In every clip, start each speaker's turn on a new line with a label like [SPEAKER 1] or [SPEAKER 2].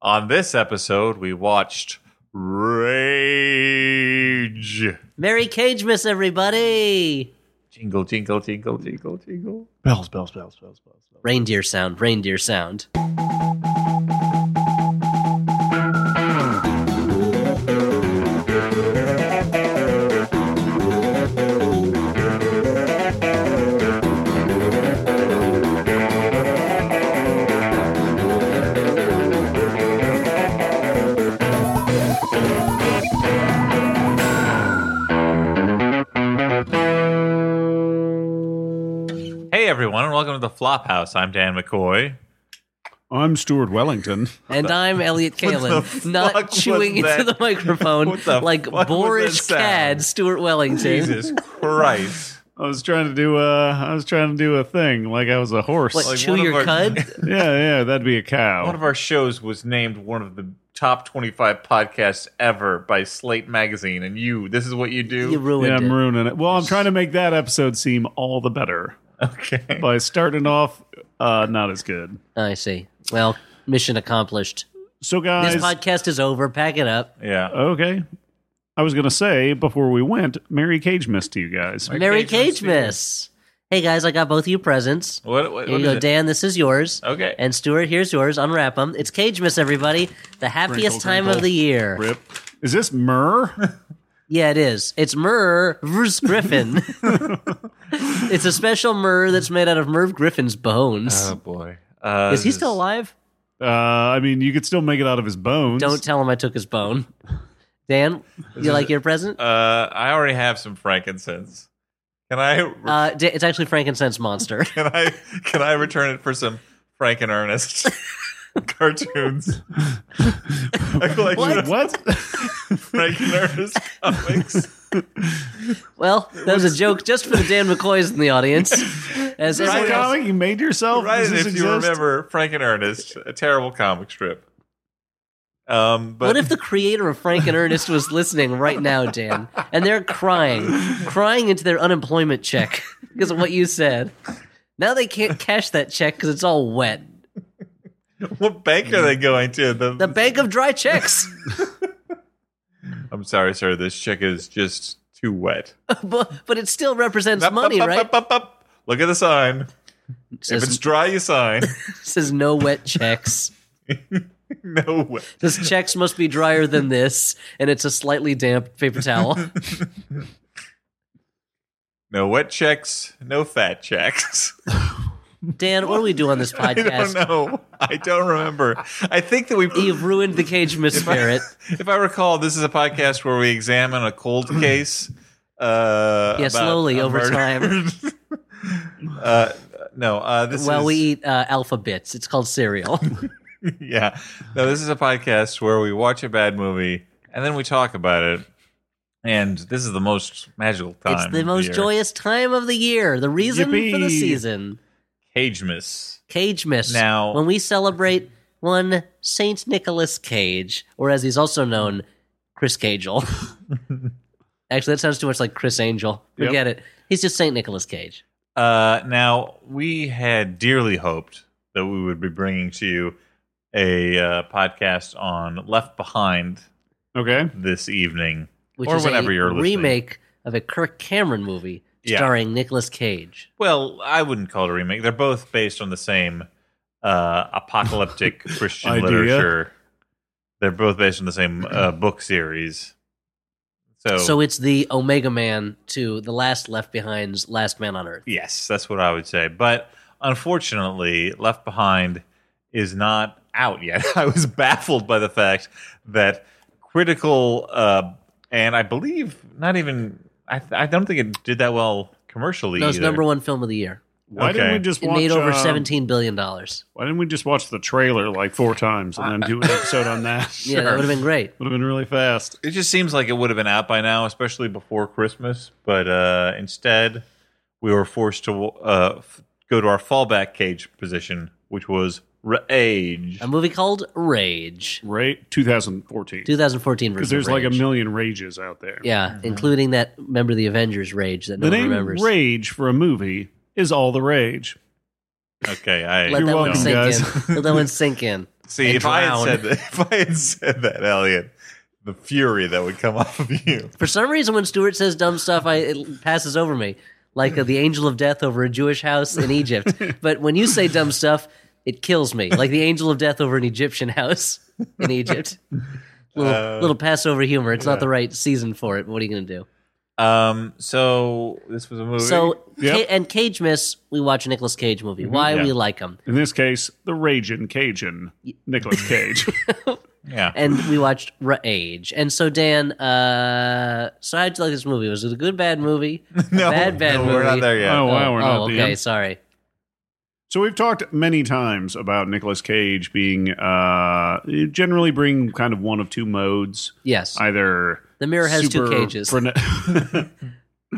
[SPEAKER 1] On this episode, we watched Rage.
[SPEAKER 2] Merry Cagemas, everybody!
[SPEAKER 1] Jingle, jingle, jingle, jingle, jingle.
[SPEAKER 3] Bells, bells, bells, bells, bells. bells.
[SPEAKER 2] Reindeer sound, reindeer sound.
[SPEAKER 1] Hey, everyone, and welcome to the Flophouse. I'm Dan McCoy.
[SPEAKER 3] I'm Stuart Wellington.
[SPEAKER 2] And I'm Elliot
[SPEAKER 1] fuck
[SPEAKER 2] Kalin, not
[SPEAKER 1] was
[SPEAKER 2] chewing into
[SPEAKER 1] that?
[SPEAKER 2] the microphone
[SPEAKER 1] What the
[SPEAKER 2] like
[SPEAKER 1] fuck was that
[SPEAKER 2] boorish
[SPEAKER 1] sound?
[SPEAKER 2] cad Stuart Wellington.
[SPEAKER 1] Jesus Christ.
[SPEAKER 3] I was trying to do a, I was trying to do a thing like I was a horse.
[SPEAKER 2] What,
[SPEAKER 1] Like
[SPEAKER 2] chew
[SPEAKER 1] one of
[SPEAKER 2] your
[SPEAKER 1] our-
[SPEAKER 2] cud?
[SPEAKER 3] yeah, yeah, that'd be a
[SPEAKER 1] One
[SPEAKER 3] cow.
[SPEAKER 1] of our shows was named one of the top 25 podcasts ever by Slate Magazine, and you, this is what you do?
[SPEAKER 2] You ruined
[SPEAKER 3] Yeah,
[SPEAKER 2] it.
[SPEAKER 3] I'm ruining it. Well, I'm trying to make that episode seem all the better
[SPEAKER 1] okay.
[SPEAKER 3] by starting off uh, not as good.
[SPEAKER 2] I see. Well, mission accomplished.
[SPEAKER 3] So, guys,
[SPEAKER 2] This podcast is over. Pack it up.
[SPEAKER 1] Yeah.
[SPEAKER 3] okay. I was gonna say before we went, Mary Cage missed you guys.
[SPEAKER 2] Merry
[SPEAKER 1] Cagemas, Oh, too.
[SPEAKER 2] Cagemas. Hey guys, I got both of you presents.
[SPEAKER 1] What, what,
[SPEAKER 2] Here
[SPEAKER 1] what is
[SPEAKER 2] you go,
[SPEAKER 1] it?
[SPEAKER 2] Dan. This is yours.
[SPEAKER 1] Okay.
[SPEAKER 2] And Stuart, here's yours. Unwrap them. It's Cagemas, everybody. The happiest
[SPEAKER 3] Crinkle,
[SPEAKER 2] time
[SPEAKER 3] crinkle.
[SPEAKER 2] of the year.
[SPEAKER 3] Rip. Is this Myrrh?
[SPEAKER 2] Yeah, it is. It's Merv Griffin. it's a special Merv that's made out of Merv Griffin's bones.
[SPEAKER 1] Oh, boy. Uh,
[SPEAKER 2] is he
[SPEAKER 1] this-
[SPEAKER 2] still alive?
[SPEAKER 3] Uh, I mean, you could still make it out of his bones.
[SPEAKER 2] Don't tell him I took his bone. Dan, you like your present?
[SPEAKER 1] Uh, I already have some frankincense. Can I
[SPEAKER 2] Uh, Da- it's actually frankincense monster.
[SPEAKER 1] Can I can I return it for some Frank and Ernest cartoons? A collection of
[SPEAKER 3] What?
[SPEAKER 1] Frank and Ernest comics.
[SPEAKER 2] well, that was a joke just for the Dan McCoys in the audience. As
[SPEAKER 3] Is this
[SPEAKER 2] everyone
[SPEAKER 3] a
[SPEAKER 2] else-
[SPEAKER 3] comic you made yourself?
[SPEAKER 1] Right,
[SPEAKER 3] Does
[SPEAKER 1] if
[SPEAKER 3] this
[SPEAKER 1] you
[SPEAKER 3] exist?
[SPEAKER 1] remember Frank and Ernest, a terrible comic strip. Um, but
[SPEAKER 2] what if the creator of Frank and Ernest was listening right now, Dan, and they're crying, crying into their unemployment check because of what you said? Now they can't cash that check because it's all wet.
[SPEAKER 1] what bank are they going to? The,
[SPEAKER 2] The bank of dry checks.
[SPEAKER 1] I'm sorry, sir. This check is just too wet.
[SPEAKER 2] but, but it still represents
[SPEAKER 1] Up,
[SPEAKER 2] money,
[SPEAKER 1] up, up,
[SPEAKER 2] right?
[SPEAKER 1] up, up, up. Look at the sign.
[SPEAKER 2] It
[SPEAKER 1] If it's
[SPEAKER 2] says,
[SPEAKER 1] dry, you sign.
[SPEAKER 2] says no wet checks.
[SPEAKER 1] no wet.
[SPEAKER 2] This checks must be drier than this, and it's a slightly damp paper towel.
[SPEAKER 1] No wet checks. No fat checks.
[SPEAKER 2] Dan, what do we do on this
[SPEAKER 1] I don't
[SPEAKER 2] podcast?
[SPEAKER 1] know. I don't remember. I think that we
[SPEAKER 2] You've ruined the cage, Miss Spirit.
[SPEAKER 1] If I recall, this is a podcast where we examine a cold case. Uh,
[SPEAKER 2] Yeah,
[SPEAKER 1] about
[SPEAKER 2] slowly,
[SPEAKER 1] a
[SPEAKER 2] over
[SPEAKER 1] murder.
[SPEAKER 2] time.
[SPEAKER 1] Uh, no, uh, this
[SPEAKER 2] Well,
[SPEAKER 1] is,
[SPEAKER 2] we eat uh, alpha bits. It's called cereal.
[SPEAKER 1] yeah. No, this is a podcast where we watch a bad movie and then we talk about it. And this is the most magical time.
[SPEAKER 2] It's the
[SPEAKER 1] of
[SPEAKER 2] most
[SPEAKER 1] year.
[SPEAKER 2] joyous time of the year. The reason for the
[SPEAKER 3] Yippee.
[SPEAKER 2] season.
[SPEAKER 1] Cagemas.
[SPEAKER 2] Cage Miss.
[SPEAKER 1] Now-
[SPEAKER 2] when we celebrate one Saint Nicholas Cage, or as he's also known, Chris Cagel. Actually, that sounds too much like Chris Angel.
[SPEAKER 3] Yep.
[SPEAKER 2] Forget it. He's just Saint Nicholas Cage.
[SPEAKER 1] Uh, now we had dearly hoped that we would be bringing to you a uh, podcast on Left Behind
[SPEAKER 3] Okay.
[SPEAKER 1] this evening,
[SPEAKER 2] Which
[SPEAKER 1] or
[SPEAKER 2] is
[SPEAKER 1] whenever
[SPEAKER 2] a
[SPEAKER 1] you're listening.
[SPEAKER 2] remake of a Kirk Cameron movie
[SPEAKER 1] Yeah.
[SPEAKER 2] starring Nicolas Cage.
[SPEAKER 1] Well, I wouldn't call it a remake. They're both based on the same uh, apocalyptic Christian
[SPEAKER 3] Idea.
[SPEAKER 1] literature. They're both based on the same uh, book series.
[SPEAKER 3] Oh.
[SPEAKER 1] So,
[SPEAKER 2] So it's the Omega Man to the last Left Behind's Last Man on Earth.
[SPEAKER 1] yes, that's what I would say. But unfortunately, Left Behind is not out yet. I was baffled by the fact that critical, uh, and I believe not even, I, I don't think it did that well commercially.
[SPEAKER 2] That was
[SPEAKER 1] either.
[SPEAKER 2] number one film of the year.
[SPEAKER 3] Why didn't
[SPEAKER 1] Okay.
[SPEAKER 3] we just
[SPEAKER 2] It
[SPEAKER 3] watch
[SPEAKER 2] made over
[SPEAKER 3] um,
[SPEAKER 2] seventeen billion dollars.
[SPEAKER 3] Why didn't we just watch the trailer like four times and then do an episode on that?
[SPEAKER 2] Yeah, that would have been great.
[SPEAKER 3] Would have been really fast.
[SPEAKER 1] It just seems like it would have been out by now, especially before Christmas. But uh, instead, we were forced to uh, f- go to our fallback cage position, which was Rage.
[SPEAKER 2] A movie called Rage,
[SPEAKER 3] Right? 2014.
[SPEAKER 2] 2014 version.
[SPEAKER 3] Because there's
[SPEAKER 2] of
[SPEAKER 3] like a
[SPEAKER 2] Rage.
[SPEAKER 3] million rages out there.
[SPEAKER 2] Yeah, including that member of the Avengers, Rage, that no
[SPEAKER 3] The
[SPEAKER 2] one
[SPEAKER 3] name
[SPEAKER 2] remembers.
[SPEAKER 3] Rage for a movie is all the rage.
[SPEAKER 1] Okay,
[SPEAKER 2] Let
[SPEAKER 1] I
[SPEAKER 3] You're
[SPEAKER 2] that one
[SPEAKER 3] welcome,
[SPEAKER 2] sink
[SPEAKER 3] guys.
[SPEAKER 2] in. Let that one sink in.
[SPEAKER 1] See,
[SPEAKER 2] And
[SPEAKER 1] if I had
[SPEAKER 2] drown.
[SPEAKER 1] said that, if I had said that, Elliot, the fury that would come off of you.
[SPEAKER 2] For some reason, when Stuart says dumb stuff, I, it passes over me, like uh, the angel of death over a Jewish house in Egypt. but when you say dumb stuff, it kills me, like the angel of death over an Egyptian house in Egypt. little,
[SPEAKER 3] Uh,
[SPEAKER 2] little Passover humor. It's not the right season for it. But what are you going to do?
[SPEAKER 1] Um. So this was a movie.
[SPEAKER 2] So,
[SPEAKER 3] Yep. Mm-hmm.
[SPEAKER 2] Ca- and Cage Miss, we watch a Nicolas Cage movie. Why
[SPEAKER 1] Yeah.
[SPEAKER 2] we like him.
[SPEAKER 3] In this case, the Raging Cajun, Nicolas Cage.
[SPEAKER 1] yeah.
[SPEAKER 2] and we watched Rage. And so Dan, uh so how'd you like this movie? Was it a good bad movie?
[SPEAKER 1] no,
[SPEAKER 2] bad, bad
[SPEAKER 1] no, we're not
[SPEAKER 2] movie.
[SPEAKER 1] there yet.
[SPEAKER 3] Oh, wow, we're
[SPEAKER 2] oh,
[SPEAKER 3] not at the
[SPEAKER 2] okay,
[SPEAKER 3] end.
[SPEAKER 2] sorry.
[SPEAKER 3] So we've talked many times about Nicolas Cage being uh, generally bring kind of one of two modes,
[SPEAKER 2] Yes.
[SPEAKER 3] either
[SPEAKER 2] the mirror has two
[SPEAKER 3] super
[SPEAKER 2] cages.
[SPEAKER 3] frene- Uh,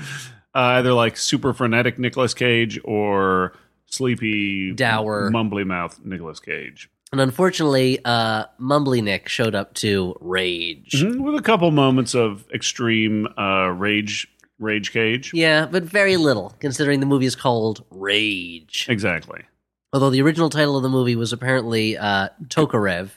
[SPEAKER 3] either like super frenetic Nicolas Cage or sleepy
[SPEAKER 2] Dour.
[SPEAKER 3] mumbly mouth Nicolas Cage
[SPEAKER 2] and unfortunately, uh Mumbly Nick showed up to Rage.
[SPEAKER 3] Mhm, with a couple moments of extreme uh, rage rage cage.
[SPEAKER 2] Yeah, but very little, considering the movie is called Rage.
[SPEAKER 3] Exactly.
[SPEAKER 2] Although the original title of the movie was apparently uh Tokarev,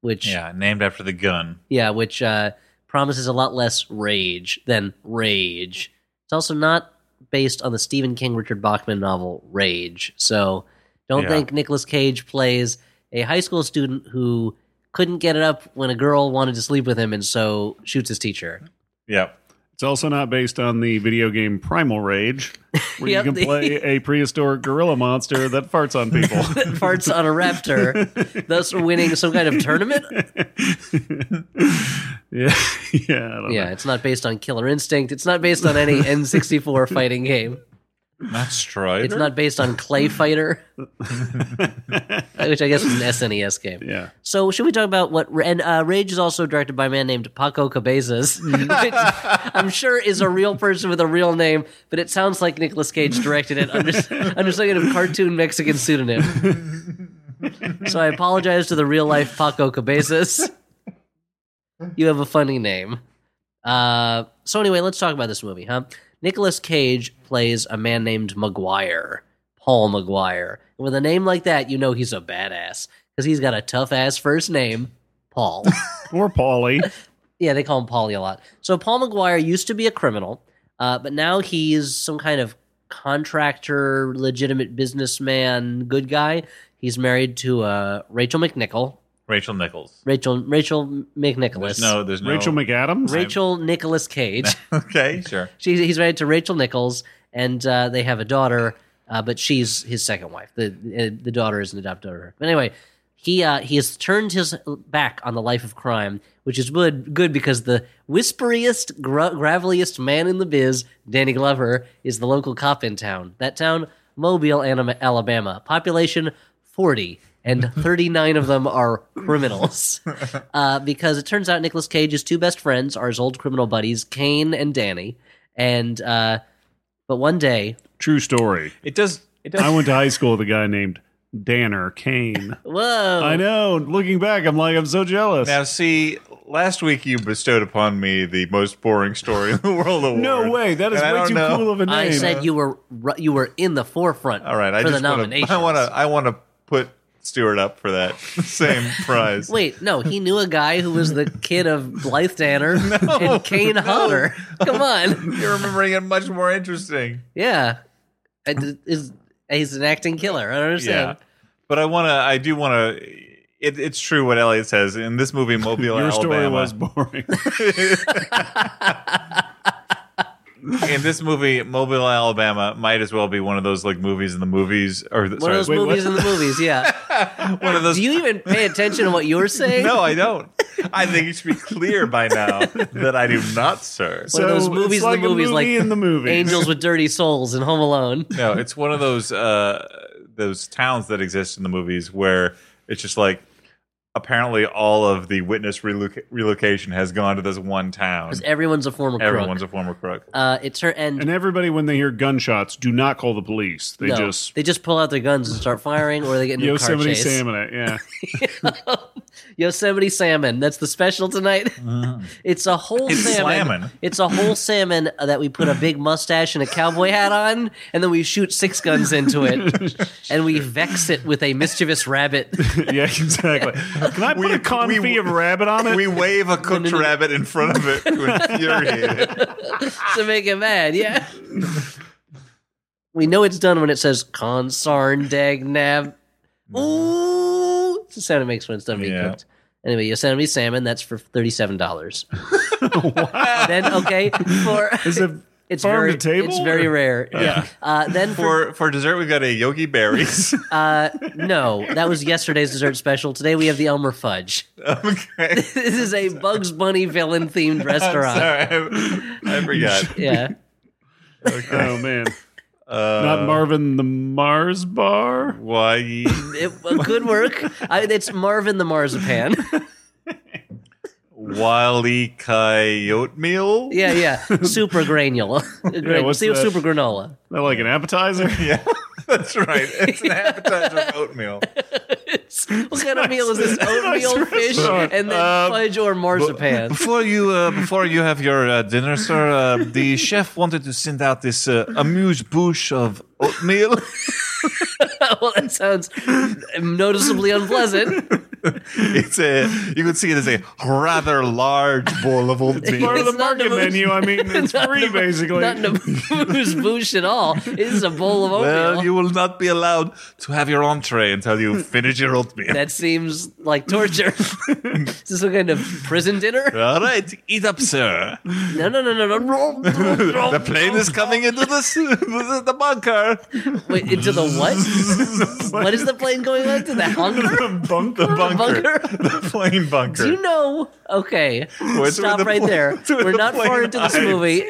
[SPEAKER 2] which
[SPEAKER 1] Yeah, named after the gun.
[SPEAKER 2] Yeah, which uh, promises a lot less rage than Rage. It's also not based on the Stephen King Richard Bachman novel Rage. So don't
[SPEAKER 1] Yeah.
[SPEAKER 2] think Nicolas Cage plays a high school student who couldn't get it up when a girl wanted to sleep with him and so shoots his teacher.
[SPEAKER 1] Yep.
[SPEAKER 3] It's also not based on the video game Primal Rage, where
[SPEAKER 2] Yep.
[SPEAKER 3] you can play a prehistoric gorilla monster that farts on people.
[SPEAKER 2] That farts on a raptor, thus winning some kind of tournament.
[SPEAKER 3] yeah, yeah, I don't
[SPEAKER 2] Yeah, it's not based on Killer Instinct. It's not based on any N64 fighting game.
[SPEAKER 1] Not Strider.
[SPEAKER 2] It's not based on Clay Fighter, which I guess is an SNES game.
[SPEAKER 3] know. Yeah,
[SPEAKER 2] So should we talk about what and uh, Rage is also directed by a man named Paco Cabezas, which I'm sure is a real person with a real name, but it sounds like Nicolas Cage directed it under, under some kind of cartoon Mexican pseudonym. so I apologize to the real life Paco Cabezas. You have a funny name. Uh, so anyway, let's talk about this movie, huh? Nicolas Cage plays a man named Maguire, Paul Maguire. And with a name like that, you know he's a badass because he's got a tough ass first name, Paul.
[SPEAKER 3] or Paulie.
[SPEAKER 2] yeah, they call him Paulie a lot. So Paul Maguire used to be a criminal, uh, but now he's some kind of contractor, legitimate businessman, good guy. He's married to uh, Rachel McNichol.
[SPEAKER 1] Rachel Nichols.
[SPEAKER 2] Rachel Rachel McNicholas.
[SPEAKER 1] There's no. There's no.
[SPEAKER 3] Rachel McAdams.
[SPEAKER 2] Rachel Nicholas Cage.
[SPEAKER 1] Okay. Sure.
[SPEAKER 2] She's he's married to Rachel Nichols, and uh, they have a daughter, uh, but she's his second wife. The uh, the daughter is an adopted daughter. But anyway, he uh, he has turned his back on the life of crime, which is good good because the whisperiest, gro- graveliest man in the biz, Danny Glover, is the local cop in town. That town, Mobile, Ana- Alabama, population forty. And 39 of them are criminals. Uh, because it turns out Nicolas Cage's two best friends are his old criminal buddies, Kane and Danny. And uh, but one day,
[SPEAKER 3] True story.
[SPEAKER 1] It does. It does.
[SPEAKER 3] I went to high school with a guy named Danner Kane.
[SPEAKER 2] whoa,
[SPEAKER 3] I know. Looking back, I'm like, I'm so jealous.
[SPEAKER 1] Now, see, last week you bestowed upon me the most boring story in the world award.
[SPEAKER 3] no way. That is
[SPEAKER 1] And I
[SPEAKER 3] way
[SPEAKER 1] don't
[SPEAKER 3] too
[SPEAKER 1] know.
[SPEAKER 3] cool of a name.
[SPEAKER 2] I said you were ru- you were in the forefront.
[SPEAKER 1] All right, I
[SPEAKER 2] for
[SPEAKER 1] just
[SPEAKER 2] the
[SPEAKER 1] wanna-
[SPEAKER 2] nominations.
[SPEAKER 1] I want to. I want to put Stewart up for that same prize.
[SPEAKER 2] Wait, no, he knew a guy who was the kid of Blythe Danner and Kane Hodder. Come on,
[SPEAKER 1] You're remembering it much more interesting.
[SPEAKER 2] yeah, I d- is he's an acting killer. I don't understand.
[SPEAKER 1] but I want to. I do want to. It, it's true what Elliot says in this movie, Mobile,
[SPEAKER 3] Your story
[SPEAKER 1] Alabama.
[SPEAKER 3] was boring.
[SPEAKER 1] in this movie, Mobile, Alabama, might as well be one of those like movies in the movies, or
[SPEAKER 2] One
[SPEAKER 1] sorry,
[SPEAKER 2] of those
[SPEAKER 3] wait, what?
[SPEAKER 2] movies in the movies, yeah.
[SPEAKER 1] one of those
[SPEAKER 2] Do you even pay attention to what you're saying?
[SPEAKER 1] No, I don't. I think it should be clear by now that I do not, sir.
[SPEAKER 2] One of those
[SPEAKER 3] So
[SPEAKER 2] movies
[SPEAKER 3] it's
[SPEAKER 2] in the
[SPEAKER 3] like a
[SPEAKER 2] movies,
[SPEAKER 3] movie
[SPEAKER 2] like
[SPEAKER 3] in the movies.
[SPEAKER 2] Angels with Dirty Souls and Home Alone.
[SPEAKER 1] No, it's one of those uh, those towns that exist in the movies where it's just like apparently all of the witness reloca- relocation has gone to this one town.
[SPEAKER 2] because everyone's a former crook.
[SPEAKER 1] Everyone's a former crook.
[SPEAKER 2] uh, it's her and,
[SPEAKER 3] And everybody, when they hear gunshots, do not call the police. They
[SPEAKER 2] no,
[SPEAKER 3] just
[SPEAKER 2] they just pull out their guns and start firing, or they get into a car
[SPEAKER 3] Yosemite
[SPEAKER 2] chase.
[SPEAKER 3] Sam in it. Yeah,
[SPEAKER 2] Yosemite salmon. That's the special tonight.
[SPEAKER 3] Uh-huh.
[SPEAKER 2] It's a whole
[SPEAKER 1] It's
[SPEAKER 2] salmon.
[SPEAKER 1] slammin'.
[SPEAKER 2] It's a whole salmon that we put a big mustache and a cowboy hat on, and then we shoot six guns into it, and we vex it with a mischievous rabbit.
[SPEAKER 3] yeah, exactly. Can I put
[SPEAKER 1] We-
[SPEAKER 3] a confit
[SPEAKER 1] we-
[SPEAKER 3] of rabbit on it?
[SPEAKER 1] We wave a cooked
[SPEAKER 2] no, no.
[SPEAKER 1] rabbit in front of it to infuriate it.
[SPEAKER 2] to make it mad, yeah. we know it's done when it says consarn dag nab.
[SPEAKER 3] Mm-hmm.
[SPEAKER 2] Ooh, it's the sound it makes when it's done being
[SPEAKER 1] Yeah.
[SPEAKER 2] cooked. Anyway, Yosemite salmon, that's for thirty-seven dollars. Then okay, for
[SPEAKER 3] Is it
[SPEAKER 2] it's
[SPEAKER 3] farm
[SPEAKER 2] very
[SPEAKER 3] to table?
[SPEAKER 2] it's very rare.
[SPEAKER 1] Yeah.
[SPEAKER 2] Uh, then for
[SPEAKER 1] For for dessert, we've got a Yogi Berries.
[SPEAKER 2] uh, no, that was yesterday's dessert special. Today we have the Elmer Fudge.
[SPEAKER 1] okay.
[SPEAKER 2] this is a Bugs Bunny villain themed restaurant.
[SPEAKER 1] Sorry, I, I forgot.
[SPEAKER 2] Yeah,
[SPEAKER 3] oh man,
[SPEAKER 1] Uh,
[SPEAKER 3] not Marvin the Mars Bar.
[SPEAKER 1] Why?
[SPEAKER 2] it, well, good work. I, it's Marvin the Marzipan.
[SPEAKER 1] Wally Coyote Meal?
[SPEAKER 2] Yeah, yeah. Super granula. Gran-
[SPEAKER 3] what's
[SPEAKER 2] see,
[SPEAKER 3] that?
[SPEAKER 2] Super granola.
[SPEAKER 3] That like an appetizer.
[SPEAKER 1] Yeah, that's right. It's an appetizer of oatmeal.
[SPEAKER 2] It's- what kind of meal is this? Oatmeal, fish,
[SPEAKER 3] restaurant.
[SPEAKER 2] and then
[SPEAKER 1] Uh,
[SPEAKER 2] fudge or marzipan.
[SPEAKER 1] Before you, uh, before you have your uh, dinner, sir, uh, the chef wanted to send out this uh, amuse bouche of oatmeal.
[SPEAKER 2] well, Oh, that sounds noticeably unpleasant.
[SPEAKER 1] It's a, you can see it as a rather large bowl of oatmeal.
[SPEAKER 3] Part of the
[SPEAKER 2] It's not
[SPEAKER 3] market
[SPEAKER 2] the most-
[SPEAKER 3] menu. I mean, it's free basically.
[SPEAKER 2] Not Naboo's boosh at all. It's a bowl of oatmeal.
[SPEAKER 1] Well, you will not be allowed to have your entree until you finish your oatmeal.
[SPEAKER 2] that seems like torture. is this some kind of prison dinner?
[SPEAKER 1] All right, eat up, sir.
[SPEAKER 2] No, no, no, no, no.
[SPEAKER 1] The plane is coming into this, the bunker.
[SPEAKER 2] Wait, into the what? what is the plane going on? To the hunger?
[SPEAKER 3] bunker.
[SPEAKER 2] bunker?
[SPEAKER 1] the plane bunker.
[SPEAKER 2] Do you know? Okay,
[SPEAKER 1] where
[SPEAKER 2] stop
[SPEAKER 1] the
[SPEAKER 2] right
[SPEAKER 1] pl-
[SPEAKER 2] there.
[SPEAKER 1] to where
[SPEAKER 2] We're
[SPEAKER 1] the
[SPEAKER 2] not far
[SPEAKER 1] plane
[SPEAKER 2] into this
[SPEAKER 1] hides.
[SPEAKER 2] movie.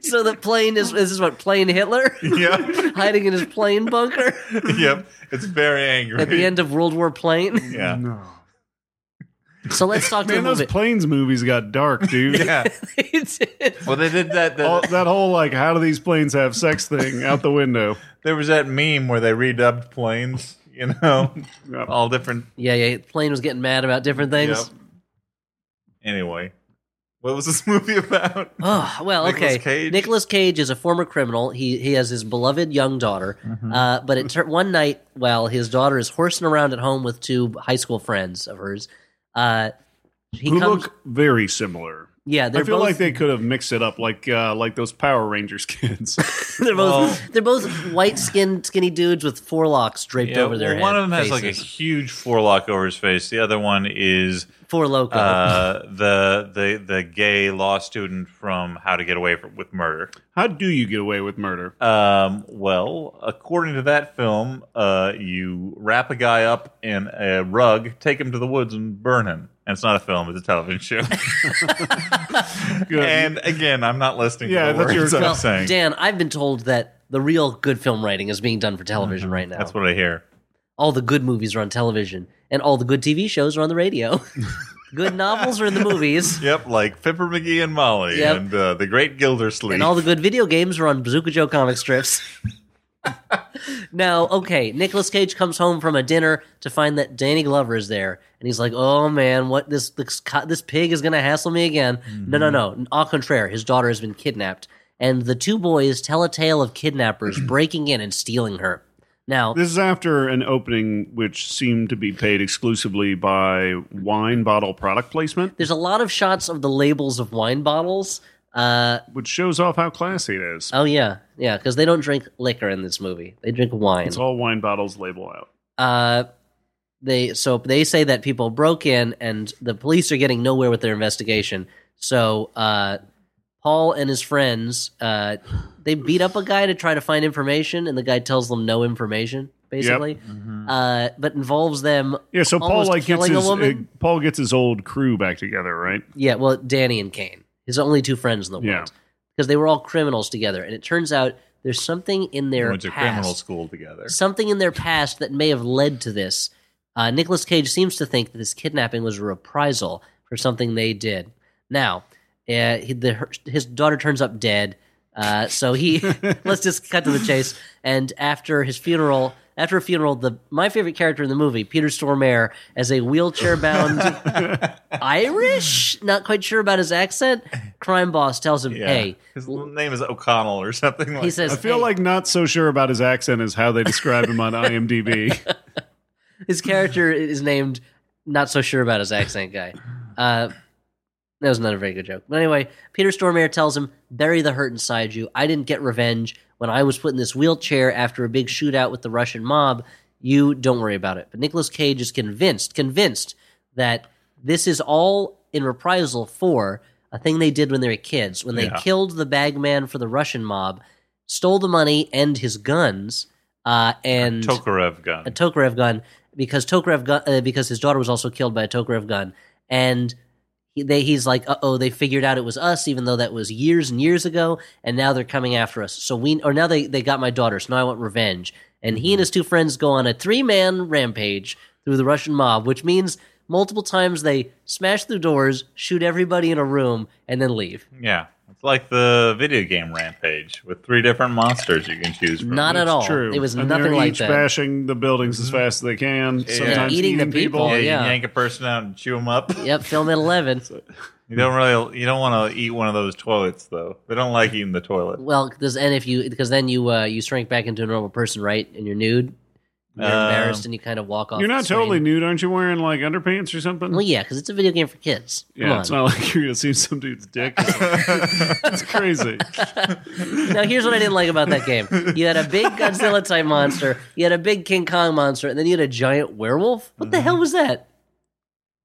[SPEAKER 2] So the plane is this is what plane Hitler
[SPEAKER 1] yep,
[SPEAKER 2] hiding in his plane bunker
[SPEAKER 1] yep. It's very angry.
[SPEAKER 2] at the end of World War Plane.
[SPEAKER 1] yeah,
[SPEAKER 2] So let's talk to the
[SPEAKER 3] Man, those
[SPEAKER 2] movie.
[SPEAKER 3] planes movies got dark, dude.
[SPEAKER 1] yeah.
[SPEAKER 2] It's-
[SPEAKER 1] Well, they did that. that-
[SPEAKER 3] All, that whole like, how do these planes have sex thing out the window?
[SPEAKER 1] there was that meme where they redubbed planes. You know,
[SPEAKER 3] Yep.
[SPEAKER 1] all different.
[SPEAKER 2] yeah, yeah. the Plane was getting mad about different
[SPEAKER 1] Yep.
[SPEAKER 2] things.
[SPEAKER 1] Anyway, what was this movie about?
[SPEAKER 2] Oh well,
[SPEAKER 1] Nicolas
[SPEAKER 2] okay.
[SPEAKER 1] Cage?
[SPEAKER 2] Nicholas Cage is a former criminal. He he has his beloved young daughter. Uh, but it tur one night, while his daughter is horsing around at home with two high school friends of hers, uh, he
[SPEAKER 3] Who
[SPEAKER 2] comes.
[SPEAKER 3] look very similar.
[SPEAKER 2] yeah, they're
[SPEAKER 3] I feel
[SPEAKER 2] both
[SPEAKER 3] like they could have mixed it up, like uh, like those Power Rangers kids.
[SPEAKER 2] they're both
[SPEAKER 1] Well-
[SPEAKER 2] they're both white skinned skinny dudes with forelocks draped over their
[SPEAKER 1] well, one
[SPEAKER 2] head
[SPEAKER 1] of them has like a
[SPEAKER 2] faces.
[SPEAKER 1] huge forelock over his face. The other one is
[SPEAKER 2] four loco.
[SPEAKER 1] uh, the the the gay law student from How to Get Away from, with Murder.
[SPEAKER 3] how do you get away with murder?
[SPEAKER 2] Uh,
[SPEAKER 1] Um, well, according to that film, uh, you wrap a guy up in a rug, take him to the woods, and burn him. And it's not a film; it's a television show.
[SPEAKER 3] Good.
[SPEAKER 1] and again, I'm not listening
[SPEAKER 3] Yeah,
[SPEAKER 1] to the
[SPEAKER 3] that's
[SPEAKER 1] words
[SPEAKER 3] your-
[SPEAKER 1] I'm
[SPEAKER 2] well,
[SPEAKER 1] saying.
[SPEAKER 2] Dan, I've been told that the real good film writing is being done for television right now.
[SPEAKER 1] Mm-hmm. that's what I hear.
[SPEAKER 2] all the good movies are on television, and all the good TV shows are on the radio. good novels are in the movies.
[SPEAKER 1] Yep, like Pipper McGee and Molly,
[SPEAKER 2] Yep.
[SPEAKER 1] and uh, the Great Gildersleeve.
[SPEAKER 2] And all the good video games are on Bazooka Joe comic strips. now, okay, Nicolas Cage comes home from a dinner to find that Danny Glover is there, and he's like, "Oh man, what this this, co- this pig is gonna hassle me again." No, no, no. Au contraire, his daughter has been kidnapped, and the two boys tell a tale of kidnappers breaking in and stealing her. Now,
[SPEAKER 3] This is after an opening which seemed to be paid exclusively by wine bottle product placement,
[SPEAKER 2] there's a lot of shots of the labels of wine bottles. Uh,
[SPEAKER 3] which shows off how classy it is.
[SPEAKER 2] oh yeah, yeah, because they don't drink liquor in this movie; they drink wine.
[SPEAKER 3] It's all wine bottles label out.
[SPEAKER 2] Uh, they so they say that people broke in and the police are getting nowhere with their investigation. So uh, Paul and his friends uh, they beat up a guy to try to find information, and the guy tells them no information basically, uh, but involves them.
[SPEAKER 3] Yeah, so Paul
[SPEAKER 2] Almost
[SPEAKER 3] like gets
[SPEAKER 2] killing a
[SPEAKER 3] his uh,
[SPEAKER 2] woman?
[SPEAKER 3] Paul gets his old crew back together, right?
[SPEAKER 2] Yeah, well, Danny and Kane, his only two friends in the world,
[SPEAKER 3] Yeah.
[SPEAKER 2] because they were all criminals together, and it turns out there's something in
[SPEAKER 1] We
[SPEAKER 2] their
[SPEAKER 1] went to
[SPEAKER 2] past.
[SPEAKER 1] criminal school together.
[SPEAKER 2] something in their past that may have led to this. Uh, Nicolas Cage seems to think that this kidnapping was a reprisal for something they did. Now, uh, he, the, her, his daughter turns up dead, uh, so he let's just cut to the chase. And after his funeral, after a funeral, the my favorite character in the movie, Peter Stormare, as a wheelchair-bound Irish, not quite sure about his accent, crime boss tells him,
[SPEAKER 1] Yeah.
[SPEAKER 2] "Hey."
[SPEAKER 1] His l- name is O'Connell or something. Like
[SPEAKER 2] He says,
[SPEAKER 3] I feel
[SPEAKER 2] "Hey."
[SPEAKER 3] like not so sure about his accent is how they describe him on IMDb.
[SPEAKER 2] his character is named not so sure about his accent guy uh, that was not a very good joke but anyway peter stormare tells him bury the hurt inside you i didn't get revenge when i was put in this wheelchair after a big shootout with the russian mob you don't worry about it but nicolas cage is convinced convinced that this is all in reprisal for a thing they did when they were kids when they
[SPEAKER 1] Yeah.
[SPEAKER 2] killed the bagman for the russian mob stole the money and his guns uh, and
[SPEAKER 1] Tokarev gun.
[SPEAKER 2] a Tokarev gun because Tokarev gun uh, because his daughter was also killed by a Tokarev gun, and he, they, he's like, uh oh, they figured out it was us, even though that was years and years ago, and now they're coming after us. So we or now they they got my daughter, so now I want revenge. And he and his two friends go on a three man rampage through the Russian mob, which means multiple times they smash through doors, shoot everybody in a room, and then leave.
[SPEAKER 1] yeah. It's like the video game Rampage with three different monsters you can choose from.
[SPEAKER 2] Not at all. It was
[SPEAKER 3] and
[SPEAKER 2] nothing
[SPEAKER 3] they're
[SPEAKER 2] like
[SPEAKER 3] each
[SPEAKER 2] that. Mm-hmm.
[SPEAKER 3] bashing the buildings as fast as they can. Sometimes
[SPEAKER 2] Eating
[SPEAKER 3] eating,
[SPEAKER 2] the
[SPEAKER 1] Yeah,
[SPEAKER 2] people.
[SPEAKER 1] you
[SPEAKER 2] yeah.
[SPEAKER 1] can yank a person out and chew them up.
[SPEAKER 2] Yep, film at eleven.
[SPEAKER 1] You don't really, you don't want to eat one of those toilets though. They don't like eating the toilet.
[SPEAKER 2] Well, because and if you because then you uh, you shrink back into a normal person, right? And you're nude, you're
[SPEAKER 1] Um,
[SPEAKER 2] embarrassed, and you kind of walk off.
[SPEAKER 3] You're
[SPEAKER 2] the
[SPEAKER 3] not
[SPEAKER 2] screen.
[SPEAKER 3] totally nude, aren't you? Wearing like underpants or something?
[SPEAKER 2] Well, yeah, because it's a video game for kids. Come
[SPEAKER 3] yeah,
[SPEAKER 2] on.
[SPEAKER 3] it's not like you're gonna see some dude's dick. it's crazy.
[SPEAKER 2] now, here's what I didn't like about that game: you had a big Godzilla type monster, you had a big King Kong monster, and then you had a giant werewolf. What the
[SPEAKER 3] Mm-hmm.
[SPEAKER 2] hell was that?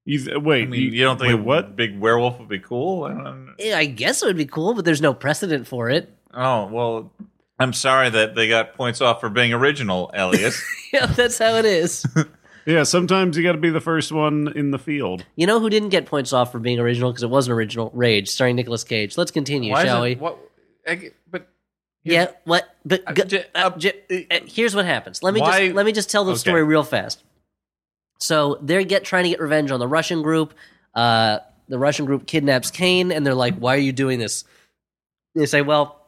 [SPEAKER 3] You th- wait,
[SPEAKER 1] I mean, you don't think
[SPEAKER 3] wait, what?
[SPEAKER 1] what big werewolf would be cool? I don't,
[SPEAKER 2] Eh, I guess it would be cool, but there's no precedent for it.
[SPEAKER 1] oh well, I'm sorry that they got points off for being original, Elliot.
[SPEAKER 2] yeah, that's how it is.
[SPEAKER 3] Yeah, sometimes you got to be the first one in the field.
[SPEAKER 2] You know who didn't get points off for being original because it wasn't original? Rage, starring Nicolas Cage. Let's continue,
[SPEAKER 1] Why is
[SPEAKER 2] shall
[SPEAKER 1] it-
[SPEAKER 2] we?
[SPEAKER 1] What, I get- but
[SPEAKER 2] Yeah, what? But
[SPEAKER 1] Uh,
[SPEAKER 2] g-
[SPEAKER 1] j-
[SPEAKER 2] uh,
[SPEAKER 1] uh,
[SPEAKER 2] j-
[SPEAKER 1] uh,
[SPEAKER 2] uh, here's what happens. Let me
[SPEAKER 1] why-
[SPEAKER 2] just let me just tell the
[SPEAKER 1] Okay.
[SPEAKER 2] story real fast. So they're get trying to get revenge on the Russian group. Uh, the Russian group kidnaps Kane, and they're like, "Why are you doing this?" They say, "Well,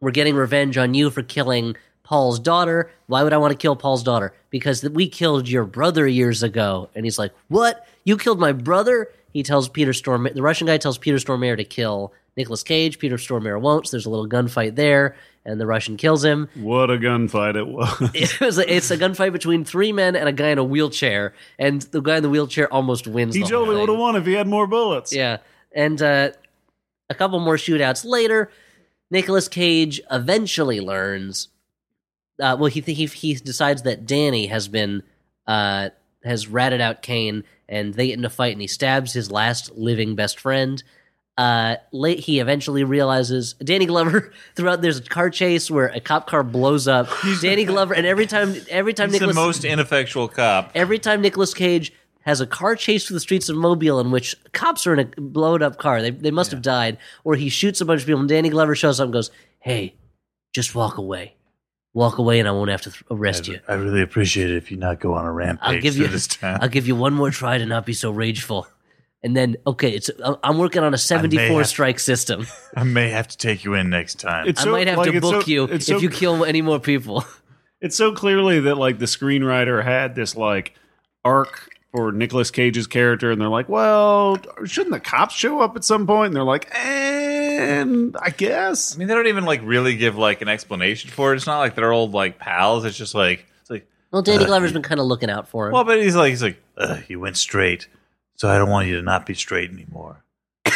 [SPEAKER 2] we're getting revenge on you for killing Paul's daughter. Why would I want to kill Paul's daughter? Because th- we killed your brother years ago." And he's like, "What? You killed my brother?" He tells Peter Storm. The Russian guy tells Peter Stormare to kill Nicolas Cage. Peter Stormare won't. So there's a little gunfight there, and the Russian kills him.
[SPEAKER 3] What a gunfight it was!
[SPEAKER 2] It was a, it's a gunfight between three men and a guy in a wheelchair, and the guy in the wheelchair almost wins.
[SPEAKER 3] he
[SPEAKER 2] the whole
[SPEAKER 3] totally would
[SPEAKER 2] thing.
[SPEAKER 3] have won if he had more bullets.
[SPEAKER 2] Yeah. And uh, a couple more shootouts later, Nicolas Cage eventually learns. Uh, well, he, he he decides that Danny has been uh, has ratted out Kane, and they get in a fight, and he stabs his last living best friend. Uh, late, he eventually realizes Danny Glover. Throughout there's a car chase where a cop car blows up. Danny Glover, and every time every time
[SPEAKER 1] he's
[SPEAKER 2] Nicholas
[SPEAKER 1] the most ineffectual cop.
[SPEAKER 2] every time Nicolas Cage has a car chase through the streets of Mobile in which cops are in a blown up car, they, they must have died, or he shoots a bunch of people, and Danny Glover shows up and goes, Hey, just walk away. Walk away, and I won't have to th- arrest you.
[SPEAKER 1] I really appreciate it if you not go on a rampage
[SPEAKER 2] I'll give
[SPEAKER 1] through
[SPEAKER 2] you
[SPEAKER 1] this town.
[SPEAKER 2] I'll give you one more try to not be so rageful. And then, okay, it's I- I'm working on a 74
[SPEAKER 1] have-
[SPEAKER 2] strike system.
[SPEAKER 1] I may have to take you in next time.
[SPEAKER 3] It's
[SPEAKER 2] I
[SPEAKER 3] so-
[SPEAKER 2] might have
[SPEAKER 3] like,
[SPEAKER 2] to
[SPEAKER 3] it's so-
[SPEAKER 2] book you if
[SPEAKER 3] it's so
[SPEAKER 2] you kill any more people.
[SPEAKER 3] It's so clearly that like the screenwriter had this like arc for Nicolas Cage's character, and they're like, "Well, shouldn't the cops show up at some point?" And they're like, "And I
[SPEAKER 1] I
[SPEAKER 3] guess."
[SPEAKER 1] mean, they don't even like really give like an explanation for it. It's not like they're old like pals. It's just like it's like
[SPEAKER 2] Well, Danny Glover's been kind of looking out for him.
[SPEAKER 1] well, but he's like he's like uh, you went straight, so I don't want you to not be straight anymore.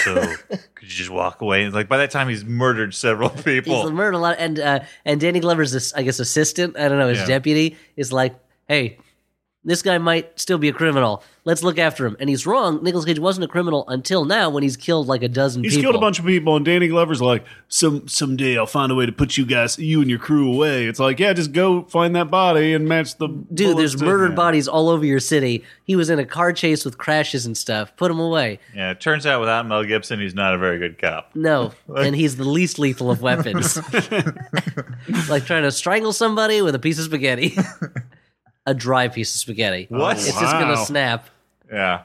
[SPEAKER 1] So could you just walk away? And like by that time, he's murdered several people.
[SPEAKER 2] He's murdered a lot, and uh, and Danny Glover's, this, I guess, assistant. I don't know, his
[SPEAKER 1] Yeah.
[SPEAKER 2] deputy is like, hey, this guy might still be a criminal. Let's look after him. And he's wrong. Nicolas Cage wasn't a criminal until now, when he's killed like a dozen.
[SPEAKER 3] He's
[SPEAKER 2] people.
[SPEAKER 3] killed a bunch of people, and Danny Glover's like, "Some someday I'll find a way to put you guys, you and your crew away." It's like, yeah, just go find that body and match the
[SPEAKER 2] Dude, there's
[SPEAKER 3] bullets to-
[SPEAKER 2] murdered bodies all over your city. He was in a car chase with crashes and stuff. Put him away.
[SPEAKER 1] yeah, it turns out without Mel Gibson, he's not a very good cop.
[SPEAKER 2] No, and he's the least lethal of weapons. like trying to strangle somebody with a piece of spaghetti. a dry piece of spaghetti.
[SPEAKER 1] What?
[SPEAKER 2] It's just gonna
[SPEAKER 3] Wow.
[SPEAKER 2] snap.
[SPEAKER 1] Yeah.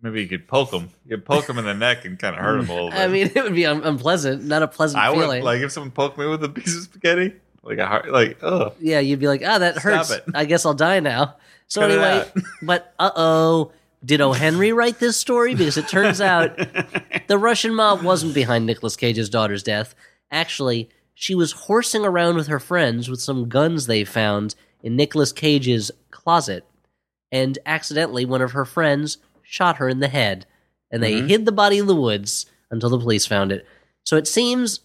[SPEAKER 1] Maybe you could poke him. You could poke him in the neck and kind of hurt him a little bit.
[SPEAKER 2] I mean, it would be un- unpleasant, not a pleasant
[SPEAKER 1] I would
[SPEAKER 2] feeling.
[SPEAKER 1] like if someone poked me with a piece of spaghetti, like a heart, like oh,
[SPEAKER 2] yeah, you'd be like, "Ah, that
[SPEAKER 1] Stop
[SPEAKER 2] hurts.
[SPEAKER 1] it.
[SPEAKER 2] I guess I'll die now." So
[SPEAKER 1] Cut it
[SPEAKER 2] anyway, but uh oh, did O. Henry write this story? Because it turns out the Russian mob wasn't behind Nicolas Cage's daughter's death. Actually, she was horsing around with her friends with some guns they found in Nicolas Cage's closet, and accidentally one of her friends shot her in the head, and
[SPEAKER 1] Mm-hmm.
[SPEAKER 2] they hid the body in the woods until the police found it. So it seems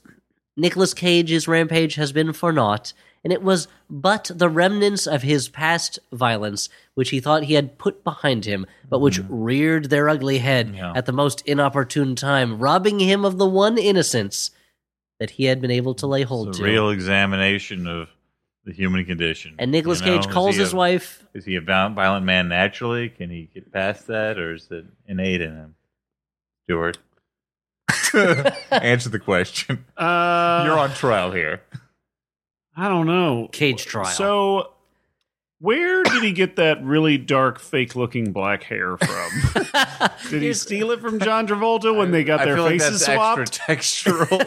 [SPEAKER 2] Nicolas Cage's rampage has been for naught, and it was but the remnants of his past violence, which he thought he had put behind him, but which reared their ugly head
[SPEAKER 1] Mm-hmm. Yeah.
[SPEAKER 2] at the most inopportune time, robbing him of the one innocence that he had been able to lay hold
[SPEAKER 1] it's a
[SPEAKER 2] to.
[SPEAKER 1] real examination of the human condition.
[SPEAKER 2] and Nicolas
[SPEAKER 1] You know,
[SPEAKER 2] Cage
[SPEAKER 1] is
[SPEAKER 2] calls
[SPEAKER 1] he
[SPEAKER 2] his
[SPEAKER 1] a-
[SPEAKER 2] wife.
[SPEAKER 1] Is he a val- violent man naturally? Can he get past that, or is it innate in him? Stuart, answer the question.
[SPEAKER 3] Uh,
[SPEAKER 1] You're on trial here.
[SPEAKER 3] I don't know.
[SPEAKER 2] Cage trial.
[SPEAKER 3] So, where did he get that really dark, fake-looking black hair from? Did he
[SPEAKER 2] Here's-
[SPEAKER 3] steal it from John Travolta when they got their faces swapped?
[SPEAKER 1] textural.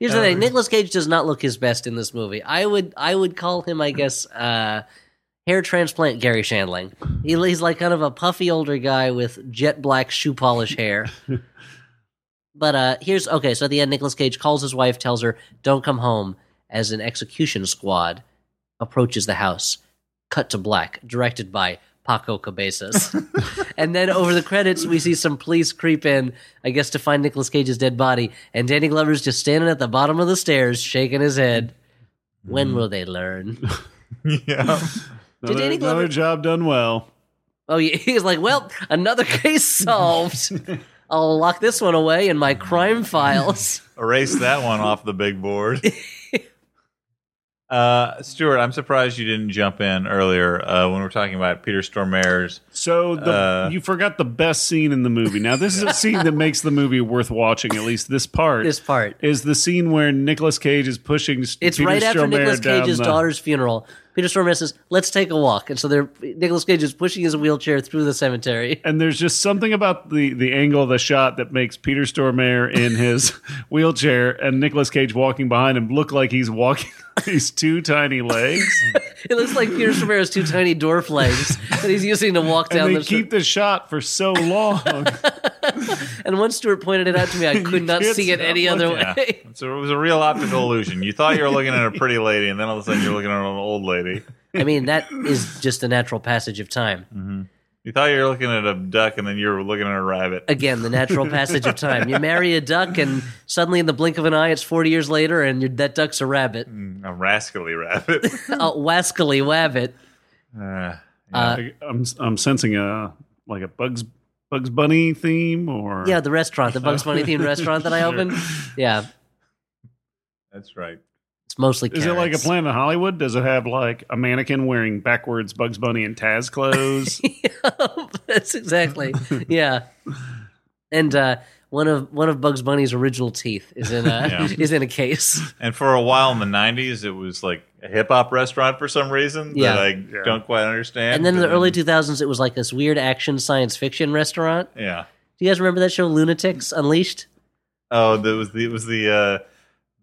[SPEAKER 2] Here's the thing: Nicolas Cage does not look his best in this movie. I would I would call him, I guess, uh, hair transplant Gary Shandling. He, he's like kind of a puffy older guy with jet black shoe polish hair. but uh, here's okay. So at the end, Nicolas Cage calls his wife, tells her, "Don't come home." As an execution squad approaches the house, cut to black, directed by Paco Cabezas. and then over the credits, we see some police creep in, I guess, to find Nicolas Cage's dead body, and Danny Glover's just standing at the bottom of the stairs, shaking his head.
[SPEAKER 3] Mm.
[SPEAKER 2] When will they learn?
[SPEAKER 1] yeah.
[SPEAKER 2] Did
[SPEAKER 3] Another,
[SPEAKER 2] Danny Glover-
[SPEAKER 3] another job done well.
[SPEAKER 2] Oh, yeah. he's like, well, another case solved. I'll lock this one away in my crime files.
[SPEAKER 1] Erase that one off the big board. Uh, Stuart, I'm surprised you didn't jump in earlier uh, when we were talking about Peter Stormare's.
[SPEAKER 3] So the,
[SPEAKER 1] Uh,
[SPEAKER 3] you forgot the best scene in the movie. Now this is a scene that makes the movie worth watching. At least this part
[SPEAKER 2] This part.
[SPEAKER 3] is the scene where Nicolas Cage is pushing.
[SPEAKER 2] It's
[SPEAKER 3] Peter
[SPEAKER 2] right after
[SPEAKER 3] Stormare
[SPEAKER 2] Nicolas
[SPEAKER 3] down
[SPEAKER 2] Cage's
[SPEAKER 3] the-
[SPEAKER 2] daughter's funeral. Peter Stormare says, "Let's take a walk," and so they're Nicolas Cage is pushing his wheelchair through the cemetery.
[SPEAKER 3] and there's just something about the the angle of the shot that makes Peter Stormare in his wheelchair and Nicolas Cage walking behind him look like he's walking on these two tiny legs.
[SPEAKER 2] It looks like Peter Stormare has two tiny dwarf legs that he's using to walk down
[SPEAKER 3] and
[SPEAKER 2] the
[SPEAKER 3] they keep the shot for so long.
[SPEAKER 2] And once Stuart pointed it out to me, I could not
[SPEAKER 3] can't
[SPEAKER 2] see it
[SPEAKER 3] stop
[SPEAKER 2] any other
[SPEAKER 1] Yeah.
[SPEAKER 2] way.
[SPEAKER 1] So it was uh, a real optical illusion. You thought you were looking at a pretty lady, and then all of a sudden you're looking at an old lady.
[SPEAKER 2] I mean, that is just the natural passage of time.
[SPEAKER 3] Mm.
[SPEAKER 1] You thought you were looking at a duck, and then you were looking at a rabbit.
[SPEAKER 2] Again, the natural passage of time. You marry a duck, and suddenly, in the blink of an eye, it's 40 years later, and you're, that duck's a rabbit.
[SPEAKER 3] Mm.
[SPEAKER 1] A rascally rabbit.
[SPEAKER 2] A wascally wabbit.
[SPEAKER 1] Uh,
[SPEAKER 3] I, am I'm sensing a like a Bugs Bugs Bunny theme or
[SPEAKER 2] Yeah, the restaurant, the Bugs Bunny themed restaurant that I
[SPEAKER 3] Sure.
[SPEAKER 2] opened. Yeah,
[SPEAKER 1] that's right.
[SPEAKER 2] it's mostly
[SPEAKER 3] Is it like a
[SPEAKER 2] carrots.
[SPEAKER 3] Planet Hollywood? Does it have like a mannequin wearing backwards Bugs Bunny and Taz clothes?
[SPEAKER 2] That's exactly. Yeah. And uh, one of one of Bugs Bunny's original teeth is in a
[SPEAKER 1] Yeah.
[SPEAKER 2] is in a case.
[SPEAKER 1] And for a while in the 90s, it was like a hip hop restaurant for some reason
[SPEAKER 2] Yeah.
[SPEAKER 1] that I
[SPEAKER 3] Yeah.
[SPEAKER 1] don't quite understand.
[SPEAKER 2] And then in the
[SPEAKER 1] But
[SPEAKER 2] early 2000s, it was like this weird action science fiction restaurant.
[SPEAKER 1] Yeah.
[SPEAKER 2] Do you guys remember that show, Lunatics Unleashed?
[SPEAKER 1] Oh, that was the, it was the, uh,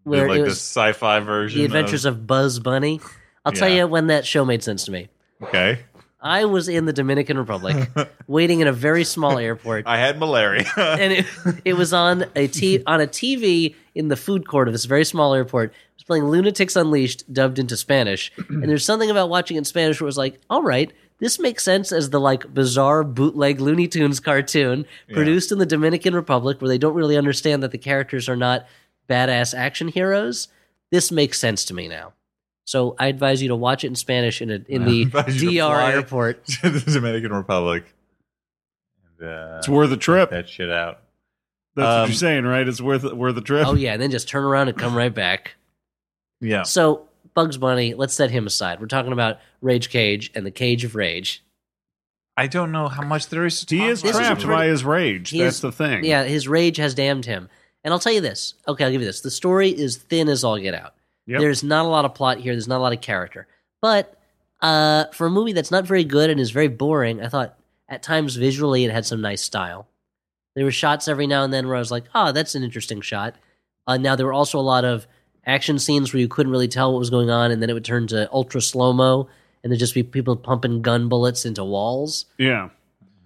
[SPEAKER 2] Where
[SPEAKER 1] like
[SPEAKER 2] it
[SPEAKER 1] the
[SPEAKER 2] was
[SPEAKER 1] sci-fi version.
[SPEAKER 2] The Adventures of, Buzz Bunny. I'll tell
[SPEAKER 1] Yeah.
[SPEAKER 2] you when that show made sense to me.
[SPEAKER 1] of okay.
[SPEAKER 2] I was in the Dominican Republic, waiting in a very small airport,
[SPEAKER 1] I had malaria.
[SPEAKER 2] and it, it was on a t- on a TV in the food court of this very small airport. It was playing Lunatics Unleashed, dubbed into Spanish. And there's something about watching it in Spanish where it was like, all right, this makes sense as the like bizarre bootleg Looney Tunes cartoon produced in the Dominican Republic, where they don't really understand that the characters are not badass action heroes. This makes sense to me now. So I advise you to watch it in Spanish in a, in the
[SPEAKER 1] advise you to
[SPEAKER 2] DR
[SPEAKER 1] fly.
[SPEAKER 2] airport.
[SPEAKER 1] to the Dominican Republic. And, uh,
[SPEAKER 3] it's worth a trip.
[SPEAKER 1] that shit out.
[SPEAKER 3] That's
[SPEAKER 1] Um,
[SPEAKER 3] what you're saying, right? It's worth worth a trip.
[SPEAKER 2] Oh yeah, and then just turn around and come right back.
[SPEAKER 1] Yeah.
[SPEAKER 2] So Bugs Bunny, let's set him aside. We're talking about Rage Cage and the Cage of Rage.
[SPEAKER 1] I don't know how much there is to
[SPEAKER 3] He
[SPEAKER 1] talk
[SPEAKER 3] is
[SPEAKER 1] about.
[SPEAKER 2] is a
[SPEAKER 3] trapped by his rage.
[SPEAKER 2] He
[SPEAKER 3] That's
[SPEAKER 2] is-
[SPEAKER 3] the thing.
[SPEAKER 2] Yeah, his rage has damned him. And I'll tell you this. Okay, I'll give you this. The story is thin as all get out.
[SPEAKER 3] Yep.
[SPEAKER 2] There's not a lot of plot here. There's not a lot of character. But uh, for a movie that's not very good and is very boring, I thought at times visually it had some nice style. There were shots every now and then where I was like, oh, that's an interesting shot. Uh, now, there were also a lot of action scenes where you couldn't really tell what was going on, and then it would turn to ultra slow mo, and there'd just be people pumping gun bullets into walls.
[SPEAKER 3] Yeah.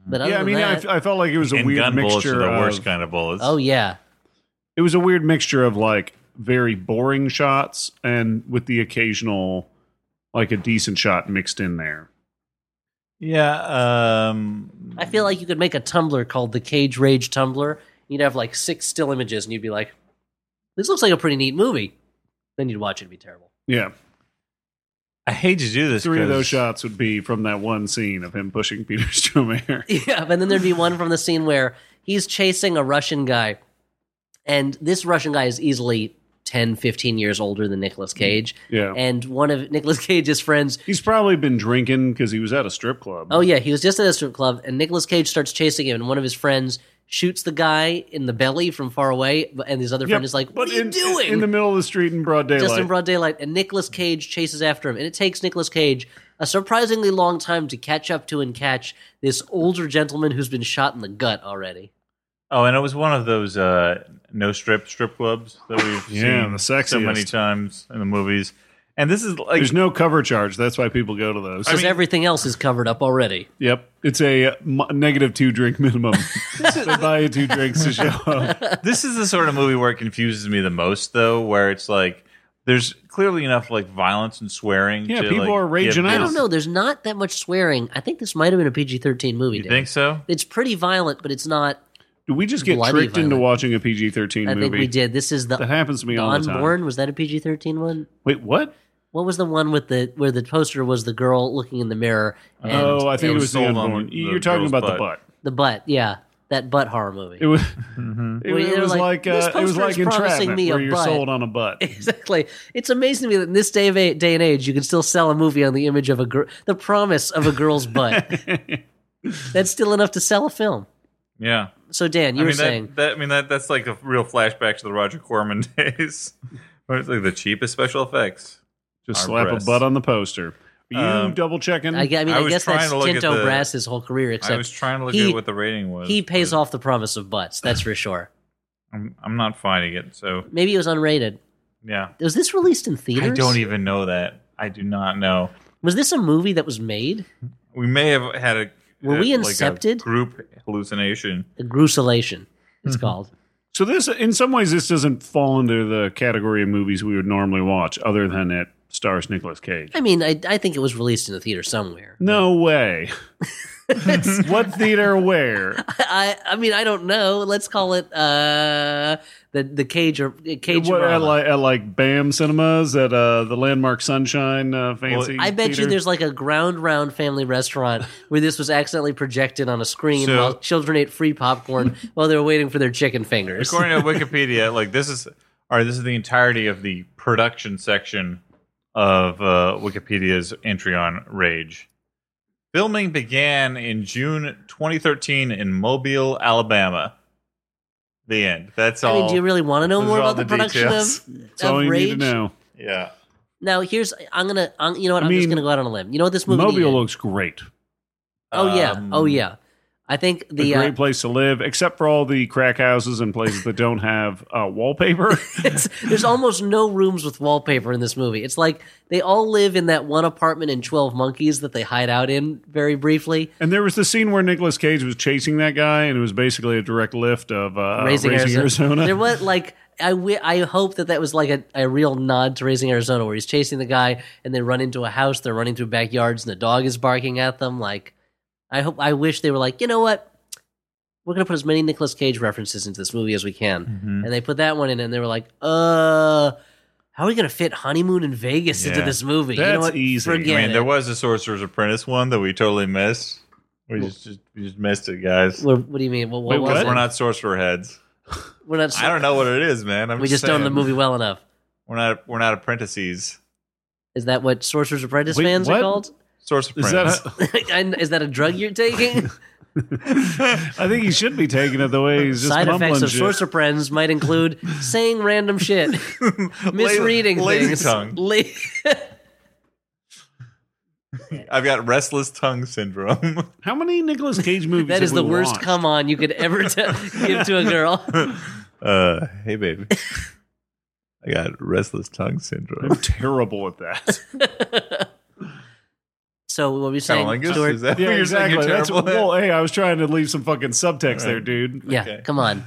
[SPEAKER 2] But other
[SPEAKER 3] Yeah, I
[SPEAKER 2] than
[SPEAKER 3] mean, I,
[SPEAKER 2] that,
[SPEAKER 3] f- I felt like it was a
[SPEAKER 1] and
[SPEAKER 3] weird
[SPEAKER 1] gun bullets
[SPEAKER 3] mixture
[SPEAKER 1] are the
[SPEAKER 3] of,
[SPEAKER 1] worst kind of bullets.
[SPEAKER 2] oh, yeah.
[SPEAKER 3] it was a weird mixture of like very boring shots and with the occasional like a decent shot mixed in there.
[SPEAKER 1] yeah. Um,
[SPEAKER 2] I feel like you could make a Tumblr called the Cage Rage Tumblr. You'd have like six still images, and you'd be like, "This looks like a pretty neat movie." Then you'd watch it and be terrible.
[SPEAKER 3] Yeah.
[SPEAKER 1] I hate to do this.
[SPEAKER 3] Three of
[SPEAKER 1] 'cause-
[SPEAKER 3] those shots would be from that one scene of him pushing Peter Stromer.
[SPEAKER 2] Yeah, but then there'd be one from the scene where he's chasing a Russian guy, and this Russian guy is easily 10, 15 years older than Nicolas Cage.
[SPEAKER 3] Yeah.
[SPEAKER 2] And one of Nicolas Cage's friends
[SPEAKER 3] He's probably been drinking because he was at a strip club.
[SPEAKER 2] Oh yeah, he was just at a strip club, and Nicolas Cage starts chasing him, and one of his friends shoots the guy in the belly from far away, and his other
[SPEAKER 3] Yep.
[SPEAKER 2] friend is like, "What
[SPEAKER 3] But
[SPEAKER 2] are you
[SPEAKER 3] in,
[SPEAKER 2] doing?"
[SPEAKER 3] In the middle of the street in broad daylight.
[SPEAKER 2] just in broad daylight, and Nicolas Cage chases after him, and it takes Nicolas Cage a surprisingly long time to catch up to and catch this older gentleman who's been shot in the gut already.
[SPEAKER 1] Oh, and it was one of those uh, no strip strip clubs that we've
[SPEAKER 3] Yeah,
[SPEAKER 1] seen
[SPEAKER 3] the
[SPEAKER 1] so many
[SPEAKER 3] sexiest.
[SPEAKER 1] times in the movies. And this is like
[SPEAKER 3] There's no cover charge. That's why people go to those.
[SPEAKER 2] Because everything else is covered up already.
[SPEAKER 3] yep. It's a m- negative two drink minimum. they buy you two drinks to show up.
[SPEAKER 1] this is the sort of movie where it confuses me the most, though, where it's like there's clearly enough like violence and swearing.
[SPEAKER 3] Yeah,
[SPEAKER 1] to,
[SPEAKER 3] people
[SPEAKER 1] like,
[SPEAKER 3] are raging
[SPEAKER 1] give
[SPEAKER 3] out.
[SPEAKER 2] I
[SPEAKER 1] this-
[SPEAKER 2] don't know. Oh, There's not that much swearing. I think this might have been a PG-13 movie.
[SPEAKER 1] You
[SPEAKER 2] Dan.
[SPEAKER 1] think so?
[SPEAKER 2] It's pretty violent, but it's not.
[SPEAKER 3] Do we just get
[SPEAKER 2] Bloody
[SPEAKER 3] tricked into
[SPEAKER 2] violent.
[SPEAKER 3] watching a PG 13
[SPEAKER 2] I
[SPEAKER 3] movie?
[SPEAKER 2] think we did. This is the
[SPEAKER 3] That happens to me all
[SPEAKER 2] Dawn
[SPEAKER 3] the time.
[SPEAKER 2] Bourne. Was that a PG-13 one?
[SPEAKER 3] Wait, what?
[SPEAKER 2] What was the one with the where the poster was the girl looking in the mirror and
[SPEAKER 3] oh, I think
[SPEAKER 1] it
[SPEAKER 3] it
[SPEAKER 1] was
[SPEAKER 3] was the
[SPEAKER 1] sold on
[SPEAKER 3] unborn.
[SPEAKER 1] the
[SPEAKER 3] You're talking
[SPEAKER 1] girl's
[SPEAKER 3] about the
[SPEAKER 1] butt.
[SPEAKER 3] butt.
[SPEAKER 2] the butt? Yeah, that butt horror movie.
[SPEAKER 3] It was. It,
[SPEAKER 2] Mm-hmm. Well,
[SPEAKER 3] it
[SPEAKER 2] they're
[SPEAKER 3] was
[SPEAKER 2] like,
[SPEAKER 3] like,
[SPEAKER 2] "This
[SPEAKER 3] uh, it was
[SPEAKER 2] poster
[SPEAKER 3] like
[SPEAKER 2] is promising
[SPEAKER 3] entrapment
[SPEAKER 2] me a
[SPEAKER 3] where you're
[SPEAKER 2] butt."
[SPEAKER 3] sold on a butt.
[SPEAKER 2] exactly. It's amazing to me that in this day of a, day and age, you can still sell a movie on the image of a girl, the promise of a girl's butt. That's still enough to sell a film.
[SPEAKER 1] Yeah.
[SPEAKER 2] So Dan, you
[SPEAKER 1] I
[SPEAKER 2] were
[SPEAKER 1] mean,
[SPEAKER 2] saying
[SPEAKER 1] that, that, I mean that that's like a real flashback to the Roger Corman days, where it's like the cheapest special effects.
[SPEAKER 3] Just
[SPEAKER 1] Our
[SPEAKER 3] slap
[SPEAKER 1] breasts.
[SPEAKER 3] a butt on the poster. Are you
[SPEAKER 1] Um,
[SPEAKER 3] double checking?
[SPEAKER 2] I, gue- I mean,
[SPEAKER 1] I
[SPEAKER 2] I,
[SPEAKER 1] was
[SPEAKER 2] guess
[SPEAKER 1] trying
[SPEAKER 2] that's
[SPEAKER 1] to look at
[SPEAKER 2] Tinto
[SPEAKER 1] the-
[SPEAKER 2] Brass's whole career. Except
[SPEAKER 1] I was trying to look
[SPEAKER 2] he-
[SPEAKER 1] at what the rating was.
[SPEAKER 2] he pays
[SPEAKER 1] but
[SPEAKER 2] off the promise of butts. That's for sure.
[SPEAKER 1] I'm, I'm not finding it. So
[SPEAKER 2] Maybe it was unrated.
[SPEAKER 1] yeah,
[SPEAKER 2] Was this released in theaters?
[SPEAKER 1] I don't e- even know that. I do not know.
[SPEAKER 2] Was this a movie that was made?
[SPEAKER 1] We may have had a
[SPEAKER 2] Were
[SPEAKER 1] a-
[SPEAKER 2] we
[SPEAKER 1] like a
[SPEAKER 2] incepted?
[SPEAKER 1] group hallucination.
[SPEAKER 2] The Gruselation. It's
[SPEAKER 1] Mm-hmm.
[SPEAKER 2] called.
[SPEAKER 3] so this, in some ways, this doesn't fall into the category of movies we would normally watch, other than it stars Nicolas Cage.
[SPEAKER 2] I mean, I, I think it was released in a theater somewhere.
[SPEAKER 3] No way. what theater? Where?
[SPEAKER 2] I I mean, I don't know. Let's call it uh the the cage or uh, cage.
[SPEAKER 3] What, at, like, at like BAM Cinemas at uh, the Landmark Sunshine uh, fancy.
[SPEAKER 2] I bet you
[SPEAKER 3] theater?
[SPEAKER 2] there's like a ground round family restaurant where this was accidentally projected on a screen
[SPEAKER 1] So-
[SPEAKER 2] while children ate free popcorn while they were waiting for their chicken fingers.
[SPEAKER 1] According to Wikipedia, like this is all right. This is the entirety of the production section of uh, Wikipedia's entry on Rage. Filming began in June 2013 in Mobile, Alabama. The end. That's
[SPEAKER 2] I
[SPEAKER 1] all.
[SPEAKER 2] mean, do you really want to know
[SPEAKER 1] Those
[SPEAKER 2] more
[SPEAKER 1] are all
[SPEAKER 2] about the,
[SPEAKER 1] the
[SPEAKER 2] production
[SPEAKER 1] details.
[SPEAKER 2] of,
[SPEAKER 3] That's
[SPEAKER 2] of
[SPEAKER 3] all you
[SPEAKER 2] Rage?
[SPEAKER 3] need to know.
[SPEAKER 1] yeah.
[SPEAKER 2] Now, here's I'm gonna I'm, you know what I
[SPEAKER 3] I
[SPEAKER 2] am just
[SPEAKER 3] mean,
[SPEAKER 2] gonna go out on a limb. You know what this movie?
[SPEAKER 3] Mobile
[SPEAKER 2] needed?
[SPEAKER 3] looks great.
[SPEAKER 2] oh yeah,
[SPEAKER 1] Um,
[SPEAKER 2] oh yeah. I think the
[SPEAKER 3] a
[SPEAKER 2] uh,
[SPEAKER 3] great place to live, except for all the crack houses and places that don't have uh, wallpaper.
[SPEAKER 2] it's, there's almost no rooms with wallpaper in this movie. It's like they all live in that one apartment in Twelve Monkeys that they hide out in very briefly.
[SPEAKER 3] and there was the scene where Nicolas Cage was chasing that guy, and it was basically a direct lift of uh,
[SPEAKER 2] Raising,
[SPEAKER 3] Raising, Arizona.
[SPEAKER 2] Arizona. There was like I wi- I hope that that was like a, a real nod to Raising Arizona, where he's chasing the guy and they run into a house. They're running through backyards and the dog is barking at them. Like I hope I wish they were like you know what. We're gonna put as many Nicolas Cage references into this movie as we can,
[SPEAKER 3] Mm-hmm.
[SPEAKER 2] and they put that one in, and they were like, "Uh, how are we gonna fit honeymoon in Vegas into
[SPEAKER 1] Yeah.
[SPEAKER 2] this movie?" you know
[SPEAKER 3] That's
[SPEAKER 2] what?
[SPEAKER 3] e- easy. I
[SPEAKER 2] Forget
[SPEAKER 1] I mean,
[SPEAKER 2] it.
[SPEAKER 1] there was a Sorcerer's Apprentice one that we totally missed. We just, just we just missed it, guys.
[SPEAKER 2] What, what do you mean? What, what
[SPEAKER 3] Wait,
[SPEAKER 2] was
[SPEAKER 3] what?
[SPEAKER 2] it?
[SPEAKER 1] We're not sorcerer heads.
[SPEAKER 2] We're not-
[SPEAKER 1] I don't know what it is, man. I'm
[SPEAKER 2] we just don't know
[SPEAKER 1] saying.
[SPEAKER 2] the movie well enough.
[SPEAKER 1] We're not we're not apprentices.
[SPEAKER 2] Is that what Sorcerer's Apprentice
[SPEAKER 3] Wait,
[SPEAKER 2] fans are
[SPEAKER 3] what?
[SPEAKER 2] called?
[SPEAKER 1] Sorcerer's
[SPEAKER 3] Is that?
[SPEAKER 1] apprentice.
[SPEAKER 3] a-
[SPEAKER 2] And is that a drug you're taking?
[SPEAKER 3] I think he should be taking it the way he's just
[SPEAKER 2] Side effects
[SPEAKER 3] mumbling
[SPEAKER 2] of
[SPEAKER 3] shit.
[SPEAKER 2] Sorcerer Friends might include saying random shit, misreading
[SPEAKER 1] lazy
[SPEAKER 2] things,
[SPEAKER 1] tongue.
[SPEAKER 2] la-
[SPEAKER 1] I've got restless tongue syndrome.
[SPEAKER 3] How many Nicolas Cage movies?
[SPEAKER 2] That
[SPEAKER 3] have
[SPEAKER 2] is
[SPEAKER 3] we
[SPEAKER 2] the worst
[SPEAKER 3] watched?
[SPEAKER 2] come on you could ever t- give to a girl.
[SPEAKER 1] uh, hey, baby. I got restless tongue
[SPEAKER 3] I'm
[SPEAKER 1] syndrome.
[SPEAKER 3] terrible at that.
[SPEAKER 2] So what were you saying?
[SPEAKER 1] Cunnilingus?
[SPEAKER 2] Stuart?
[SPEAKER 1] Is that what you're saying? You're
[SPEAKER 3] That's,
[SPEAKER 1] terrible at?
[SPEAKER 3] well, hey, I was trying to leave some fucking subtext there, dude.
[SPEAKER 2] Yeah,
[SPEAKER 1] Okay.
[SPEAKER 2] come on.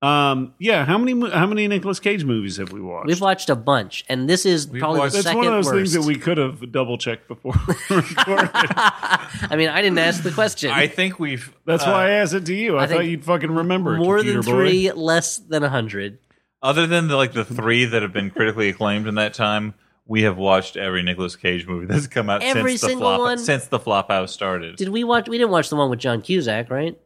[SPEAKER 3] Um, yeah. How many mo- how many Nicolas Cage movies have we watched?
[SPEAKER 2] We've watched a bunch, and this is
[SPEAKER 1] We've
[SPEAKER 2] probably
[SPEAKER 1] watched-
[SPEAKER 2] the
[SPEAKER 3] That's
[SPEAKER 2] second
[SPEAKER 3] one of those
[SPEAKER 2] worst.
[SPEAKER 3] things that we could have double checked before. we recorded.
[SPEAKER 2] I mean, I didn't ask the question.
[SPEAKER 1] I think we've.
[SPEAKER 3] That's
[SPEAKER 1] uh,
[SPEAKER 3] why I asked it to you. I,
[SPEAKER 2] I
[SPEAKER 3] thought
[SPEAKER 2] think
[SPEAKER 3] you'd fucking remember.
[SPEAKER 2] More than
[SPEAKER 3] computer boy.
[SPEAKER 2] three, less than a hundred.
[SPEAKER 1] Other than the, like the three that have been critically acclaimed in that time, we have watched every Nicolas Cage movie that's come out
[SPEAKER 2] Every
[SPEAKER 1] since the
[SPEAKER 2] single
[SPEAKER 1] flop
[SPEAKER 2] one?
[SPEAKER 1] since the Flophouse started.
[SPEAKER 2] Did we watch? We didn't watch the one with John Cusack, right?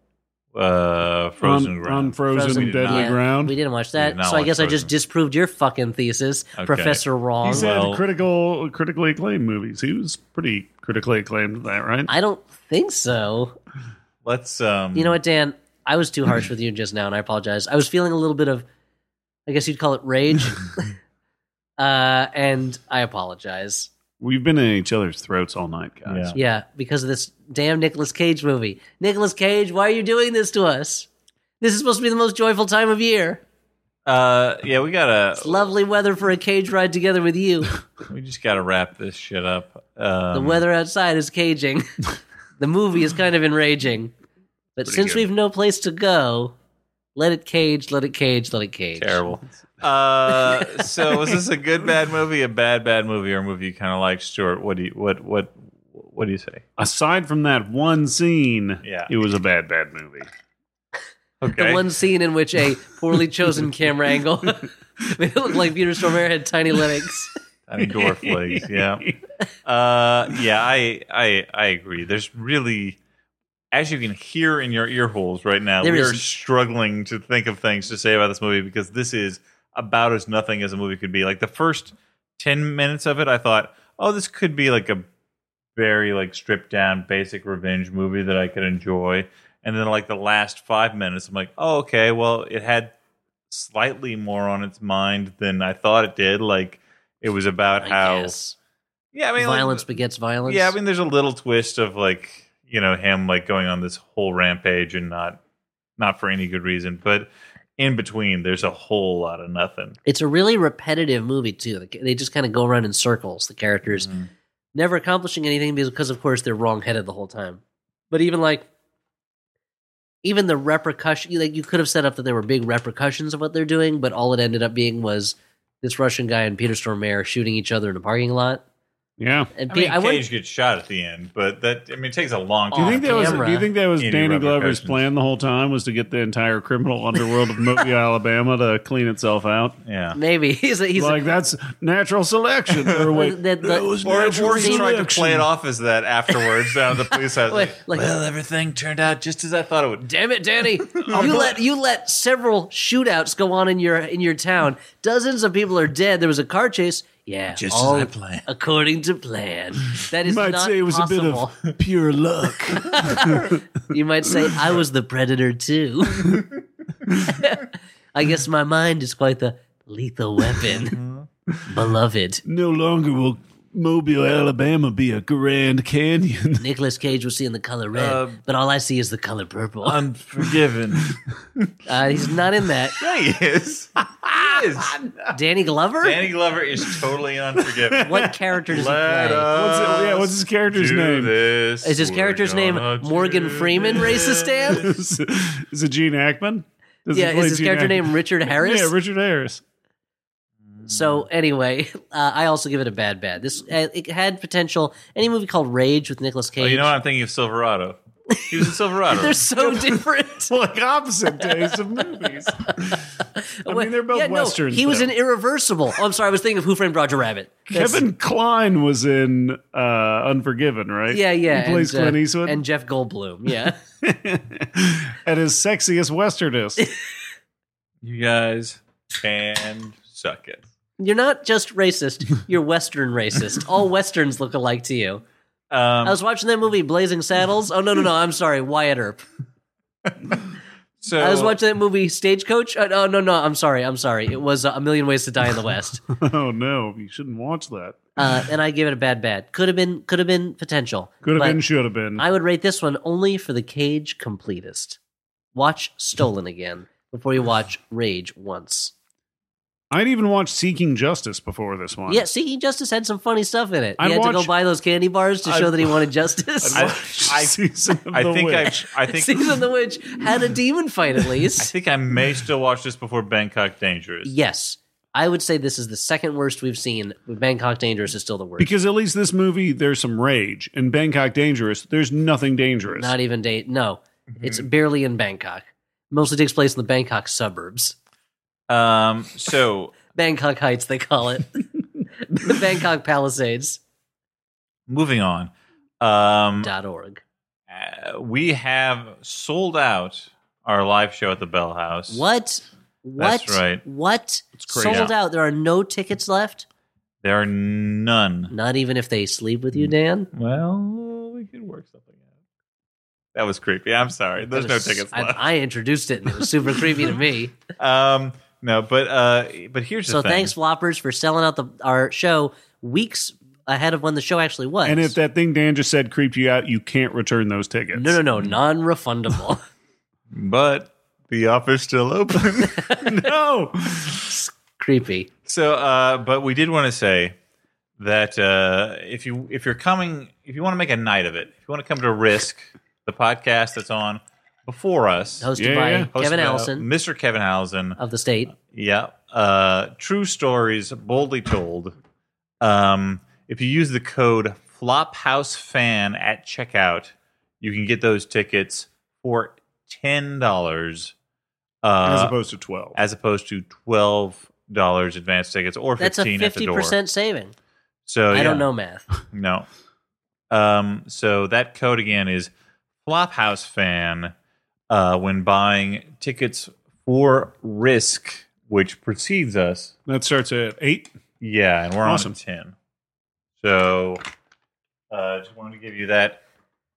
[SPEAKER 1] uh, Frozen
[SPEAKER 3] on, on
[SPEAKER 1] Ground.
[SPEAKER 3] frozen,
[SPEAKER 2] Frozen
[SPEAKER 3] deadly
[SPEAKER 1] Yeah.
[SPEAKER 3] ground.
[SPEAKER 2] We didn't watch
[SPEAKER 1] did
[SPEAKER 2] that,
[SPEAKER 1] not
[SPEAKER 2] so I
[SPEAKER 1] watch
[SPEAKER 2] guess I
[SPEAKER 1] Frozen.
[SPEAKER 2] just disproved your fucking thesis,
[SPEAKER 1] Okay.
[SPEAKER 2] Professor Wrong.
[SPEAKER 3] He said
[SPEAKER 1] Well-
[SPEAKER 3] critical, critically acclaimed movies. He was pretty critically acclaimed in that, right?
[SPEAKER 2] I don't think so.
[SPEAKER 1] Let's. Um,
[SPEAKER 2] You know what, Dan? I was too harsh with you just now, and I apologize. I was feeling a little bit of, I guess you'd call it rage, uh, and I apologize.
[SPEAKER 3] We've been in each other's throats all night, guys.
[SPEAKER 1] Yeah.
[SPEAKER 2] Yeah, because of this damn Nicolas Cage movie. Nicolas Cage, why are you doing this to us? This is supposed to be the most joyful time of year.
[SPEAKER 1] Uh, yeah, we gotta.
[SPEAKER 2] It's lovely weather for a cage ride together with you.
[SPEAKER 1] We just gotta wrap this shit up. Um,
[SPEAKER 2] The weather outside is caging. the movie is kind of enraging. But
[SPEAKER 3] Pretty
[SPEAKER 2] since
[SPEAKER 3] good.
[SPEAKER 2] we've no place to go, let it cage, let it cage, let it cage.
[SPEAKER 1] terrible. Uh, so was this a good bad movie, a bad bad movie, or a movie you kind of liked, Stuart? What do you what what what do you say?
[SPEAKER 3] Aside from that one scene,
[SPEAKER 1] Yeah.
[SPEAKER 3] it was a bad, bad movie.
[SPEAKER 1] Okay,
[SPEAKER 2] The one scene in which a poorly chosen camera angle made it look like Peter Stormare had tiny legs.
[SPEAKER 1] I mean, dwarf legs. Yeah, uh, yeah. I I I agree. There's really. As you can hear in your ear holes right now,
[SPEAKER 2] There
[SPEAKER 1] we are
[SPEAKER 2] is-
[SPEAKER 1] struggling to think of things to say about this movie because this is about as nothing as a movie could be. Like the first ten minutes of it, I thought, oh, this could be like a very like stripped down basic revenge movie that I could enjoy. And then like the last five minutes, I'm like, oh, okay, well, it had slightly more on its mind than I thought it did. Like it was about
[SPEAKER 2] I
[SPEAKER 1] how
[SPEAKER 2] guess.
[SPEAKER 1] yeah, I mean like,
[SPEAKER 2] violence begets violence.
[SPEAKER 1] yeah, I mean, there's a little twist of like you know him like going on this whole rampage and not not for any good reason, but in between there's a whole lot of nothing.
[SPEAKER 2] it's a really repetitive movie too. Like, They just kind of go around in circles. The characters
[SPEAKER 1] Mhm.
[SPEAKER 2] never accomplishing anything because, of course, they're wrong-headed the whole time. But even like, even the repercussion, you- like you could have set up that there were big repercussions of what they're doing, but all it ended up being was this Russian guy and Peter Stormare shooting each other in a parking lot.
[SPEAKER 3] Yeah.
[SPEAKER 2] And
[SPEAKER 1] I
[SPEAKER 2] Pe-
[SPEAKER 1] mean,
[SPEAKER 2] I wouldn't- Oh.
[SPEAKER 1] Cage gets shot at the end, but that I mean, it takes a long
[SPEAKER 2] Do
[SPEAKER 3] Do
[SPEAKER 1] time.
[SPEAKER 3] you
[SPEAKER 2] Off
[SPEAKER 3] think that was?
[SPEAKER 2] camera.
[SPEAKER 3] Do you think that was
[SPEAKER 1] Oh, Any
[SPEAKER 3] Danny Glover's
[SPEAKER 1] repercussions?
[SPEAKER 3] plan the whole time was to get the entire criminal underworld of Mobile, Alabama, to clean itself out?
[SPEAKER 1] yeah.
[SPEAKER 2] maybe he's a, he's a-
[SPEAKER 3] like that's natural selection. Or wait,
[SPEAKER 2] That- that-
[SPEAKER 1] Or, or he
[SPEAKER 2] Selection.
[SPEAKER 1] tried to play it off as that afterwards down at the police house.
[SPEAKER 2] Wait,
[SPEAKER 1] Like,
[SPEAKER 2] like-
[SPEAKER 1] well, everything turned out just as I thought it would.
[SPEAKER 2] Damn it, Danny! you let you let several shootouts go on in your in your town. Dozens of people are dead. There was a car chase. Yeah,
[SPEAKER 1] Just
[SPEAKER 2] all
[SPEAKER 1] as I planned.
[SPEAKER 2] according to plan. That is
[SPEAKER 3] You might
[SPEAKER 2] not
[SPEAKER 3] say it was
[SPEAKER 2] possible.
[SPEAKER 3] a bit of pure luck.
[SPEAKER 2] You might say I was the predator too. I guess my mind is quite the lethal weapon,
[SPEAKER 1] Uh-huh.
[SPEAKER 2] beloved.
[SPEAKER 3] no longer will Mobile, Alabama, be a Grand Canyon.
[SPEAKER 2] Nicholas Cage was seeing the color red,
[SPEAKER 1] Um,
[SPEAKER 2] but all I see is the color purple.
[SPEAKER 1] Unforgiven.
[SPEAKER 2] uh, he's not in that.
[SPEAKER 1] yeah, he is. He is.
[SPEAKER 2] Danny Glover.
[SPEAKER 1] Danny Glover is totally unforgiven.
[SPEAKER 2] what character does he
[SPEAKER 1] Let
[SPEAKER 2] play?
[SPEAKER 3] What's it- yeah, what's
[SPEAKER 1] us
[SPEAKER 3] his character's
[SPEAKER 1] Uh, do
[SPEAKER 3] name?
[SPEAKER 1] this.
[SPEAKER 2] Is his
[SPEAKER 1] We're
[SPEAKER 2] character's name
[SPEAKER 1] gonna do
[SPEAKER 2] Morgan
[SPEAKER 1] this.
[SPEAKER 2] Freeman racist Dan?
[SPEAKER 3] is it Gene Hackman? Does he
[SPEAKER 2] Yeah,
[SPEAKER 3] play
[SPEAKER 2] is his
[SPEAKER 3] Gene
[SPEAKER 2] character
[SPEAKER 3] Hackman?
[SPEAKER 2] name Richard Harris?
[SPEAKER 3] Yeah, Richard Harris.
[SPEAKER 2] so anyway, uh, I also give it a bad bad. This uh, it had potential. Any movie called Rage with Nicolas Cage.
[SPEAKER 1] Oh, you know what? I'm thinking of Silverado. He was in Silverado.
[SPEAKER 2] They're so different.
[SPEAKER 3] Like opposite days of movies. I mean, they're both
[SPEAKER 2] yeah,
[SPEAKER 3] westerns.
[SPEAKER 2] No, he was
[SPEAKER 3] though.
[SPEAKER 2] in Irreversible. Oh, I'm sorry, I was thinking of Who Framed Roger Rabbit. That's-
[SPEAKER 3] Kevin Klein was in uh, Unforgiven, right?
[SPEAKER 2] Yeah, yeah.
[SPEAKER 3] He plays
[SPEAKER 2] and, uh,
[SPEAKER 3] Clint Eastwood
[SPEAKER 2] and Jeff Goldblum. Yeah,
[SPEAKER 3] at his sexiest westernist.
[SPEAKER 1] you guys can suck it.
[SPEAKER 2] you're not just racist. You're Western racist. All Westerns look alike to you.
[SPEAKER 1] Um,
[SPEAKER 2] I was watching that movie Blazing Saddles. Oh no, no, no. I'm sorry, Wyatt Earp.
[SPEAKER 1] so
[SPEAKER 2] I
[SPEAKER 3] Uh,
[SPEAKER 2] was watching that movie Stagecoach. Uh, oh no, no, I'm sorry, I'm sorry. It was uh, A Million Ways to Die in the West.
[SPEAKER 3] oh no, you shouldn't watch that.
[SPEAKER 2] uh, and I give it a bad bad. Could have been, could have been potential.
[SPEAKER 3] Could have
[SPEAKER 2] But
[SPEAKER 3] been, should have been.
[SPEAKER 2] I would rate this one only for the Cage completist. Watch Stolen again before you watch Rage once.
[SPEAKER 3] I'd even watched Seeking Justice before this one.
[SPEAKER 2] Yeah, Seeking Justice had some funny stuff in it.
[SPEAKER 3] I'd
[SPEAKER 2] he had to go
[SPEAKER 3] watch-
[SPEAKER 2] buy those candy bars to
[SPEAKER 1] I'd-
[SPEAKER 2] show that he wanted justice.
[SPEAKER 1] I'd
[SPEAKER 3] I,
[SPEAKER 1] watch- I-
[SPEAKER 3] season of
[SPEAKER 1] I
[SPEAKER 3] the
[SPEAKER 1] think I,
[SPEAKER 3] Witch.
[SPEAKER 1] I think
[SPEAKER 2] Season of the Witch had a demon fight at
[SPEAKER 1] I
[SPEAKER 2] least.
[SPEAKER 1] think I may still watch this before Bangkok Dangerous.
[SPEAKER 2] yes, I would say this is the second worst we've seen. But Bangkok Dangerous is still the worst.
[SPEAKER 3] because at least this movie there's some rage. In Bangkok Dangerous, there's nothing dangerous.
[SPEAKER 2] Not even date. No,
[SPEAKER 3] Mhm.
[SPEAKER 2] it's barely in Bangkok. Mostly takes place in the Bangkok suburbs.
[SPEAKER 1] Um. So
[SPEAKER 2] Bangkok Heights, they call it. the Bangkok Palisades
[SPEAKER 1] moving on. Um.
[SPEAKER 2] dot org.
[SPEAKER 1] uh, we have sold out our live show at the Bell House.
[SPEAKER 2] What? What?
[SPEAKER 1] That's right.
[SPEAKER 2] What? It's
[SPEAKER 1] crazy.
[SPEAKER 2] Sold out. There are no tickets left.
[SPEAKER 1] There are none.
[SPEAKER 2] Not even if they sleep with you, Dan.
[SPEAKER 1] Well, we could work something out. That was creepy. I'm sorry. There's
[SPEAKER 2] That was-
[SPEAKER 1] no tickets
[SPEAKER 2] I,
[SPEAKER 1] left.
[SPEAKER 2] I introduced it, and it was super creepy to me.
[SPEAKER 1] um. No, but uh. But here's
[SPEAKER 2] So
[SPEAKER 1] the thing.
[SPEAKER 2] thanks, Whoppers, for selling out the our show weeks ahead of when the show actually was.
[SPEAKER 3] and if that thing Dan just said creeped you out, you can't return those tickets.
[SPEAKER 2] no, no, no, non-refundable.
[SPEAKER 1] But the offer's still open.
[SPEAKER 3] no.
[SPEAKER 2] creepy.
[SPEAKER 1] So, uh, but we did want to say that uh, if you if you're coming, if you want to make a night of it, if you want to come to Risk, the podcast that's on before us,
[SPEAKER 2] Hosted
[SPEAKER 3] Yeah,
[SPEAKER 2] by
[SPEAKER 3] yeah.
[SPEAKER 1] hosted
[SPEAKER 2] Kevin
[SPEAKER 1] by, uh,
[SPEAKER 2] Allison
[SPEAKER 1] Mr. Kevin Allison,
[SPEAKER 2] of the state.
[SPEAKER 1] yeah, uh, true stories boldly told. Um, if you use the code FlopHouseFan at checkout, you can get those tickets for ten dollars. Uh,
[SPEAKER 3] As opposed to 12.
[SPEAKER 1] as opposed to twelve dollars advance tickets or
[SPEAKER 2] That's a
[SPEAKER 1] fifteen at the
[SPEAKER 2] fifty
[SPEAKER 1] door.
[SPEAKER 2] percent saving.
[SPEAKER 1] So
[SPEAKER 2] I don't
[SPEAKER 1] yeah,
[SPEAKER 2] know math.
[SPEAKER 1] No. Um. So that code again is Flophouse fan. Uh, when buying tickets for Risk, which precedes us.
[SPEAKER 3] That starts at 8.
[SPEAKER 1] Yeah, and we're
[SPEAKER 3] Awesome.
[SPEAKER 1] on to ten. So, uh, just wanted to give you that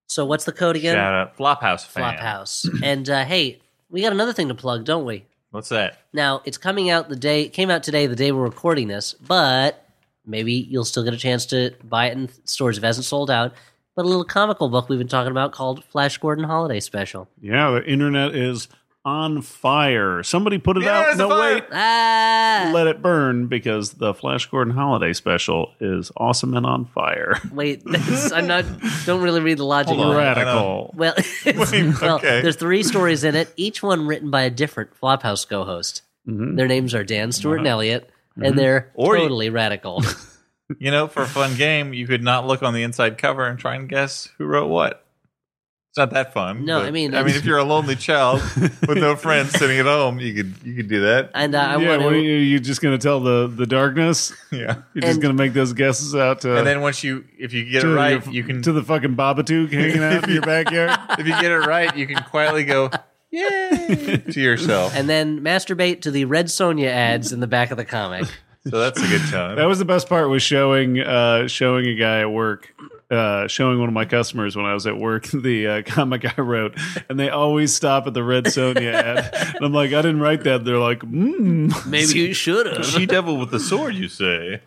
[SPEAKER 2] So what's the code again?
[SPEAKER 1] shout out, Flophouse fan.
[SPEAKER 2] Flophouse. and uh, hey, we got another thing to plug, don't we?
[SPEAKER 1] What's that?
[SPEAKER 2] Now it's coming out the day it came out today, the day we're recording this, but maybe you'll still get a chance to buy it in stores if it hasn't sold out. But a little comical book we've been talking about called Flash Gordon Holiday Special.
[SPEAKER 3] Yeah, the internet is on fire. Somebody put it
[SPEAKER 1] Yeah,
[SPEAKER 3] out.
[SPEAKER 1] it's
[SPEAKER 3] No,
[SPEAKER 1] on fire.
[SPEAKER 3] wait.
[SPEAKER 2] Ah,
[SPEAKER 3] Let it burn because the Flash Gordon holiday special is awesome and on fire.
[SPEAKER 2] wait, that's- I'm not. Don't really read the logic.
[SPEAKER 1] Hold on.
[SPEAKER 2] behind it.
[SPEAKER 3] Radical.
[SPEAKER 2] Well,
[SPEAKER 1] Wait,
[SPEAKER 2] well,
[SPEAKER 1] okay.
[SPEAKER 2] there's three stories in it, each one written by a different Flophouse co-host.
[SPEAKER 3] Mhm.
[SPEAKER 2] Their names are Dan Stewart and Elliot, and they're
[SPEAKER 1] Uh-huh. Mm-hmm. Or you-
[SPEAKER 2] totally radical.
[SPEAKER 1] You know, for a fun game, you could not look on the inside cover and try and guess who wrote what. It's not that fun.
[SPEAKER 2] No,
[SPEAKER 1] but-
[SPEAKER 2] I mean-
[SPEAKER 1] I mean, if you're a lonely child with no friends sitting at home, you could you could do that.
[SPEAKER 2] And uh, I
[SPEAKER 3] yeah,
[SPEAKER 2] want
[SPEAKER 3] what
[SPEAKER 2] to.
[SPEAKER 3] are you, you just going to tell the, the darkness?
[SPEAKER 1] Yeah.
[SPEAKER 2] And-
[SPEAKER 3] You're just going to make those guesses out to,
[SPEAKER 1] And then once you, if you get it
[SPEAKER 3] to
[SPEAKER 1] right,
[SPEAKER 3] your-
[SPEAKER 1] Uh, you can.
[SPEAKER 3] to the fucking Babadook hanging out in your backyard.
[SPEAKER 1] If you get it right, you can quietly go, "Yay!" to yourself.
[SPEAKER 2] and then masturbate to the Red Sonia ads in the back of the comic.
[SPEAKER 1] So that's a good time.
[SPEAKER 3] That was the best part was showing uh, showing a guy at work, uh, showing one of my customers when I was at work the uh, comic I wrote, and they always stop at the Red Sonia ad, and I'm like, I didn't write that. They're like, mm.
[SPEAKER 2] Maybe you should have.
[SPEAKER 1] she devil with the sword, you say.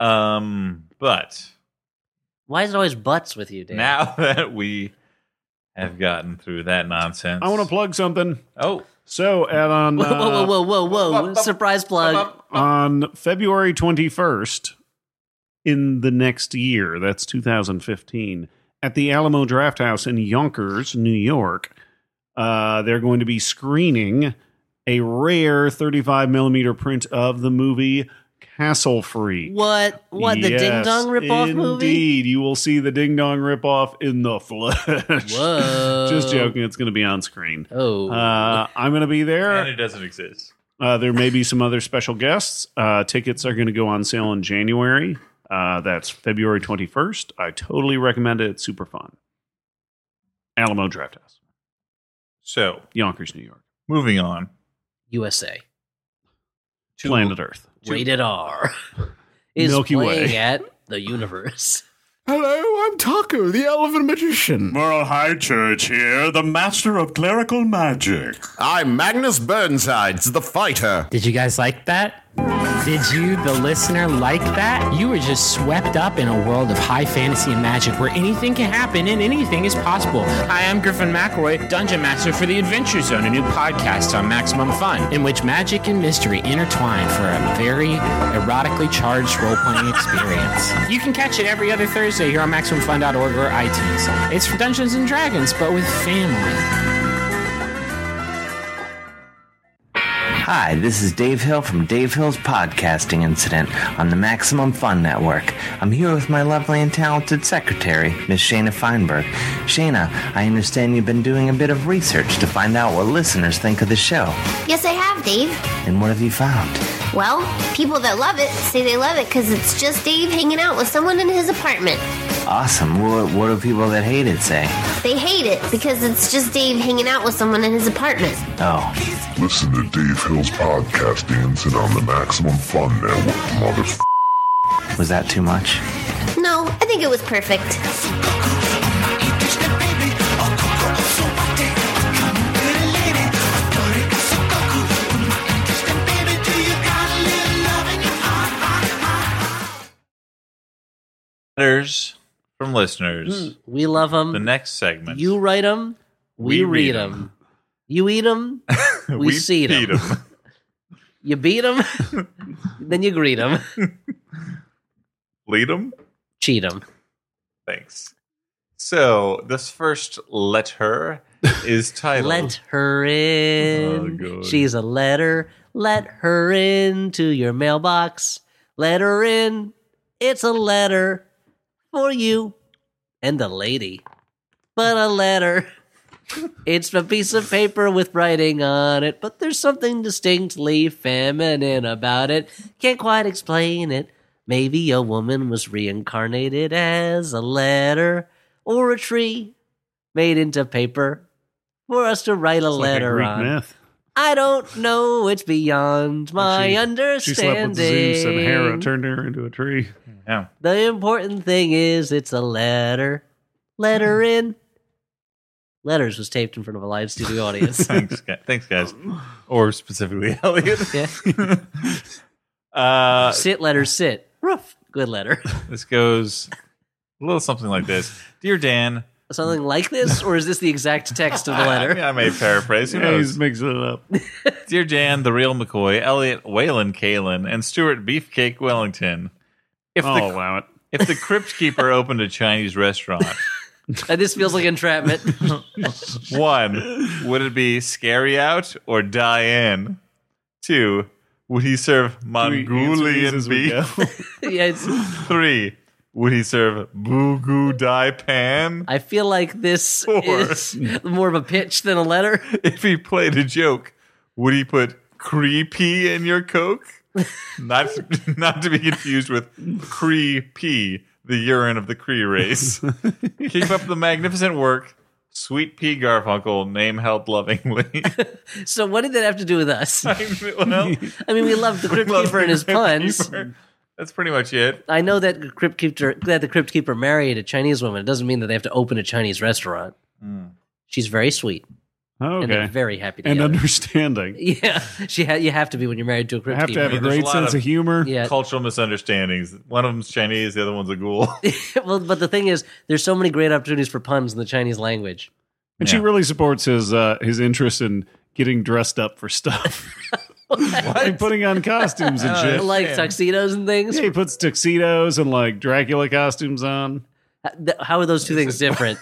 [SPEAKER 1] Um, but
[SPEAKER 2] Why is it always butts with you, Dan?
[SPEAKER 1] now that we have gotten through that nonsense,
[SPEAKER 3] I want to plug something.
[SPEAKER 1] Oh,
[SPEAKER 3] So, at on
[SPEAKER 2] Whoa, whoa,
[SPEAKER 3] uh,
[SPEAKER 2] whoa, whoa, whoa, whoa! Surprise plug.
[SPEAKER 3] on February 21st in the next year, that's 2015, at the Alamo Draft House in Yonkers, New York, uh, they're going to be screening a rare 35 millimeter print of the movie Castle Free.
[SPEAKER 2] What? What? The Ding
[SPEAKER 3] Yes,
[SPEAKER 2] Dong ripoff movie?
[SPEAKER 3] Indeed, you will see the Ding Dong ripoff in the flesh.
[SPEAKER 2] Whoa!
[SPEAKER 3] Just joking, it's going to be on screen.
[SPEAKER 2] Oh,
[SPEAKER 3] Uh, I'm going to be there.
[SPEAKER 1] and it doesn't exist.
[SPEAKER 3] Uh, there may be some other special guests. Uh, tickets are going to go on sale in January. Uh, that's February 21st. I totally recommend it. It's super fun. Alamo Draft House,
[SPEAKER 1] So
[SPEAKER 3] Yonkers, New York.
[SPEAKER 1] moving on.
[SPEAKER 2] USA.
[SPEAKER 1] to-
[SPEAKER 3] Planet Earth.
[SPEAKER 2] Rated R. Is
[SPEAKER 3] Milky Way.
[SPEAKER 2] playing at the universe.
[SPEAKER 4] Hello, I'm Taku, the Elven Magician.
[SPEAKER 5] Moral High Church here, the master of clerical magic.
[SPEAKER 4] I'm Magnus Burnsides, the fighter.
[SPEAKER 6] Did you guys like that? Did you, the listener, like that? You were just swept up in a world of high fantasy and magic where anything can happen and anything is possible. Hi, I'm Griffin McElroy, Dungeon Master for The Adventure Zone, a new podcast on Maximum Fun, in which magic and mystery intertwine for a very erotically charged role playing experience. You can catch it every other Thursday here on MaximumFun.org or iTunes. It's for Dungeons and Dragons, but with family.
[SPEAKER 7] Hi, this is Dave Hill from Dave Hill's Podcasting Incident on the Maximum Fun Network. I'm here with my lovely and talented secretary, Miss Shayna Feinberg. Shayna, I understand you've been doing a bit of research to find out what listeners think of the show.
[SPEAKER 8] Yes, I have, Dave.
[SPEAKER 7] And what have you found?
[SPEAKER 8] Well, people that love it say they love it because it's just Dave hanging out with someone in his apartment.
[SPEAKER 7] Awesome. What, what do people that hate it say?
[SPEAKER 8] They hate it because it's just Dave hanging out with someone in his apartment.
[SPEAKER 7] Oh,
[SPEAKER 9] Listen to Dave Hill's podcasting incident on the Maximum Fun Network, motherfucker.
[SPEAKER 7] was that too much?
[SPEAKER 8] No, I think it was perfect.
[SPEAKER 1] Letters from listeners.
[SPEAKER 2] We love them.
[SPEAKER 1] The next segment.
[SPEAKER 2] Hmm. You write them. We,
[SPEAKER 1] We
[SPEAKER 2] read
[SPEAKER 1] read
[SPEAKER 2] them. You eat them. We, see them.
[SPEAKER 1] beat 'em.
[SPEAKER 2] You beat them. then you greet them.
[SPEAKER 1] Lead them.
[SPEAKER 2] Cheat them.
[SPEAKER 1] Thanks. So this first letter is titled.
[SPEAKER 2] Let her in. She's a letter. Let her in to your mailbox. Let her in. It's a letter for you and the lady. But a letter. It's a piece of paper with writing on it, but there's something distinctly feminine about it. Can't quite explain it. Maybe a woman was reincarnated as a letter or a tree made into paper for us to write a
[SPEAKER 3] Like a
[SPEAKER 2] letter
[SPEAKER 3] Greek
[SPEAKER 2] on.
[SPEAKER 3] myth.
[SPEAKER 2] I don't know. It's beyond my
[SPEAKER 3] she She slept
[SPEAKER 2] understanding.
[SPEAKER 3] with Zeus and Hera turned her into a tree.
[SPEAKER 1] Yeah.
[SPEAKER 2] the important thing is it's a letter. Letter in. Letters was taped in front of a live studio audience.
[SPEAKER 1] Thanks, gu- thanks, guys.
[SPEAKER 2] Um.
[SPEAKER 1] Or specifically Elliot.
[SPEAKER 2] Yeah.
[SPEAKER 1] Uh,
[SPEAKER 2] sit letter sit. Roof. Good letter.
[SPEAKER 1] this goes a little something like this. Dear Dan,
[SPEAKER 2] Something like this, or is this the exact text of the letter?
[SPEAKER 1] I, I may paraphrase. Who
[SPEAKER 3] Yeah,
[SPEAKER 1] knows?
[SPEAKER 3] he's mixing it up.
[SPEAKER 1] Dear Dan, the real McCoy, Elliot, Whalen, Kalen, and Stuart Beefcake Wellington. If
[SPEAKER 3] I'll
[SPEAKER 1] the
[SPEAKER 3] allow it.
[SPEAKER 1] if the crypt keeper opened a Chinese restaurant,
[SPEAKER 2] And this feels like entrapment.
[SPEAKER 1] one, would it be scary out or die in? Two, would he serve Mongolian
[SPEAKER 3] Answers as we
[SPEAKER 1] beef?
[SPEAKER 3] go.
[SPEAKER 2] yeah, it's,
[SPEAKER 1] Three, would he serve Bugu Dai Pan?
[SPEAKER 2] I feel like this
[SPEAKER 1] Four.
[SPEAKER 2] is more of a pitch than a letter.
[SPEAKER 1] If he played a joke, would he put creepy in your coke? Not not to be confused with creepy, the urine of the Cree race. Keep up the magnificent work. Sweet P. Garfunkel, name held lovingly.
[SPEAKER 2] So what did that have to do with us? I
[SPEAKER 1] well,
[SPEAKER 2] mean, we love the Crypt
[SPEAKER 1] love
[SPEAKER 2] Keeper and
[SPEAKER 1] the
[SPEAKER 2] his
[SPEAKER 1] Crypt
[SPEAKER 2] puns.
[SPEAKER 1] Keeper. That's pretty much it.
[SPEAKER 2] I know that the Crypt Keeper that the Crypt Keeper married a Chinese woman. It doesn't mean that they have to open a Chinese restaurant.
[SPEAKER 1] Hmm.
[SPEAKER 2] She's very sweet and they're
[SPEAKER 3] Okay.
[SPEAKER 2] very happy
[SPEAKER 3] And
[SPEAKER 2] together.
[SPEAKER 3] understanding.
[SPEAKER 2] yeah, she ha- you have to be when you're married to a
[SPEAKER 3] I
[SPEAKER 2] Crypt
[SPEAKER 3] have to
[SPEAKER 2] Keeper.
[SPEAKER 3] have a
[SPEAKER 1] mean, there's
[SPEAKER 3] great
[SPEAKER 1] a lot
[SPEAKER 3] sense
[SPEAKER 1] of-
[SPEAKER 3] of humor.
[SPEAKER 2] yeah,
[SPEAKER 1] Cultural misunderstandings. One of them's Chinese, the other one's a ghoul.
[SPEAKER 2] well, but the thing is, there's so many great opportunities for puns in the Chinese language.
[SPEAKER 3] And she really supports his uh, his interest in getting dressed up for stuff. like putting on costumes
[SPEAKER 1] Oh,
[SPEAKER 3] and shit.
[SPEAKER 2] like tuxedos and things.
[SPEAKER 3] yeah, he puts tuxedos and like Dracula costumes on.
[SPEAKER 2] Uh, Th- How are those two things different?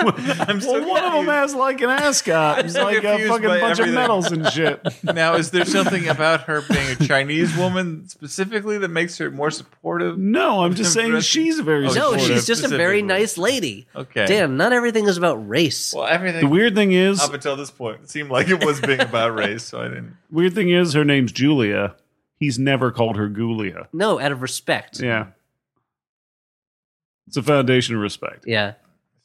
[SPEAKER 1] I'm so
[SPEAKER 3] Well, one of them
[SPEAKER 1] confused.
[SPEAKER 3] has Oh, like an ascot, and,
[SPEAKER 1] so
[SPEAKER 3] like a
[SPEAKER 1] confused
[SPEAKER 3] fucking
[SPEAKER 1] by
[SPEAKER 3] bunch
[SPEAKER 1] everything.
[SPEAKER 3] of medals and shit.
[SPEAKER 1] Now, is there something about her being a Chinese woman specifically that makes her more supportive?
[SPEAKER 3] No, I'm just saying she's
[SPEAKER 1] No,
[SPEAKER 3] very.
[SPEAKER 2] no,
[SPEAKER 1] Florida
[SPEAKER 3] supportive.
[SPEAKER 2] she's just a very
[SPEAKER 1] specifically.
[SPEAKER 2] nice lady.
[SPEAKER 1] Okay.
[SPEAKER 2] Damn, not everything is about race.
[SPEAKER 1] Well, everything
[SPEAKER 3] The weird thing is,
[SPEAKER 1] up until this point it seemed like it was being about race, so I didn't.
[SPEAKER 3] weird thing is, her name's Julia. He's never called her Gulia.
[SPEAKER 2] No, out of respect.
[SPEAKER 3] Yeah, it's a foundation of respect.
[SPEAKER 2] Yeah.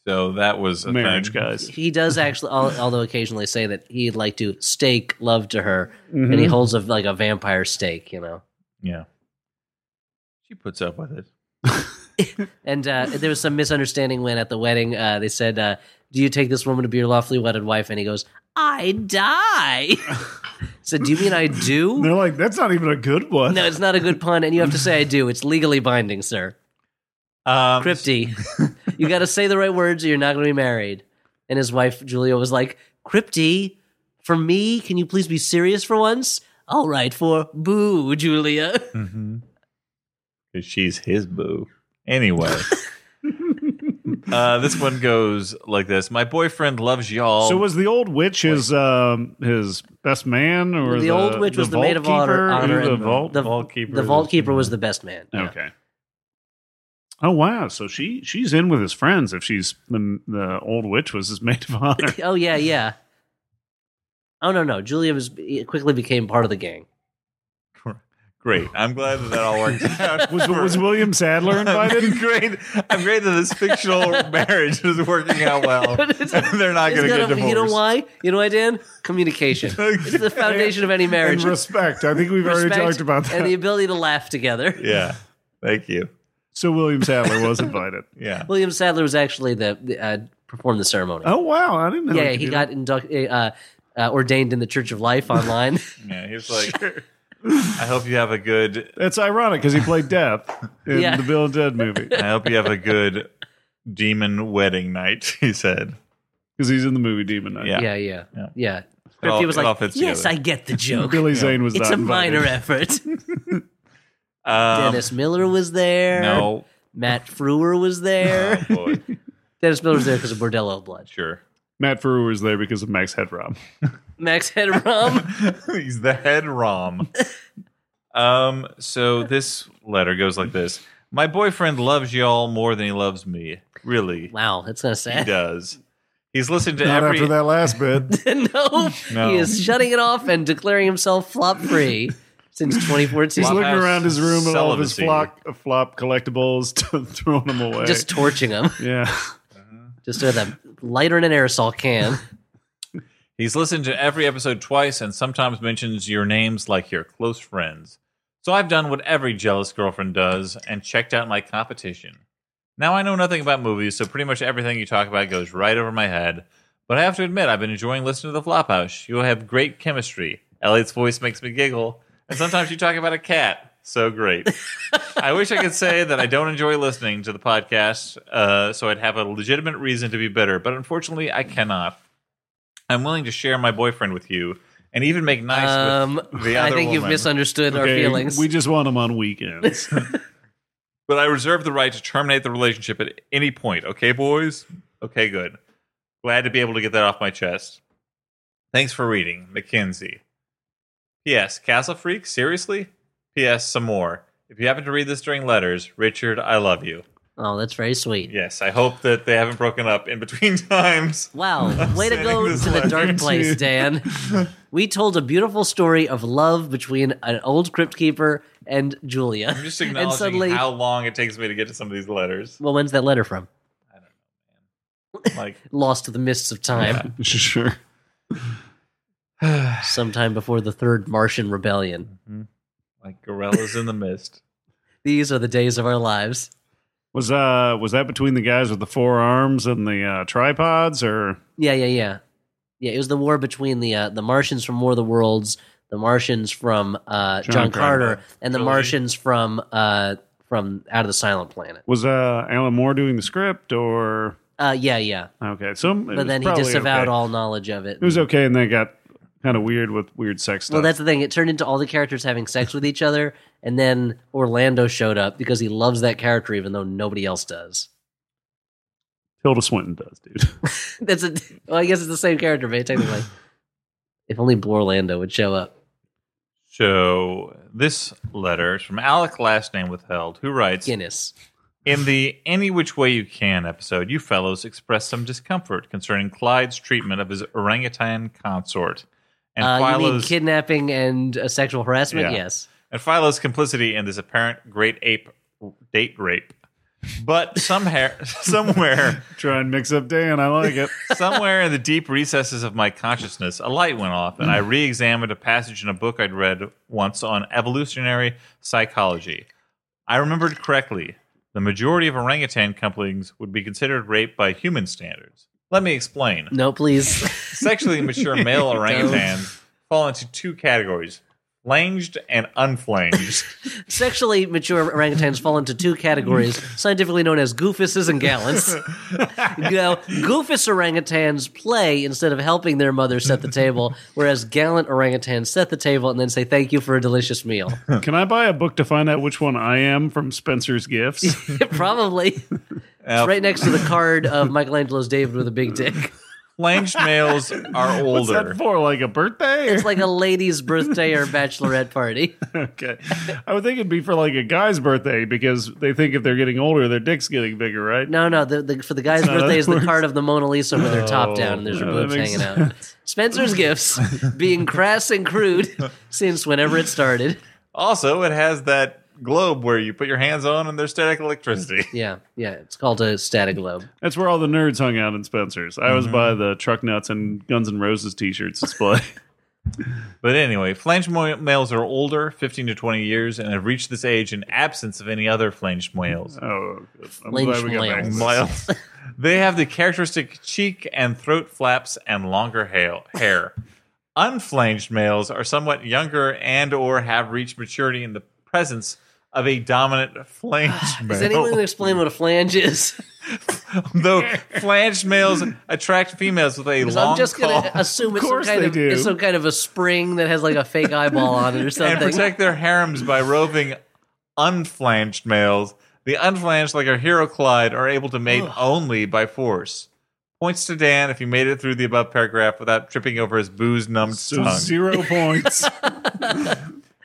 [SPEAKER 1] So that was a
[SPEAKER 3] Marriage,
[SPEAKER 1] thing.
[SPEAKER 3] guys.
[SPEAKER 2] He does actually, al- although occasionally say that he'd like to stake love to her, and he holds a like a vampire stake, you know.
[SPEAKER 1] Yeah, she puts up with it.
[SPEAKER 2] And uh, there was some misunderstanding when at the wedding uh, they said, uh, "Do you take this woman to be your lawfully wedded wife?" And he goes, "I die." So do you mean I do?
[SPEAKER 3] They're like, that's not even a good one.
[SPEAKER 2] No, it's not a good pun, and you have to say I do. It's legally binding, sir.
[SPEAKER 1] Um,
[SPEAKER 2] Crypty. you got to say the right words or you're not going to be married. And his wife, Julia, was like, Crypty, for me, can you please be serious for once? All right, for boo, Julia.
[SPEAKER 1] Mhm. 'Cause she's his boo. Anyway. uh, this one goes like this My boyfriend loves y'all.
[SPEAKER 3] So was the old witch his um, his best man or
[SPEAKER 2] the, old witch was the maid of honor. honor
[SPEAKER 3] the
[SPEAKER 2] and
[SPEAKER 3] vault?
[SPEAKER 2] the
[SPEAKER 1] vault keeper
[SPEAKER 2] The vault
[SPEAKER 1] is-
[SPEAKER 2] keeper was the best man. Yeah.
[SPEAKER 3] Okay. Oh wow! So she she's in with his friends. If she's the the old witch was his maid of honor.
[SPEAKER 2] Oh, yeah, yeah. Oh, no, no. Julia was quickly became part of the gang.
[SPEAKER 1] Great. I'm glad that that all worked out.
[SPEAKER 3] was was William Sadler invited?
[SPEAKER 1] I'm great. I'm great that this fictional marriage is working out well. and they're not
[SPEAKER 2] It's
[SPEAKER 1] going to get
[SPEAKER 2] gotta-
[SPEAKER 1] divorced.
[SPEAKER 2] You know why? You know why, Dan? Communication. it's the foundation of any marriage.
[SPEAKER 3] and respect. I think we've already
[SPEAKER 2] Respect
[SPEAKER 3] talked about that.
[SPEAKER 2] And the ability to laugh together.
[SPEAKER 1] Yeah. Thank you.
[SPEAKER 3] so William Sadler was invited.
[SPEAKER 1] Yeah.
[SPEAKER 2] William Sadler was actually the, the uh, performed the ceremony.
[SPEAKER 3] Oh wow! I didn't know.
[SPEAKER 2] yeah,
[SPEAKER 3] we could
[SPEAKER 2] he
[SPEAKER 3] do
[SPEAKER 2] got inducted. Uh, uh, ordained in the Church of Life online.
[SPEAKER 1] Yeah. He's like, I hope you have a good.
[SPEAKER 3] that. It's ironic because he played Death in
[SPEAKER 2] Yeah.
[SPEAKER 3] the Bill and Ted movie
[SPEAKER 1] I hope you have a good demon wedding night. He said.
[SPEAKER 3] because he's in the movie Demon Knight.
[SPEAKER 1] Yeah.
[SPEAKER 2] yeah, yeah, yeah.
[SPEAKER 1] It all-
[SPEAKER 2] he was
[SPEAKER 1] it all
[SPEAKER 2] like,
[SPEAKER 1] fits
[SPEAKER 2] "Yes,
[SPEAKER 1] together."
[SPEAKER 2] I get the joke.
[SPEAKER 3] Billy Zane was
[SPEAKER 2] it's
[SPEAKER 3] not
[SPEAKER 2] a
[SPEAKER 3] invited.
[SPEAKER 2] minor effort."
[SPEAKER 1] Um,
[SPEAKER 2] Dennis Miller was there.
[SPEAKER 1] No.
[SPEAKER 2] Matt Frewer was there.
[SPEAKER 1] Oh, boy.
[SPEAKER 2] Dennis Miller was there because of Bordello of Blood.
[SPEAKER 1] Sure.
[SPEAKER 3] Matt Frewer was there because of Max Headrob.
[SPEAKER 2] Max Headrom.
[SPEAKER 1] He's the head rom. um, so this letter goes like this. My boyfriend loves y'all more than he loves me. Really.
[SPEAKER 2] wow, that's kind of
[SPEAKER 1] He
[SPEAKER 2] sad.
[SPEAKER 1] does. Hees listened to
[SPEAKER 3] Not
[SPEAKER 1] every
[SPEAKER 3] after that last bit.
[SPEAKER 2] no,
[SPEAKER 1] No.
[SPEAKER 2] he is shutting it off and declaring himself flop free since 2014.
[SPEAKER 3] He's looking
[SPEAKER 1] Flophouse
[SPEAKER 3] around his room at all of his
[SPEAKER 1] celibacy.
[SPEAKER 3] flock, flop collectibles, throwing them away.
[SPEAKER 2] just torching him,
[SPEAKER 3] yeah.
[SPEAKER 2] just with a lighter and an aerosol can.
[SPEAKER 1] He's listened to every episode twice and sometimes mentions your names like your close friends. So I've done what every jealous girlfriend does and checked out my competition. Now I know nothing about movies, so pretty much everything you talk about goes right over my head. But I have to admit, I've been enjoying listening to the Flophouse. You have great chemistry. Elliot's voice makes me giggle, and sometimes you talk about a cat. So great. I wish I could say that I don't enjoy listening to the podcast, uh, so I'd have a legitimate reason to be bitter, but unfortunately, I cannot. I'm willing to share my boyfriend with you and even make nice
[SPEAKER 2] Um,
[SPEAKER 1] with the
[SPEAKER 2] I
[SPEAKER 1] other
[SPEAKER 2] think you've
[SPEAKER 1] woman.
[SPEAKER 2] misunderstood our
[SPEAKER 3] Okay,
[SPEAKER 2] feelings.
[SPEAKER 3] We just want him on weekends.
[SPEAKER 1] But I reserve the right to terminate the relationship at any point. Okay, boys? Okay, good. Glad to be able to get that off my chest. Thanks for reading, Mackenzie. P.S. Castle Freak? Seriously? P.S. Some more. If you happen to read this during letters, Richard, I love you.
[SPEAKER 2] oh, that's very sweet.
[SPEAKER 1] Yes, I hope that they haven't broken up in between times.
[SPEAKER 2] Wow, way to
[SPEAKER 1] sending
[SPEAKER 2] go
[SPEAKER 1] this
[SPEAKER 2] to the
[SPEAKER 1] letter
[SPEAKER 2] dark place,
[SPEAKER 1] to-
[SPEAKER 2] Dan. We told a beautiful story of love between an old crypt keeper and Julia.
[SPEAKER 1] I'm just
[SPEAKER 2] and
[SPEAKER 1] acknowledging
[SPEAKER 2] suddenly,
[SPEAKER 1] how long it takes me to get to some of these letters.
[SPEAKER 2] well, when's that letter from?
[SPEAKER 1] Like,
[SPEAKER 2] Lost to the mists of time.
[SPEAKER 3] sure.
[SPEAKER 2] sometime before the third Martian rebellion.
[SPEAKER 1] like gorillas in the mist.
[SPEAKER 2] These are the days of our lives.
[SPEAKER 3] Was uh was that between the guys with the four arms and the uh, tripods or
[SPEAKER 2] Yeah, yeah, yeah, yeah. It was the war between the uh, the Martians from War of the Worlds, the Martians from uh, John,
[SPEAKER 3] John
[SPEAKER 2] Carter,
[SPEAKER 3] Carter.
[SPEAKER 2] and the
[SPEAKER 1] Really?
[SPEAKER 2] Martians from uh, from Out of the Silent Planet.
[SPEAKER 3] was uh Alan Moore doing the script or
[SPEAKER 2] Uh, yeah, yeah.
[SPEAKER 3] okay? So it was
[SPEAKER 2] But then he
[SPEAKER 3] probably
[SPEAKER 2] disavowed
[SPEAKER 3] okay.
[SPEAKER 2] all knowledge of it.
[SPEAKER 3] It was okay, and they got kind of weird with weird sex stuff.
[SPEAKER 2] Well, that's the thing. It turned into all the characters having sex with each other, and then Orlando showed up because he loves that character, even though nobody else does.
[SPEAKER 3] Hilda Swinton does, dude.
[SPEAKER 2] That's a, well, I guess it's the same character, but technically, if only Orlando would show up.
[SPEAKER 1] So this letter is from Alec, last name withheld, who writes
[SPEAKER 2] Guinness.
[SPEAKER 1] in the "Any Which Way You Can" episode. You fellows expressed some discomfort concerning Clyde's treatment of his orangutan consort, and
[SPEAKER 2] Uh, you mean
[SPEAKER 1] Philo's
[SPEAKER 2] kidnapping and uh, sexual harassment?
[SPEAKER 1] Yeah.
[SPEAKER 2] Yes.
[SPEAKER 1] and Philo's complicity in this apparent great ape date rape. But somehow, somewhere.
[SPEAKER 3] Try and mix up Dan. I like it.
[SPEAKER 1] Somewhere in the deep recesses of my consciousness, a light went off, and I
[SPEAKER 3] Mm.
[SPEAKER 1] re examined a passage in a book I'd read once on evolutionary psychology. I remembered correctly the majority of orangutan couplings would be considered rape by human standards. Let me explain.
[SPEAKER 2] No, please.
[SPEAKER 1] Sexually mature male orangutans fall into two categories flanged and unflanged.
[SPEAKER 2] Sexually mature orangutans fall into two categories, scientifically known as goofuses and gallants. you know, goofus orangutans play instead of helping their mother set the table, whereas gallant orangutans set the table and then say thank you for a delicious meal.
[SPEAKER 3] Can I buy a book to find out which one I am from Spencer's Gifts?
[SPEAKER 2] Probably. It's right next to the card of Michelangelo's David with a big dick.
[SPEAKER 1] flanged males are
[SPEAKER 3] What's
[SPEAKER 1] older.
[SPEAKER 3] that for? Like a birthday?
[SPEAKER 2] It's like a lady's birthday or bachelorette party.
[SPEAKER 3] okay. I would think it'd be for like a guy's birthday because they think if they're getting older, their dick's getting bigger, right?
[SPEAKER 2] No, no. The, the, for the guy's
[SPEAKER 3] how
[SPEAKER 2] birthday
[SPEAKER 3] that
[SPEAKER 2] is the
[SPEAKER 3] works.
[SPEAKER 2] card of the Mona Lisa with her top down and there's her
[SPEAKER 3] yeah, that
[SPEAKER 2] boobs
[SPEAKER 3] makes
[SPEAKER 2] hanging out. Spencer's gifts, being crass and crude since whenever it started.
[SPEAKER 1] Also, it has that globe where you put your hands on and there's static electricity.
[SPEAKER 2] Yeah, yeah. It's called a static globe.
[SPEAKER 3] That's where all the nerds hung out in Spencer's. I
[SPEAKER 1] Mm-hmm.
[SPEAKER 3] was by the Truck Nuts and Guns N' Roses t shirts display.
[SPEAKER 1] But anyway, flanged mo- males are older, 15 to 20 years, and have reached this age in absence of any other flanged males.
[SPEAKER 3] oh, good. I'm
[SPEAKER 2] Lynch
[SPEAKER 3] glad we got back to
[SPEAKER 2] Lance.
[SPEAKER 3] this.
[SPEAKER 1] Miles. they have the characteristic cheek and throat flaps and longer hail- hair. Unflanged males are somewhat younger and or have reached maturity in the presence of a dominant flanged
[SPEAKER 2] Does anyone
[SPEAKER 3] Oh.
[SPEAKER 1] male.
[SPEAKER 2] explain what a flange is?
[SPEAKER 1] Though flanged males attract females with a
[SPEAKER 2] 'Cause
[SPEAKER 1] long
[SPEAKER 2] I'm just
[SPEAKER 1] call
[SPEAKER 2] gonna assume it's some
[SPEAKER 3] course
[SPEAKER 2] kind
[SPEAKER 3] they
[SPEAKER 2] of
[SPEAKER 3] do.
[SPEAKER 2] it's some kind of a spring that has like a fake eyeball on it or
[SPEAKER 1] and
[SPEAKER 2] something.
[SPEAKER 1] protect their harems by roving unflanged males. The unflanged, like our hero Clyde, are able to mate only by force. Points to Dan if you made it through the above paragraph without tripping over his booze numbed
[SPEAKER 3] So
[SPEAKER 1] tongue.
[SPEAKER 3] zero points.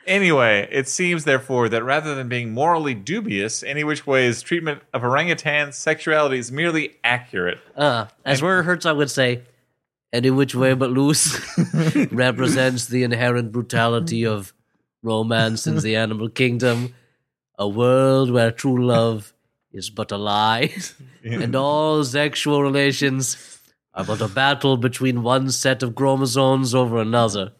[SPEAKER 1] Anyway, it seems, therefore, that rather than being morally dubious any which ways, treatment of orangutan sexuality is merely accurate.
[SPEAKER 2] Uh, as Werner Herzog would say, any which way but loose represents the inherent brutality of romance in the animal kingdom, a world where true love is but a lie, and all sexual relations are but a battle between one set of chromosomes over another.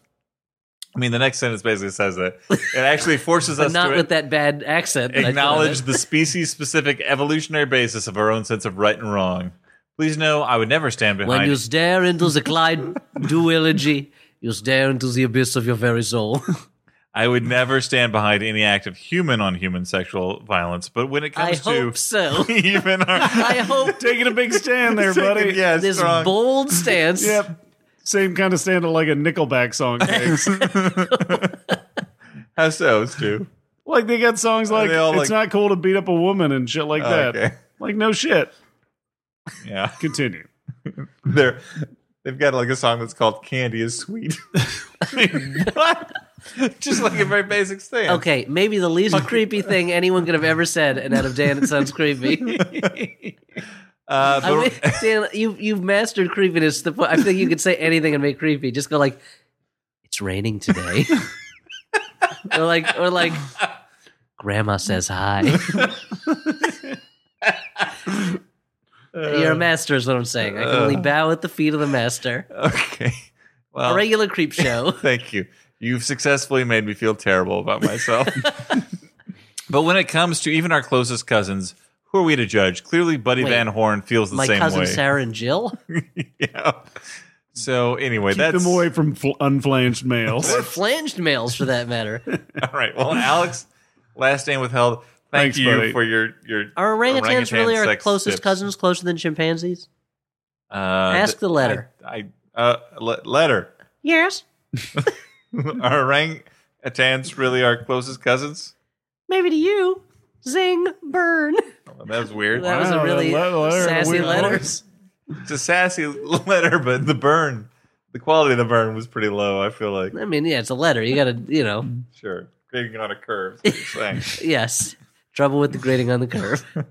[SPEAKER 1] I mean, the next sentence basically says that it actually forces
[SPEAKER 2] But
[SPEAKER 1] us
[SPEAKER 2] not
[SPEAKER 1] to
[SPEAKER 2] with that bad accent. that I put on
[SPEAKER 1] acknowledge
[SPEAKER 2] it.
[SPEAKER 1] the species specific evolutionary basis of our own sense of right and wrong. Please know I would never stand
[SPEAKER 2] When
[SPEAKER 1] behind
[SPEAKER 2] you stare into the Clyde duology, you stare into the abyss of your very soul.
[SPEAKER 1] I would never stand behind any act of human on human sexual violence, but when it
[SPEAKER 2] I
[SPEAKER 1] comes to
[SPEAKER 2] hope so.
[SPEAKER 1] even our
[SPEAKER 2] I hope
[SPEAKER 3] Taking a big stand there, buddy.
[SPEAKER 1] yeah,
[SPEAKER 2] this
[SPEAKER 1] strong-
[SPEAKER 2] bold stance.
[SPEAKER 3] Yep. Same kind of stand that like a Nickelback song takes.
[SPEAKER 1] how so, Stu?
[SPEAKER 3] like they got songs like
[SPEAKER 1] they all, like-
[SPEAKER 3] "It's Not Cool to Beat Up a Woman" and shit like that.
[SPEAKER 1] okay.
[SPEAKER 3] Like no shit.
[SPEAKER 1] Yeah,
[SPEAKER 3] Continue.
[SPEAKER 1] they're they've got like a song that's called "Candy Is Sweet." what? Just like a very basic stance.
[SPEAKER 2] Okay, maybe the least creepy thing anyone could have ever said, and out of Dan, it sounds creepy.
[SPEAKER 1] Uh,
[SPEAKER 2] I
[SPEAKER 1] but,
[SPEAKER 2] mean, Dan, you you've mastered creepiness. To the point, I think you could say anything and make creepy. Just go like, "It's raining today," or like, or like, "Grandma says hi." You're a master, is what I'm saying. I can only bow at the feet of the master.
[SPEAKER 1] okay. Uh, Well,
[SPEAKER 2] A regular creep show.
[SPEAKER 1] Thank you. You've successfully made me feel terrible about myself. but when it comes to even our closest cousins, who are we to judge? Clearly, Buddy
[SPEAKER 2] Wait,
[SPEAKER 1] Van Horn feels the
[SPEAKER 2] My
[SPEAKER 1] same
[SPEAKER 2] cousin
[SPEAKER 1] way.
[SPEAKER 2] Sarah and Jill.
[SPEAKER 1] yeah. So anyway,
[SPEAKER 3] Keep
[SPEAKER 1] that's
[SPEAKER 3] them away from fl- unflanged males.
[SPEAKER 2] Or flanged males, for that matter.
[SPEAKER 1] all right. Well, Alex, last name withheld. Thank
[SPEAKER 3] Thanks,
[SPEAKER 1] you
[SPEAKER 3] buddy.
[SPEAKER 1] for your your.
[SPEAKER 2] Are orangutans
[SPEAKER 1] orangutan
[SPEAKER 2] really our
[SPEAKER 1] sex
[SPEAKER 2] closest
[SPEAKER 1] tips.
[SPEAKER 2] cousins, closer than chimpanzees?
[SPEAKER 1] Uh,
[SPEAKER 2] Ask the letter.
[SPEAKER 1] I, I uh, le- letter.
[SPEAKER 2] Yes,
[SPEAKER 1] Are orangutans really our closest cousins?
[SPEAKER 2] maybe to you. Zing, burn.
[SPEAKER 1] Well, that was weird.
[SPEAKER 2] That was a really
[SPEAKER 3] that letter- letter-
[SPEAKER 2] sassy
[SPEAKER 3] weird
[SPEAKER 2] letter.
[SPEAKER 3] voice.
[SPEAKER 1] it's a sassy letter, but the burn, the quality of the burn was pretty low. I feel like
[SPEAKER 2] I mean, yeah, it's a letter. You gotta, you know,
[SPEAKER 1] sure, grading on a curve. is what you're saying.
[SPEAKER 2] yes. Trouble with the grading on the curve.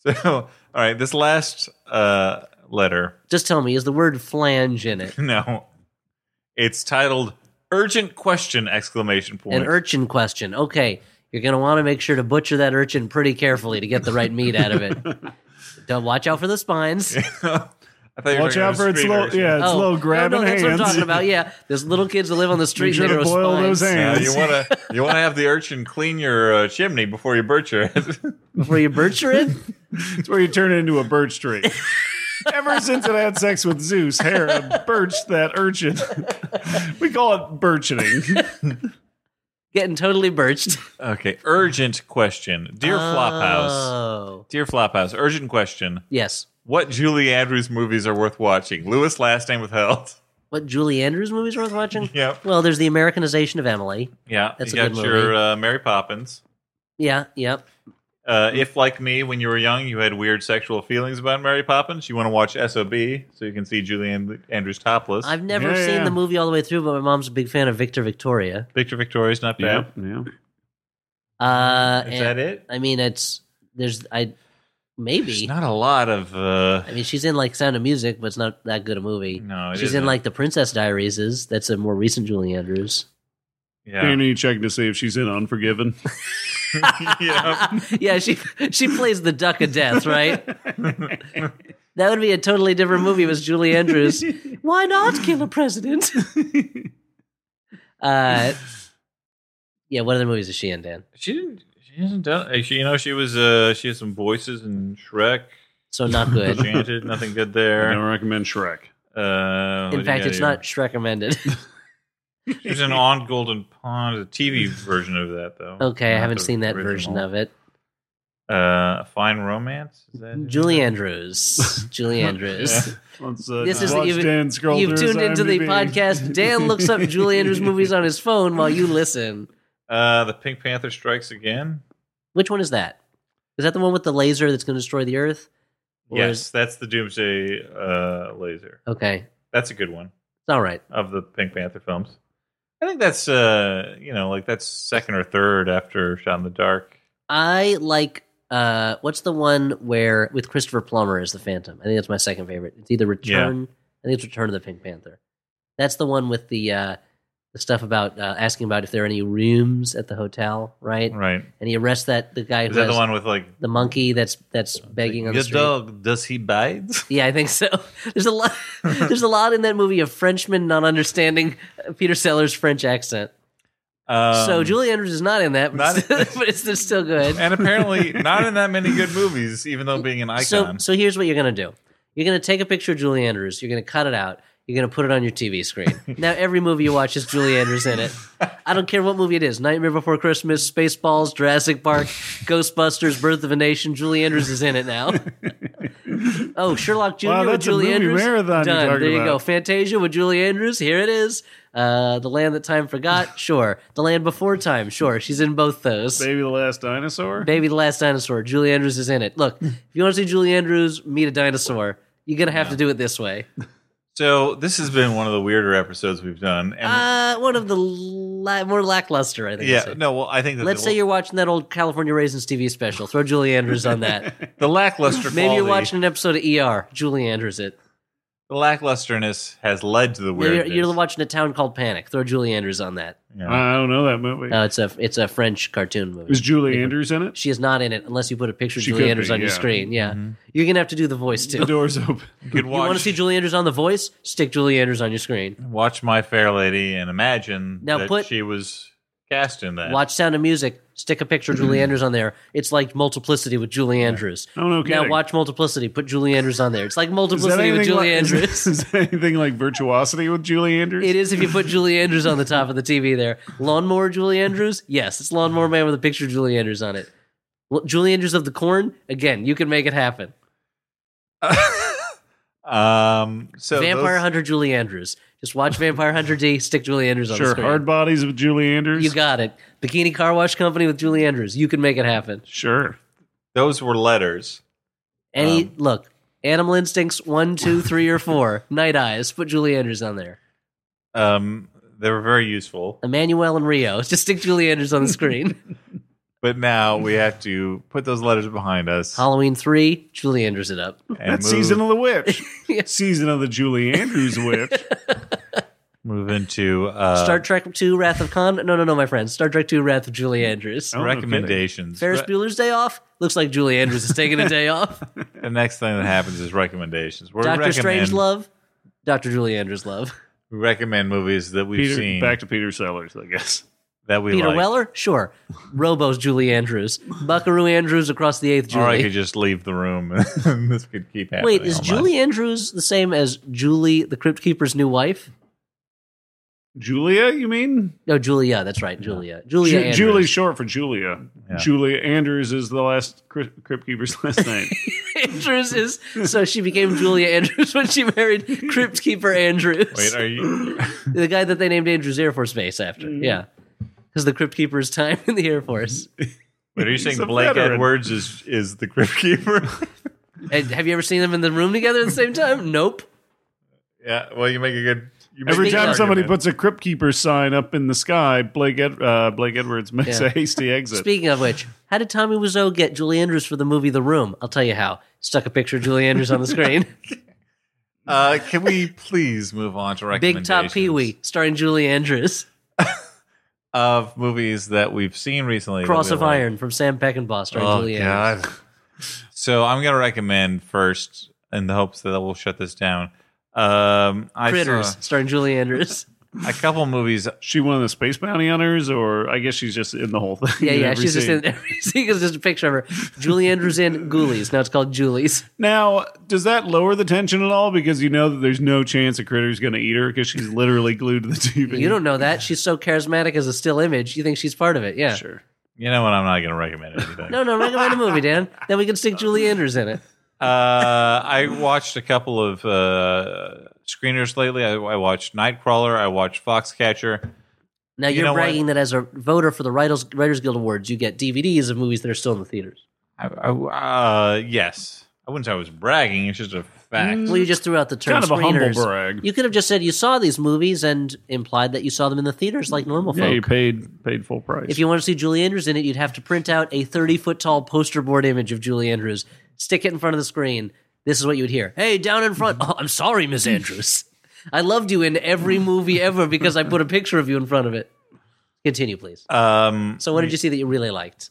[SPEAKER 1] so, all right, this last uh, letter.
[SPEAKER 2] Just tell me, is the word flange in it?
[SPEAKER 1] No, it's titled "Urgent Question!" Exclamation point.
[SPEAKER 2] An urchin question. Okay, you're gonna want to make sure to butcher that urchin pretty carefully to get the right meat out of it. Don't watch out for the spines.
[SPEAKER 1] I thought you were
[SPEAKER 3] Watch
[SPEAKER 1] talking
[SPEAKER 3] out
[SPEAKER 1] about
[SPEAKER 3] for its
[SPEAKER 1] street
[SPEAKER 3] little,
[SPEAKER 1] urchin.
[SPEAKER 3] yeah, its
[SPEAKER 2] Oh,
[SPEAKER 3] little
[SPEAKER 2] no,
[SPEAKER 3] grabbing
[SPEAKER 2] no, that's
[SPEAKER 3] hands.
[SPEAKER 2] what I'm talking about. Yeah, there's little kids that live on the street.
[SPEAKER 3] Make sure
[SPEAKER 2] and
[SPEAKER 3] to
[SPEAKER 2] they grow
[SPEAKER 3] boil those
[SPEAKER 2] spines.
[SPEAKER 1] Yeah,
[SPEAKER 3] hands.
[SPEAKER 1] you want to you want to have the urchin clean your uh, chimney before you butcher it.
[SPEAKER 2] before you butcher it.
[SPEAKER 3] It's where you turn it into a birch tree. Ever since it had sex with Zeus, Hera birched that urchin. we call it birching.
[SPEAKER 2] Getting totally birched.
[SPEAKER 1] Okay, urgent question, dear Flophouse,
[SPEAKER 2] Oh.
[SPEAKER 1] dear Flophouse, urgent question:
[SPEAKER 2] Yes.
[SPEAKER 1] What Julie Andrews movies are worth watching? Lewis Last Name Withheld.
[SPEAKER 2] What Julie Andrews movies are worth watching?
[SPEAKER 1] Yep.
[SPEAKER 2] Well, there's the Americanization of Emily.
[SPEAKER 1] Yeah,
[SPEAKER 2] That's
[SPEAKER 1] you
[SPEAKER 2] a
[SPEAKER 1] got
[SPEAKER 2] good
[SPEAKER 1] your
[SPEAKER 2] movie.
[SPEAKER 1] uh, Mary Poppins.
[SPEAKER 2] Yeah, yep.
[SPEAKER 1] Uh, if, like me, when you were young, you had weird sexual feelings about Mary Poppins, you want to watch SOB so you can see Julie And- Andrews topless.
[SPEAKER 2] I've never
[SPEAKER 3] Yeah,
[SPEAKER 2] seen
[SPEAKER 3] yeah.
[SPEAKER 2] the movie all the way through, but my mom's a big fan of Victor Victoria.
[SPEAKER 1] Victor Victoria's not bad.
[SPEAKER 3] yeah.
[SPEAKER 2] Uh,
[SPEAKER 1] Is
[SPEAKER 2] and-
[SPEAKER 1] that it?
[SPEAKER 2] I mean, it's there's I
[SPEAKER 1] There's
[SPEAKER 2] maybe.
[SPEAKER 1] not a lot of. Uh,
[SPEAKER 2] I mean, she's in like Sound of Music, but it's not that good a movie.
[SPEAKER 1] No, it
[SPEAKER 2] she's in
[SPEAKER 1] isn't.
[SPEAKER 2] like The Princess Diaries. Is that's a more recent Julie Andrews.
[SPEAKER 1] yeah.
[SPEAKER 3] Annie checking to see if she's in Unforgiven.
[SPEAKER 1] yeah.
[SPEAKER 2] yeah, she she plays the Duck of Death, right? that would be a totally different movie. if It was Julie Andrews. Why not kill a president? uh, yeah. What other movies is she in, Dan?
[SPEAKER 1] She didn't. She hasn't done. uh, She, you know, she was. Uh, she has some voices in Shrek,
[SPEAKER 2] So not good.
[SPEAKER 1] Enchanted. nothing good
[SPEAKER 3] I
[SPEAKER 1] there.
[SPEAKER 3] don't recommend Shrek.
[SPEAKER 1] Uh,
[SPEAKER 2] In fact, it's not Shrek amended.
[SPEAKER 1] She was in On Golden Pond, a TV version of that though.
[SPEAKER 2] okay, I
[SPEAKER 1] Not
[SPEAKER 2] haven't
[SPEAKER 1] the
[SPEAKER 2] seen that version
[SPEAKER 1] original.
[SPEAKER 2] of it.
[SPEAKER 1] Uh, Fine Romance. Is that it?
[SPEAKER 2] Julie Andrews. Julie Andrews.
[SPEAKER 3] Let's, uh,
[SPEAKER 2] This is
[SPEAKER 3] just watch
[SPEAKER 2] you've,
[SPEAKER 3] Dan scroll
[SPEAKER 2] you've
[SPEAKER 3] through his
[SPEAKER 2] tuned into the
[SPEAKER 3] IMDb.
[SPEAKER 2] podcast. Dan looks up Julie Andrews movies on his phone while you listen.
[SPEAKER 1] Uh, the Pink Panther Strikes Again.
[SPEAKER 2] Which one is that? Is that the one with the laser that's going to destroy the Earth? Or
[SPEAKER 1] yes,
[SPEAKER 2] is-
[SPEAKER 1] that's the Doomsday uh, laser.
[SPEAKER 2] okay.
[SPEAKER 1] That's a good one
[SPEAKER 2] It's all right.
[SPEAKER 1] of the Pink Panther films. I think that's uh, you know, like that's second or third after Shot in the Dark.
[SPEAKER 2] I like. Uh, what's the one where with Christopher Plummer as the Phantom? I think that's my second favorite. It's either Return. I think it's Return of the Pink Panther. That's the one with the uh, the stuff about uh, asking about if there are any rooms at the hotel, right?
[SPEAKER 1] Right.
[SPEAKER 2] And he arrests that the guy
[SPEAKER 1] Is
[SPEAKER 2] who
[SPEAKER 1] that
[SPEAKER 2] has
[SPEAKER 1] the one with like
[SPEAKER 2] the monkey that's that's begging on the street.
[SPEAKER 1] dog? Does he bite?
[SPEAKER 2] Yeah, I think so. There's a lot. there's a lot in that movie of Frenchmen not understanding Peter Sellers' French accent.
[SPEAKER 1] Um,
[SPEAKER 2] so Julie Andrews is not in that, but,
[SPEAKER 1] not-
[SPEAKER 2] it's, but it's, it's still good.
[SPEAKER 1] and apparently not in that many good movies, even though being an
[SPEAKER 2] So,
[SPEAKER 1] icon.
[SPEAKER 2] so here's what you're gonna do. You're gonna take a picture of Julie Andrews. You're gonna cut it out. You're gonna put it on your TV screen. now every movie you watch is Julie Andrews in it. I don't care what movie it is: Nightmare Before Christmas, Spaceballs, Jurassic Park, Ghostbusters, Birth of a Nation. Julie Andrews is in it now. oh, Sherlock Jr.
[SPEAKER 3] Wow,
[SPEAKER 2] with
[SPEAKER 3] that's a
[SPEAKER 2] Julie
[SPEAKER 3] movie
[SPEAKER 2] Andrews.
[SPEAKER 3] marathon you're
[SPEAKER 2] Done.
[SPEAKER 3] talking
[SPEAKER 2] there you go.
[SPEAKER 3] about.
[SPEAKER 2] Fantasia with Julie Andrews. Here it is. Uh, the Land That Time Forgot. Sure. The Land Before Time. Sure. She's in both those.
[SPEAKER 3] Baby the Last Dinosaur.
[SPEAKER 2] Baby the Last Dinosaur. Julie Andrews is in it. Look, if you want to see Julie Andrews meet a dinosaur, you're gonna have to do it this way.
[SPEAKER 1] So, this has been one of the weirder episodes we've done. And
[SPEAKER 2] Uh, one of the la- more lackluster, I think. I'd
[SPEAKER 1] yeah,
[SPEAKER 2] say.
[SPEAKER 1] no, well, I think that
[SPEAKER 2] Let's
[SPEAKER 1] the,
[SPEAKER 2] say you're watching that old California Raisins TV special. Throw Julie Andrews on that.
[SPEAKER 1] the lackluster.
[SPEAKER 2] Maybe you're
[SPEAKER 1] quality-
[SPEAKER 2] watching an episode of ER. Julie Andrews it.
[SPEAKER 1] the lacklusterness has led to the
[SPEAKER 2] Maybe you're,
[SPEAKER 1] weirdness.
[SPEAKER 2] you're watching a town called Panic. Throw Julie Andrews on that.
[SPEAKER 1] Yeah.
[SPEAKER 3] I don't know that movie.
[SPEAKER 2] No, it's a it's a French cartoon movie.
[SPEAKER 3] Is Julie Andrews in it?
[SPEAKER 2] she is not in it unless you put a picture of
[SPEAKER 3] She
[SPEAKER 2] Julie
[SPEAKER 3] could
[SPEAKER 2] Andrews
[SPEAKER 3] be,
[SPEAKER 2] on your
[SPEAKER 3] yeah.
[SPEAKER 2] screen. Yeah, you're gonna have to do the voice too.
[SPEAKER 3] The door's open.
[SPEAKER 1] you could
[SPEAKER 2] you want
[SPEAKER 1] watch,
[SPEAKER 2] to see Julie Andrews on The Voice? Stick Julie Andrews on your screen.
[SPEAKER 1] watch My Fair Lady and imagine
[SPEAKER 2] Now
[SPEAKER 1] that
[SPEAKER 2] put-
[SPEAKER 1] she was cast in that.
[SPEAKER 2] Watch Sound of Music. Stick a picture of Julie Andrews on there. It's like Multiplicity with Julie Andrews.
[SPEAKER 3] Mm-hmm. Oh, no
[SPEAKER 2] Now
[SPEAKER 3] kidding.
[SPEAKER 2] watch Multiplicity. Put Julie Andrews on there. It's like
[SPEAKER 3] Is that
[SPEAKER 2] Multiplicity with
[SPEAKER 3] anything
[SPEAKER 2] Julie
[SPEAKER 3] like- is-
[SPEAKER 2] Andrews.
[SPEAKER 3] Is, that anything like Virtuosity with Julie Andrews?
[SPEAKER 2] It is if you put Julie Andrews on the top of the TV there. Lawnmower Julie Andrews? Yes, it's Lawnmower Man with a picture of Julie Andrews on it. Well, Julie Andrews of the Corn? Again, you can make it happen.
[SPEAKER 1] um, so
[SPEAKER 2] Vampire
[SPEAKER 1] those-
[SPEAKER 2] Hunter Julie Andrews. Just watch Vampire Hunter D. Stick Julie Andrews on the
[SPEAKER 3] Sure.
[SPEAKER 2] screen.
[SPEAKER 3] Hard Bodies with Julie Andrews.
[SPEAKER 2] you got it. Bikini Car Wash Company with Julie Andrews. You can make it happen.
[SPEAKER 3] sure.
[SPEAKER 1] those were letters.
[SPEAKER 2] Any
[SPEAKER 1] Um,
[SPEAKER 2] look, Animal Instincts one, two, three, or four. Night Eyes. Put Julie Andrews on there.
[SPEAKER 1] Um, they were very useful.
[SPEAKER 2] Emmanuel and Rio. Just stick Julie Andrews on the screen.
[SPEAKER 1] But now we have to put those letters behind us.
[SPEAKER 2] Halloween three. Julie Andrews it up.
[SPEAKER 1] and
[SPEAKER 3] That's
[SPEAKER 1] move,
[SPEAKER 3] Season of the Witch. Season of the Julie Andrews Witch.
[SPEAKER 1] move into uh,
[SPEAKER 2] Star Trek two. Wrath of Khan. No, no, no, my friends. Star Trek two. Wrath of Julie Andrews.
[SPEAKER 3] Oh, no
[SPEAKER 1] recommendations.
[SPEAKER 2] Ferris Bueller's Day Off. Looks like Julie Andrews is taking a day off.
[SPEAKER 1] The next thing that happens is recommendations. We're
[SPEAKER 2] Doctor
[SPEAKER 1] recommend,
[SPEAKER 2] Strange Love. Doctor Julie Andrews Love.
[SPEAKER 1] We recommend movies that we've
[SPEAKER 3] Peter,
[SPEAKER 1] seen
[SPEAKER 3] Back to Peter Sellers, I guess.
[SPEAKER 1] that we
[SPEAKER 2] Peter
[SPEAKER 1] like.
[SPEAKER 2] Weller, sure. Robo's Julie Andrews. Buckaroo Andrews across the eighth. Julie.
[SPEAKER 1] or I could just leave the room and this could keep happening.
[SPEAKER 2] Wait, is
[SPEAKER 1] all night.
[SPEAKER 2] Julie Andrews the same as Julie, the Crypt Keeper's new wife?
[SPEAKER 3] Julia, you mean?
[SPEAKER 2] No, Julia. That's right, Julia. Julia.
[SPEAKER 3] Ju-
[SPEAKER 2] Andrews.
[SPEAKER 3] Julie's short for Julia.
[SPEAKER 1] Yeah.
[SPEAKER 3] Julia Andrews is the last Cri- Crypt Keeper's last name.
[SPEAKER 2] Andrews is so she became Julia Andrews when she married Crypt Keeper Andrews,
[SPEAKER 1] Wait, are you?
[SPEAKER 2] the guy that they named Andrews Air Force Base after.
[SPEAKER 1] Mm-hmm.
[SPEAKER 2] Yeah, because the Crypt Keeper's time in the Air Force.
[SPEAKER 1] Wait, are you
[SPEAKER 3] a
[SPEAKER 1] saying Blake
[SPEAKER 3] veteran.
[SPEAKER 1] Edwards is is the Crypt Keeper?
[SPEAKER 2] And have you ever seen them in the room together at the same time? Nope.
[SPEAKER 1] yeah. Well, you make a good. You make
[SPEAKER 3] Every
[SPEAKER 1] a good
[SPEAKER 3] time
[SPEAKER 1] argument.
[SPEAKER 3] somebody puts a Crypt Keeper sign up in the sky, Blake Ed- uh, Blake Edwards makes
[SPEAKER 2] Yeah.
[SPEAKER 3] a hasty exit.
[SPEAKER 2] Speaking of which, how did Tommy Wiseau get Julie Andrews for the movie The Room? I'll tell you how. Stuck a picture of Julie Andrews on the screen.
[SPEAKER 1] uh, can we please move on to
[SPEAKER 2] Big
[SPEAKER 1] recommendations?
[SPEAKER 2] Top Pee Wee, starring Julie Andrews.
[SPEAKER 1] of movies that we've seen recently. that
[SPEAKER 2] Cross
[SPEAKER 1] we
[SPEAKER 2] of
[SPEAKER 1] like.
[SPEAKER 2] Iron from Sam Peckinpah, starring
[SPEAKER 1] Oh
[SPEAKER 2] Julie Andrews.
[SPEAKER 1] God. So I'm gonna recommend first, in the hopes that we'll shut this down. Um, I
[SPEAKER 2] Critters,
[SPEAKER 1] saw
[SPEAKER 2] starring Julie Andrews.
[SPEAKER 1] a couple movies.
[SPEAKER 3] She one of the space bounty hunters, or I guess she's just in the whole thing.
[SPEAKER 2] Yeah,
[SPEAKER 3] in
[SPEAKER 2] yeah,
[SPEAKER 3] every
[SPEAKER 2] she's just
[SPEAKER 3] scene.
[SPEAKER 2] in every scene. It's just a picture of her. Julie Andrews in Ghoulies. Now it's called Julie's.
[SPEAKER 3] Now, does that lower the tension at all? Because you know that there's no chance a critter's going to eat her because she's literally glued to the TV.
[SPEAKER 2] You don't know that. She's so charismatic as a still image. You think she's part of it. Yeah.
[SPEAKER 3] sure.
[SPEAKER 1] You know what? I'm not gonna recommend anything.
[SPEAKER 2] No, no, recommend a movie, Dan. Then we can stick Julie Andrews in it.
[SPEAKER 1] uh, I watched a couple of uh, screeners lately. I, I watched Nightcrawler. I watched Foxcatcher.
[SPEAKER 2] Now
[SPEAKER 1] You
[SPEAKER 2] you're
[SPEAKER 1] know what?
[SPEAKER 2] bragging that as a voter for the Writers, Writers Guild Awards, you get DVDs of movies that are still in the theaters.
[SPEAKER 1] I, I, uh, yes, I wouldn't say I was bragging. It's just a fact.
[SPEAKER 2] Well, you just threw out the term
[SPEAKER 3] Kind of a humble
[SPEAKER 2] screeners.
[SPEAKER 3] brag.
[SPEAKER 2] You could have just said you saw these movies and implied that you saw them in the theaters like normal
[SPEAKER 3] Yeah, you
[SPEAKER 2] folk.
[SPEAKER 3] paid paid full price.
[SPEAKER 2] If you want to see Julie Andrews in it, you'd have to print out a 30 foot tall poster board image of Julie Andrews, stick it in front of the screen. This is what you would hear Hey, down in front. Oh, I'm sorry, Miss Andrews. I loved you in every movie ever because I put a picture of you in front of it. Continue, please.
[SPEAKER 1] Um,
[SPEAKER 2] So, what did you see that you really liked?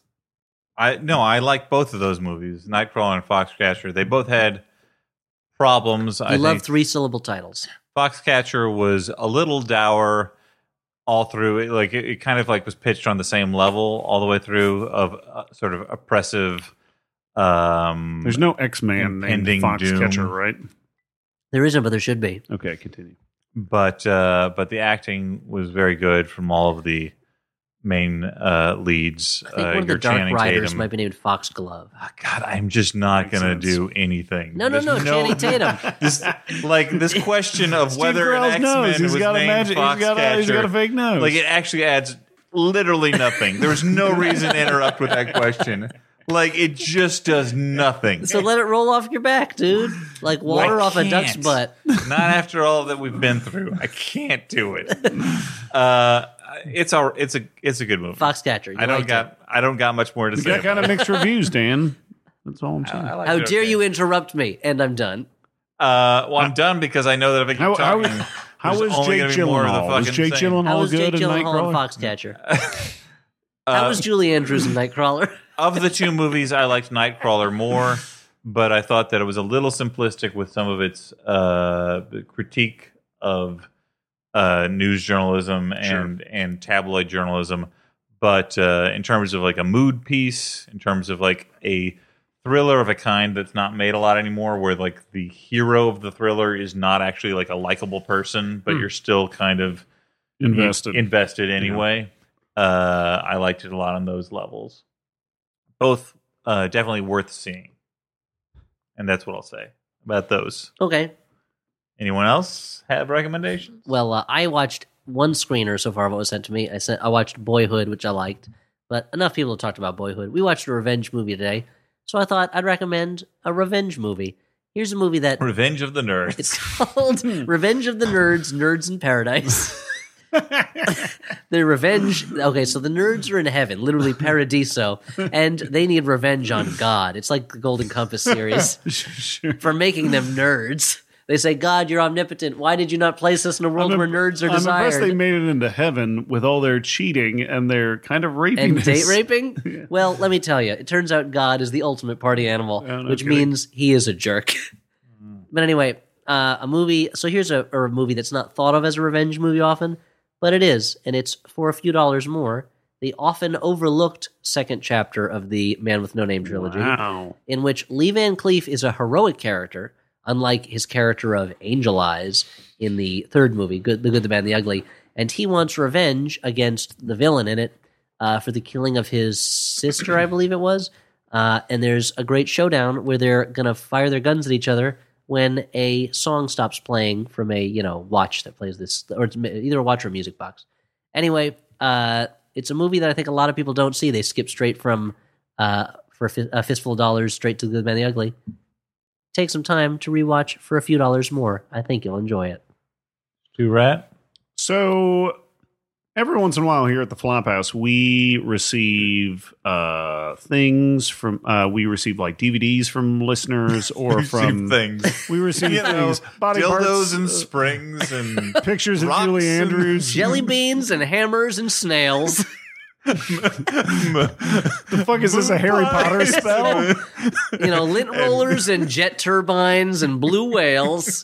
[SPEAKER 1] I no, I like both of those movies, Nightcrawler and Foxcatcher. They both had problems.
[SPEAKER 2] You
[SPEAKER 1] I
[SPEAKER 2] love
[SPEAKER 1] think
[SPEAKER 2] three syllable titles.
[SPEAKER 1] Foxcatcher was a little dour all through. It, like it, it kind of like was pitched on the same level all the way through of uh, sort of oppressive. Um,
[SPEAKER 3] There's no X Man named
[SPEAKER 1] Impending doom.
[SPEAKER 3] Foxcatcher, right?
[SPEAKER 2] There isn't, but there should be.
[SPEAKER 3] Okay, continue.
[SPEAKER 1] but uh, but the acting was very good from all of the main uh, leads.
[SPEAKER 2] I think
[SPEAKER 1] uh,
[SPEAKER 2] one of the
[SPEAKER 1] your
[SPEAKER 2] Dark
[SPEAKER 1] Channing
[SPEAKER 2] Riders
[SPEAKER 1] Tatum.
[SPEAKER 2] might be named Fox Glove.
[SPEAKER 1] Ah, God, I'm just not
[SPEAKER 3] Makes
[SPEAKER 1] gonna
[SPEAKER 3] sense.
[SPEAKER 1] do anything.
[SPEAKER 2] No, no,
[SPEAKER 1] There's
[SPEAKER 2] no, Channing Tatum.
[SPEAKER 1] this, like this question of whether an
[SPEAKER 3] Steve Carell's
[SPEAKER 1] X
[SPEAKER 3] nose.
[SPEAKER 1] Men
[SPEAKER 3] He's
[SPEAKER 1] was
[SPEAKER 3] got a
[SPEAKER 1] named
[SPEAKER 3] magic- he's got a-
[SPEAKER 1] Foxcatcher,
[SPEAKER 3] he's got a fake nose.
[SPEAKER 1] Like it actually adds literally nothing. There's no reason to interrupt with that question. Like it just does nothing.
[SPEAKER 2] So let it roll off your back, dude. Like water
[SPEAKER 1] I
[SPEAKER 2] off a duck's
[SPEAKER 1] can't.
[SPEAKER 2] butt.
[SPEAKER 1] Not after all that we've been through. I can't do it. Uh, it's all. It's a. It's a good movie.
[SPEAKER 2] Foxcatcher. you
[SPEAKER 1] I don't
[SPEAKER 2] liked
[SPEAKER 1] got.
[SPEAKER 2] it.
[SPEAKER 1] I don't got much more to
[SPEAKER 3] You
[SPEAKER 1] say.
[SPEAKER 3] got kind of mixed reviews, Dan. That's all I'm saying.
[SPEAKER 1] about it.
[SPEAKER 2] How dare you interrupt me? And I'm done.
[SPEAKER 1] Uh, well, I'm done because I know that if I keep
[SPEAKER 3] How, how,
[SPEAKER 1] talking,
[SPEAKER 3] how
[SPEAKER 1] there's
[SPEAKER 3] was
[SPEAKER 1] only
[SPEAKER 3] Jake
[SPEAKER 1] gonna be more of the
[SPEAKER 3] Gyllenhaal? Was
[SPEAKER 1] fucking
[SPEAKER 3] Jake
[SPEAKER 1] same.
[SPEAKER 2] How
[SPEAKER 3] Gyllenhaal
[SPEAKER 2] was Jake
[SPEAKER 3] good in
[SPEAKER 2] Gyllenhaal
[SPEAKER 3] Nightcrawler?
[SPEAKER 2] and Foxcatcher? How was Julie Andrews in Nightcrawler?
[SPEAKER 1] of the two movies, I liked Nightcrawler more, but I thought that it was a little simplistic with some of its uh, critique of uh, news journalism and and tabloid journalism. But uh, in terms of like a mood piece, in terms of like a thriller of a kind that's not made a lot anymore, where like the hero of the thriller is not actually like a likable person,
[SPEAKER 3] Hmm.
[SPEAKER 1] but you're still kind of
[SPEAKER 3] Invested.
[SPEAKER 1] invested anyway. Uh, I liked it a lot on those levels. Both uh, definitely worth seeing, and that's what I'll say about those.
[SPEAKER 2] Okay.
[SPEAKER 1] Anyone else have recommendations?
[SPEAKER 2] Well, uh, I watched one screener so far of what was sent to me. I sent, I watched Boyhood, which I liked, but enough people have talked about Boyhood. We watched a revenge movie today, so I thought I'd recommend a revenge movie. Here's a movie that
[SPEAKER 1] Revenge of the Nerds.
[SPEAKER 2] It's called Revenge of the Nerds, Nerds in Paradise. the revenge. Okay, so the nerds are in heaven, literally paradiso, and they need revenge on God. It's like the Golden Compass series for making them nerds. They say, God, you're omnipotent. Why did you not place us in a world
[SPEAKER 3] I'm
[SPEAKER 2] where
[SPEAKER 3] imp-
[SPEAKER 2] nerds are
[SPEAKER 3] I'm impressed they
[SPEAKER 2] desired?
[SPEAKER 3] made it into heaven with all their cheating and their kind of rapiness.
[SPEAKER 2] And date raping? Well, let me tell you, it turns out God is the ultimate party animal,
[SPEAKER 3] Yeah, no
[SPEAKER 2] which
[SPEAKER 3] kidding. Mm.
[SPEAKER 2] means he is a jerk. but anyway, uh, a movie. So here's a, a movie that's not thought of as a revenge movie often, but it is, and it's for a few dollars more. The often overlooked second chapter of the Man with No Name trilogy,
[SPEAKER 3] Wow.
[SPEAKER 2] in which Lee Van Cleef is a heroic character, unlike his character of Angel Eyes in the third movie, Good, The Good, the Bad, and the Ugly, and he wants revenge against the villain in it uh, for the killing of his sister, I believe it was. Uh, and there's a great showdown where they're gonna fire their guns at each other when a song stops playing from a you know watch that plays this, or it's ma- either a watch or a music box. Anyway, uh, it's a movie that I think a lot of people don't see. They skip straight from uh, for a, fi- a fistful of dollars straight to the good man the ugly. Take some time to rewatch for a few dollars more. I think you'll enjoy it.
[SPEAKER 1] Two rat.
[SPEAKER 3] So every once in a while here at the Flophouse, we receive uh, things from uh, we receive like DVDs from listeners or from
[SPEAKER 1] things.
[SPEAKER 3] we receive
[SPEAKER 1] You know,
[SPEAKER 3] things body
[SPEAKER 1] dildos
[SPEAKER 3] parts,
[SPEAKER 1] and
[SPEAKER 3] uh,
[SPEAKER 1] springs and
[SPEAKER 3] pictures of
[SPEAKER 1] rocks
[SPEAKER 3] Julie
[SPEAKER 1] and-
[SPEAKER 3] Andrews.
[SPEAKER 2] Jelly beans and hammers and snails.
[SPEAKER 3] the fuck is this a Harry Potter spell?
[SPEAKER 2] you know, lint rollers and jet turbines and blue whales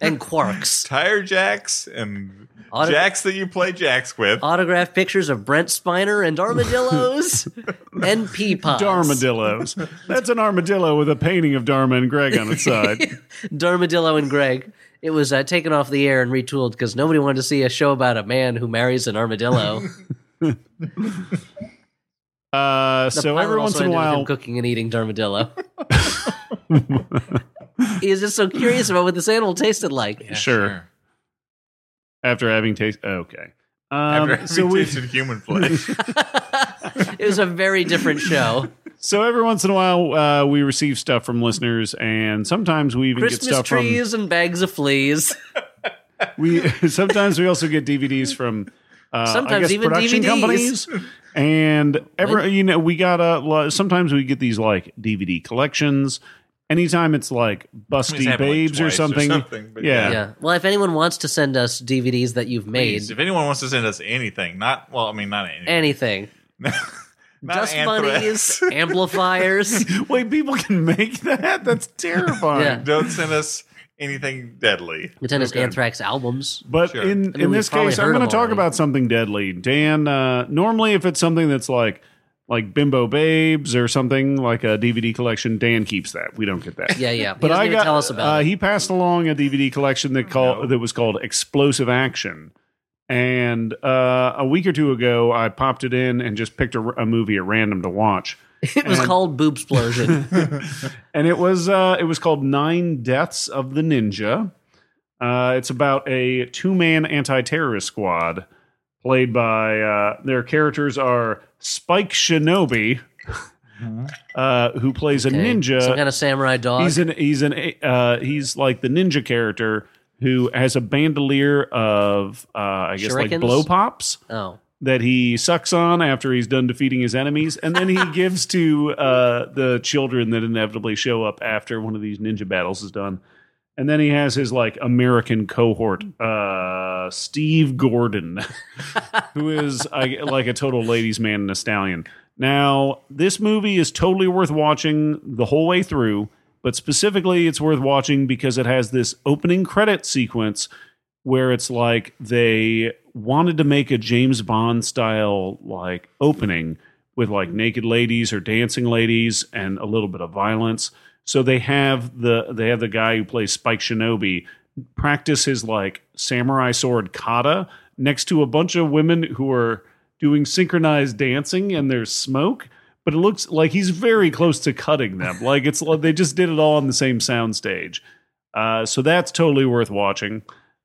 [SPEAKER 2] and quarks.
[SPEAKER 1] tire jacks and
[SPEAKER 2] Auto-
[SPEAKER 1] jacks that you play jacks with.
[SPEAKER 2] Autographed pictures of Brent Spiner and armadillos and pea pods.
[SPEAKER 3] Darmadillos. That's an armadillo with a painting of Dharma and Greg on its side.
[SPEAKER 2] Darmadillo and Greg. It was uh, taken off the air and retooled because nobody wanted to see a show about a man who marries an armadillo.
[SPEAKER 3] Uh,
[SPEAKER 2] The
[SPEAKER 3] so
[SPEAKER 2] pilot
[SPEAKER 3] every
[SPEAKER 2] also
[SPEAKER 3] once in
[SPEAKER 2] ended
[SPEAKER 3] a
[SPEAKER 2] with him
[SPEAKER 3] while,
[SPEAKER 2] cooking and eating armadillo. he was just so curious about what this animal tasted like.
[SPEAKER 3] sure. After having taste, okay. Um,
[SPEAKER 1] After
[SPEAKER 3] so
[SPEAKER 1] so
[SPEAKER 3] we
[SPEAKER 1] tasted human flesh.
[SPEAKER 2] It was a very different show.
[SPEAKER 3] So every once in a while, uh, we receive stuff from listeners, and sometimes we even get
[SPEAKER 2] Christmas
[SPEAKER 3] stuff
[SPEAKER 2] trees and bags of fleas.
[SPEAKER 3] from we. Sometimes we also get DVDs from uh, I
[SPEAKER 2] Sometimes
[SPEAKER 3] guess
[SPEAKER 2] even DVDs.
[SPEAKER 3] production companies. And every you know, we got a. lo- Sometimes we get these like DVD collections. Anytime it's like
[SPEAKER 1] It's
[SPEAKER 3] Busty
[SPEAKER 1] happened, like,
[SPEAKER 3] Babes or
[SPEAKER 1] twice or
[SPEAKER 3] something,
[SPEAKER 1] something, but
[SPEAKER 3] yeah.
[SPEAKER 2] Yeah. Well, if anyone wants to send us DVDs that you've made,
[SPEAKER 1] if anyone wants to send us anything, not well, I mean, not anything.
[SPEAKER 2] anything,
[SPEAKER 1] not
[SPEAKER 2] dust
[SPEAKER 1] anthrax.
[SPEAKER 2] bunnies, amplifiers,
[SPEAKER 3] Wait, people can make that? That's terrifying.
[SPEAKER 2] Yeah.
[SPEAKER 1] Don't send us anything deadly.
[SPEAKER 2] Lieutenant Anthrax albums.
[SPEAKER 3] But
[SPEAKER 1] Sure.
[SPEAKER 3] in,
[SPEAKER 2] mean,
[SPEAKER 3] in
[SPEAKER 2] we've
[SPEAKER 3] this
[SPEAKER 2] probably
[SPEAKER 3] case,
[SPEAKER 2] heard
[SPEAKER 3] I'm going
[SPEAKER 2] them
[SPEAKER 3] to talk
[SPEAKER 2] already.
[SPEAKER 3] about something deadly. Dan, uh, normally if it's something that's like like Bimbo Babes or something like a DVD collection, Dan keeps that. We don't get that.
[SPEAKER 2] Yeah, yeah. He
[SPEAKER 3] But
[SPEAKER 2] doesn't
[SPEAKER 3] I
[SPEAKER 2] even
[SPEAKER 3] got
[SPEAKER 2] tell us about
[SPEAKER 3] uh,
[SPEAKER 2] it.
[SPEAKER 3] he passed along a DVD collection that called that was called Explosive Action. And uh, a week or two ago, I popped it in and just picked a, a movie at random to watch.
[SPEAKER 2] It was called Boob Explosion.
[SPEAKER 3] and it was uh, it was called Nine Deaths of the Ninja. Uh, it's about a two man anti terrorist squad played by uh, their characters are Spike Shinobi, uh, who plays a ninja.
[SPEAKER 2] Some kind of samurai dog.
[SPEAKER 3] he's an he's an uh, he's like the ninja character who has a bandolier of uh, I guess like
[SPEAKER 2] Shurikens?
[SPEAKER 3] blow pops
[SPEAKER 2] oh.
[SPEAKER 3] that he sucks on after he's done defeating his enemies, and then he gives to uh, the children that inevitably show up after one of these ninja battles is done. And then he has his like American cohort, uh, Steve Gordon, who is I, like a total ladies' man and a stallion. Now, this movie is totally worth watching the whole way through, but specifically, it's worth watching because it has this opening credit sequence where it's like they wanted to make a James Bond style like opening with like naked ladies or dancing ladies and a little bit of violence. So they have the they have the guy who plays Spike Shinobi practice his like samurai sword kata next to a bunch of women who are doing synchronized dancing and there's smoke. But it looks like he's very close to cutting them. Like it's like they just did it all on the same soundstage. Uh, so that's totally worth watching.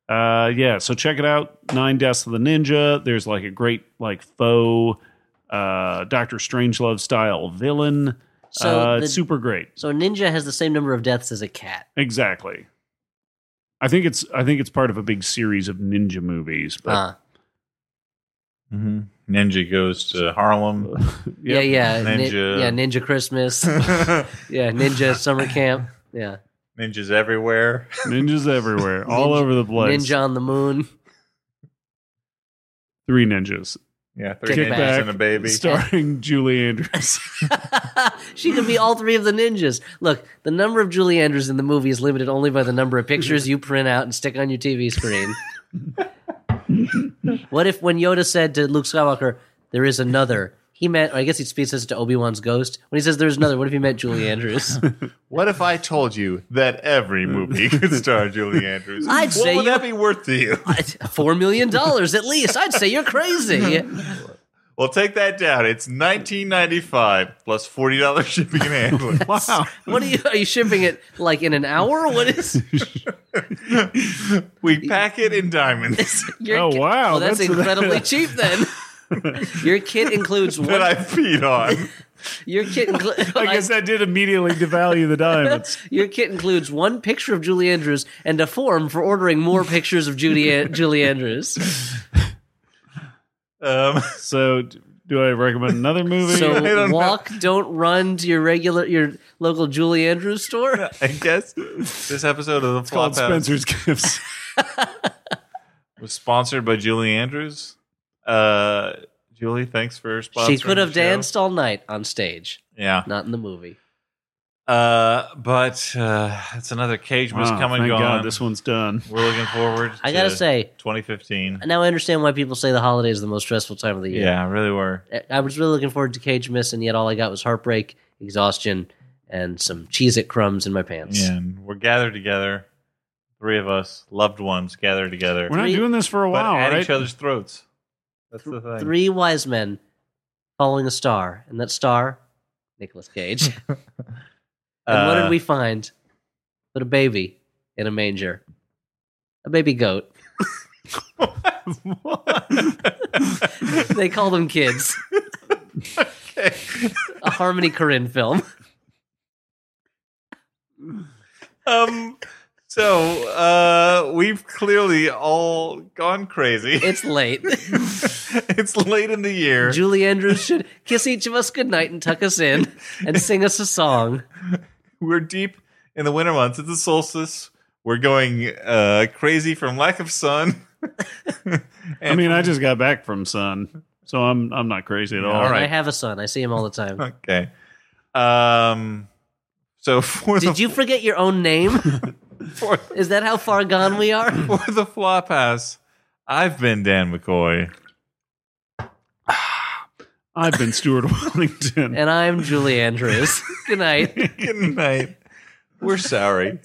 [SPEAKER 3] Uh, yeah, so check it out. Nine Deaths of the Ninja. There's like a great like faux uh, Doctor Strangelove style villain.
[SPEAKER 2] So
[SPEAKER 3] uh,
[SPEAKER 2] the-
[SPEAKER 3] it's super great.
[SPEAKER 2] So a ninja has the same number of deaths as a cat.
[SPEAKER 3] Exactly. I think it's I think it's part of a big series of ninja movies. But
[SPEAKER 2] Uh,
[SPEAKER 1] Mm-hmm. Ninja goes to Harlem.
[SPEAKER 2] yeah, yeah. Nin-
[SPEAKER 1] Ninja.
[SPEAKER 2] yeah, Ninja Christmas. yeah, Ninja Summer Camp. Yeah.
[SPEAKER 1] Ninjas everywhere.
[SPEAKER 3] ninjas everywhere, all
[SPEAKER 2] Ninja-
[SPEAKER 3] over the place.
[SPEAKER 2] Ninja on the Moon.
[SPEAKER 3] Three ninjas,
[SPEAKER 1] Yeah, three
[SPEAKER 2] Kick
[SPEAKER 1] ninjas
[SPEAKER 2] back.
[SPEAKER 1] and a baby.
[SPEAKER 3] starring Julie Andrews.
[SPEAKER 2] she could be all three of the ninjas. Look, the number of Julie Andrews in the movie is limited only by the number of pictures you print out and stick on your TV screen. What if when Yoda said to Luke Skywalker, "There is another," he meant? Or I guess he speaks this to Obi Wan's ghost when he says, "There's another." What if he meant Julie Andrews?
[SPEAKER 1] What if I told you that every movie could star Julie Andrews?
[SPEAKER 2] I'd
[SPEAKER 1] what
[SPEAKER 2] say
[SPEAKER 1] would
[SPEAKER 2] you-
[SPEAKER 1] that be worth to you?
[SPEAKER 2] Four million dollars at least. I'd say you're crazy.
[SPEAKER 1] Well, take that down. It's nineteen ninety five plus forty dollars shipping and handling.
[SPEAKER 3] Wow.
[SPEAKER 2] What are you? Are you shipping it like in an hour? What is?
[SPEAKER 1] We pack it in diamonds.
[SPEAKER 2] Your
[SPEAKER 3] Oh,
[SPEAKER 2] ki-
[SPEAKER 3] wow,
[SPEAKER 2] Well, that's,
[SPEAKER 3] that's-
[SPEAKER 2] incredibly cheap then. your kit includes
[SPEAKER 1] that
[SPEAKER 2] one.
[SPEAKER 1] I feed on.
[SPEAKER 2] your kit. Inclu-
[SPEAKER 3] I guess that did immediately devalue the diamonds.
[SPEAKER 2] Your kit includes one picture of Julie Andrews and a form for ordering more pictures of Judy Julie Andrews.
[SPEAKER 1] Um,
[SPEAKER 3] So, d- do I recommend another movie?
[SPEAKER 2] So
[SPEAKER 1] don't know.
[SPEAKER 2] walk, don't run to your regular your local Julie Andrews store.
[SPEAKER 1] I guess this episode of the Flop
[SPEAKER 3] called
[SPEAKER 1] House
[SPEAKER 3] Spencer's Gifts.
[SPEAKER 1] was sponsored by Julie Andrews. Uh, Julie, thanks for sponsoring.
[SPEAKER 2] She could have
[SPEAKER 1] the show.
[SPEAKER 2] danced all night on stage,
[SPEAKER 1] Yeah.
[SPEAKER 2] not in the movie.
[SPEAKER 1] Uh, but uh, it's another cage must
[SPEAKER 3] Wow,
[SPEAKER 1] come and
[SPEAKER 3] Ah, thank
[SPEAKER 1] gone.
[SPEAKER 3] God this one's done.
[SPEAKER 1] We're looking forward.
[SPEAKER 2] I gotta
[SPEAKER 1] to
[SPEAKER 2] say,
[SPEAKER 1] 2015.
[SPEAKER 2] now I understand why people say the holidays are the most stressful time of the year.
[SPEAKER 1] Yeah, really were.
[SPEAKER 2] I was really looking forward to Cage Miss, and yet all I got was heartbreak, exhaustion, and some Cheez It crumbs in my pants.
[SPEAKER 1] And we're gathered together, three of us, loved ones, gathered together,
[SPEAKER 3] We're not
[SPEAKER 2] Three-
[SPEAKER 3] doing this for a
[SPEAKER 1] but
[SPEAKER 3] while,
[SPEAKER 1] at
[SPEAKER 3] right?
[SPEAKER 1] each other's throats. That's the thing.
[SPEAKER 2] Three wise men following a star, and that star, Nicolas Cage. and what
[SPEAKER 1] Uh,
[SPEAKER 2] did we find? But a baby in a manger, a baby goat. They call them kids. A Harmony Korine film.
[SPEAKER 1] um. So uh, we've clearly all gone crazy.
[SPEAKER 2] It's late.
[SPEAKER 1] it's late in the year.
[SPEAKER 2] Julie Andrews should kiss each of us goodnight and tuck us in and sing us a song.
[SPEAKER 1] We're deep in the winter months. It's the solstice. We're going uh, crazy from lack of sun.
[SPEAKER 3] I mean, I just got back from Sun, so I'm I'm not crazy at all.
[SPEAKER 1] All
[SPEAKER 2] And I
[SPEAKER 1] right.
[SPEAKER 2] have a son. I see him all the time.
[SPEAKER 1] Okay. Um. So for the
[SPEAKER 2] Did you forget your own name?
[SPEAKER 1] for,
[SPEAKER 2] Is that how far gone we are?
[SPEAKER 1] for the flop house, I've been Dan McCoy.
[SPEAKER 3] I've been Stuart Wellington.
[SPEAKER 2] And I'm Julie Andrews. Good night.
[SPEAKER 1] Good night. We're sorry.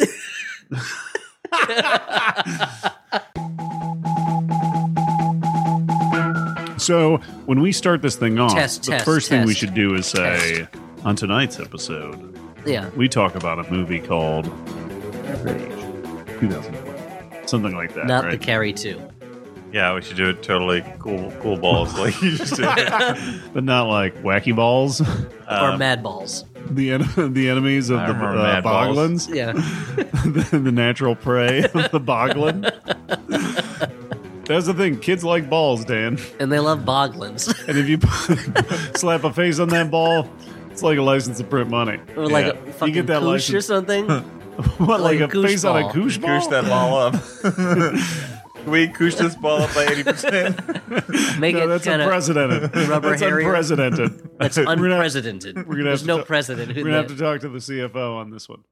[SPEAKER 3] So when we start this thing off,
[SPEAKER 2] Test,
[SPEAKER 3] the
[SPEAKER 2] test,
[SPEAKER 3] first thing we
[SPEAKER 2] test.
[SPEAKER 3] should do is say on tonight's episode,
[SPEAKER 2] Yeah.
[SPEAKER 3] we talk about a movie called Rage, 2001, something like that.
[SPEAKER 2] Not the
[SPEAKER 3] right?
[SPEAKER 2] carry two.
[SPEAKER 1] Yeah, we should do it totally cool, cool balls like you just did.
[SPEAKER 3] but not like Wacky Balls, Um,
[SPEAKER 2] or Mad Balls.
[SPEAKER 3] the en- the enemies of
[SPEAKER 1] I
[SPEAKER 3] the
[SPEAKER 1] remember
[SPEAKER 3] uh,
[SPEAKER 1] Mad Balls.
[SPEAKER 3] Boglins,
[SPEAKER 2] Yeah.
[SPEAKER 3] the, the natural prey of the Boglin. That's the thing. Kids like balls, Dan.
[SPEAKER 2] And they love boglins.
[SPEAKER 3] And if you slap a face on that ball, it's like a license to print money.
[SPEAKER 2] or like
[SPEAKER 1] Yeah.
[SPEAKER 2] a fucking
[SPEAKER 3] get that
[SPEAKER 2] koosh or
[SPEAKER 3] license.
[SPEAKER 2] something.
[SPEAKER 3] What, like,
[SPEAKER 2] Like a
[SPEAKER 3] a
[SPEAKER 2] koosh
[SPEAKER 3] face on a
[SPEAKER 2] ball.
[SPEAKER 3] koosh ball?
[SPEAKER 1] Goosh that ball up. Can we goosh this ball up by 80%?
[SPEAKER 2] Make
[SPEAKER 3] No,
[SPEAKER 2] it
[SPEAKER 3] that's
[SPEAKER 2] kind of
[SPEAKER 3] unprecedented.
[SPEAKER 2] rubber
[SPEAKER 3] that's
[SPEAKER 2] hairier.
[SPEAKER 3] unprecedented.
[SPEAKER 2] that's unprecedented.
[SPEAKER 3] gonna have
[SPEAKER 2] There's
[SPEAKER 3] to
[SPEAKER 2] no
[SPEAKER 3] ta-
[SPEAKER 2] precedent.
[SPEAKER 3] We're
[SPEAKER 2] Who
[SPEAKER 3] gonna have
[SPEAKER 2] did no precedent. Who did
[SPEAKER 3] to ta- We're gonna have to talk to the CFO on this one.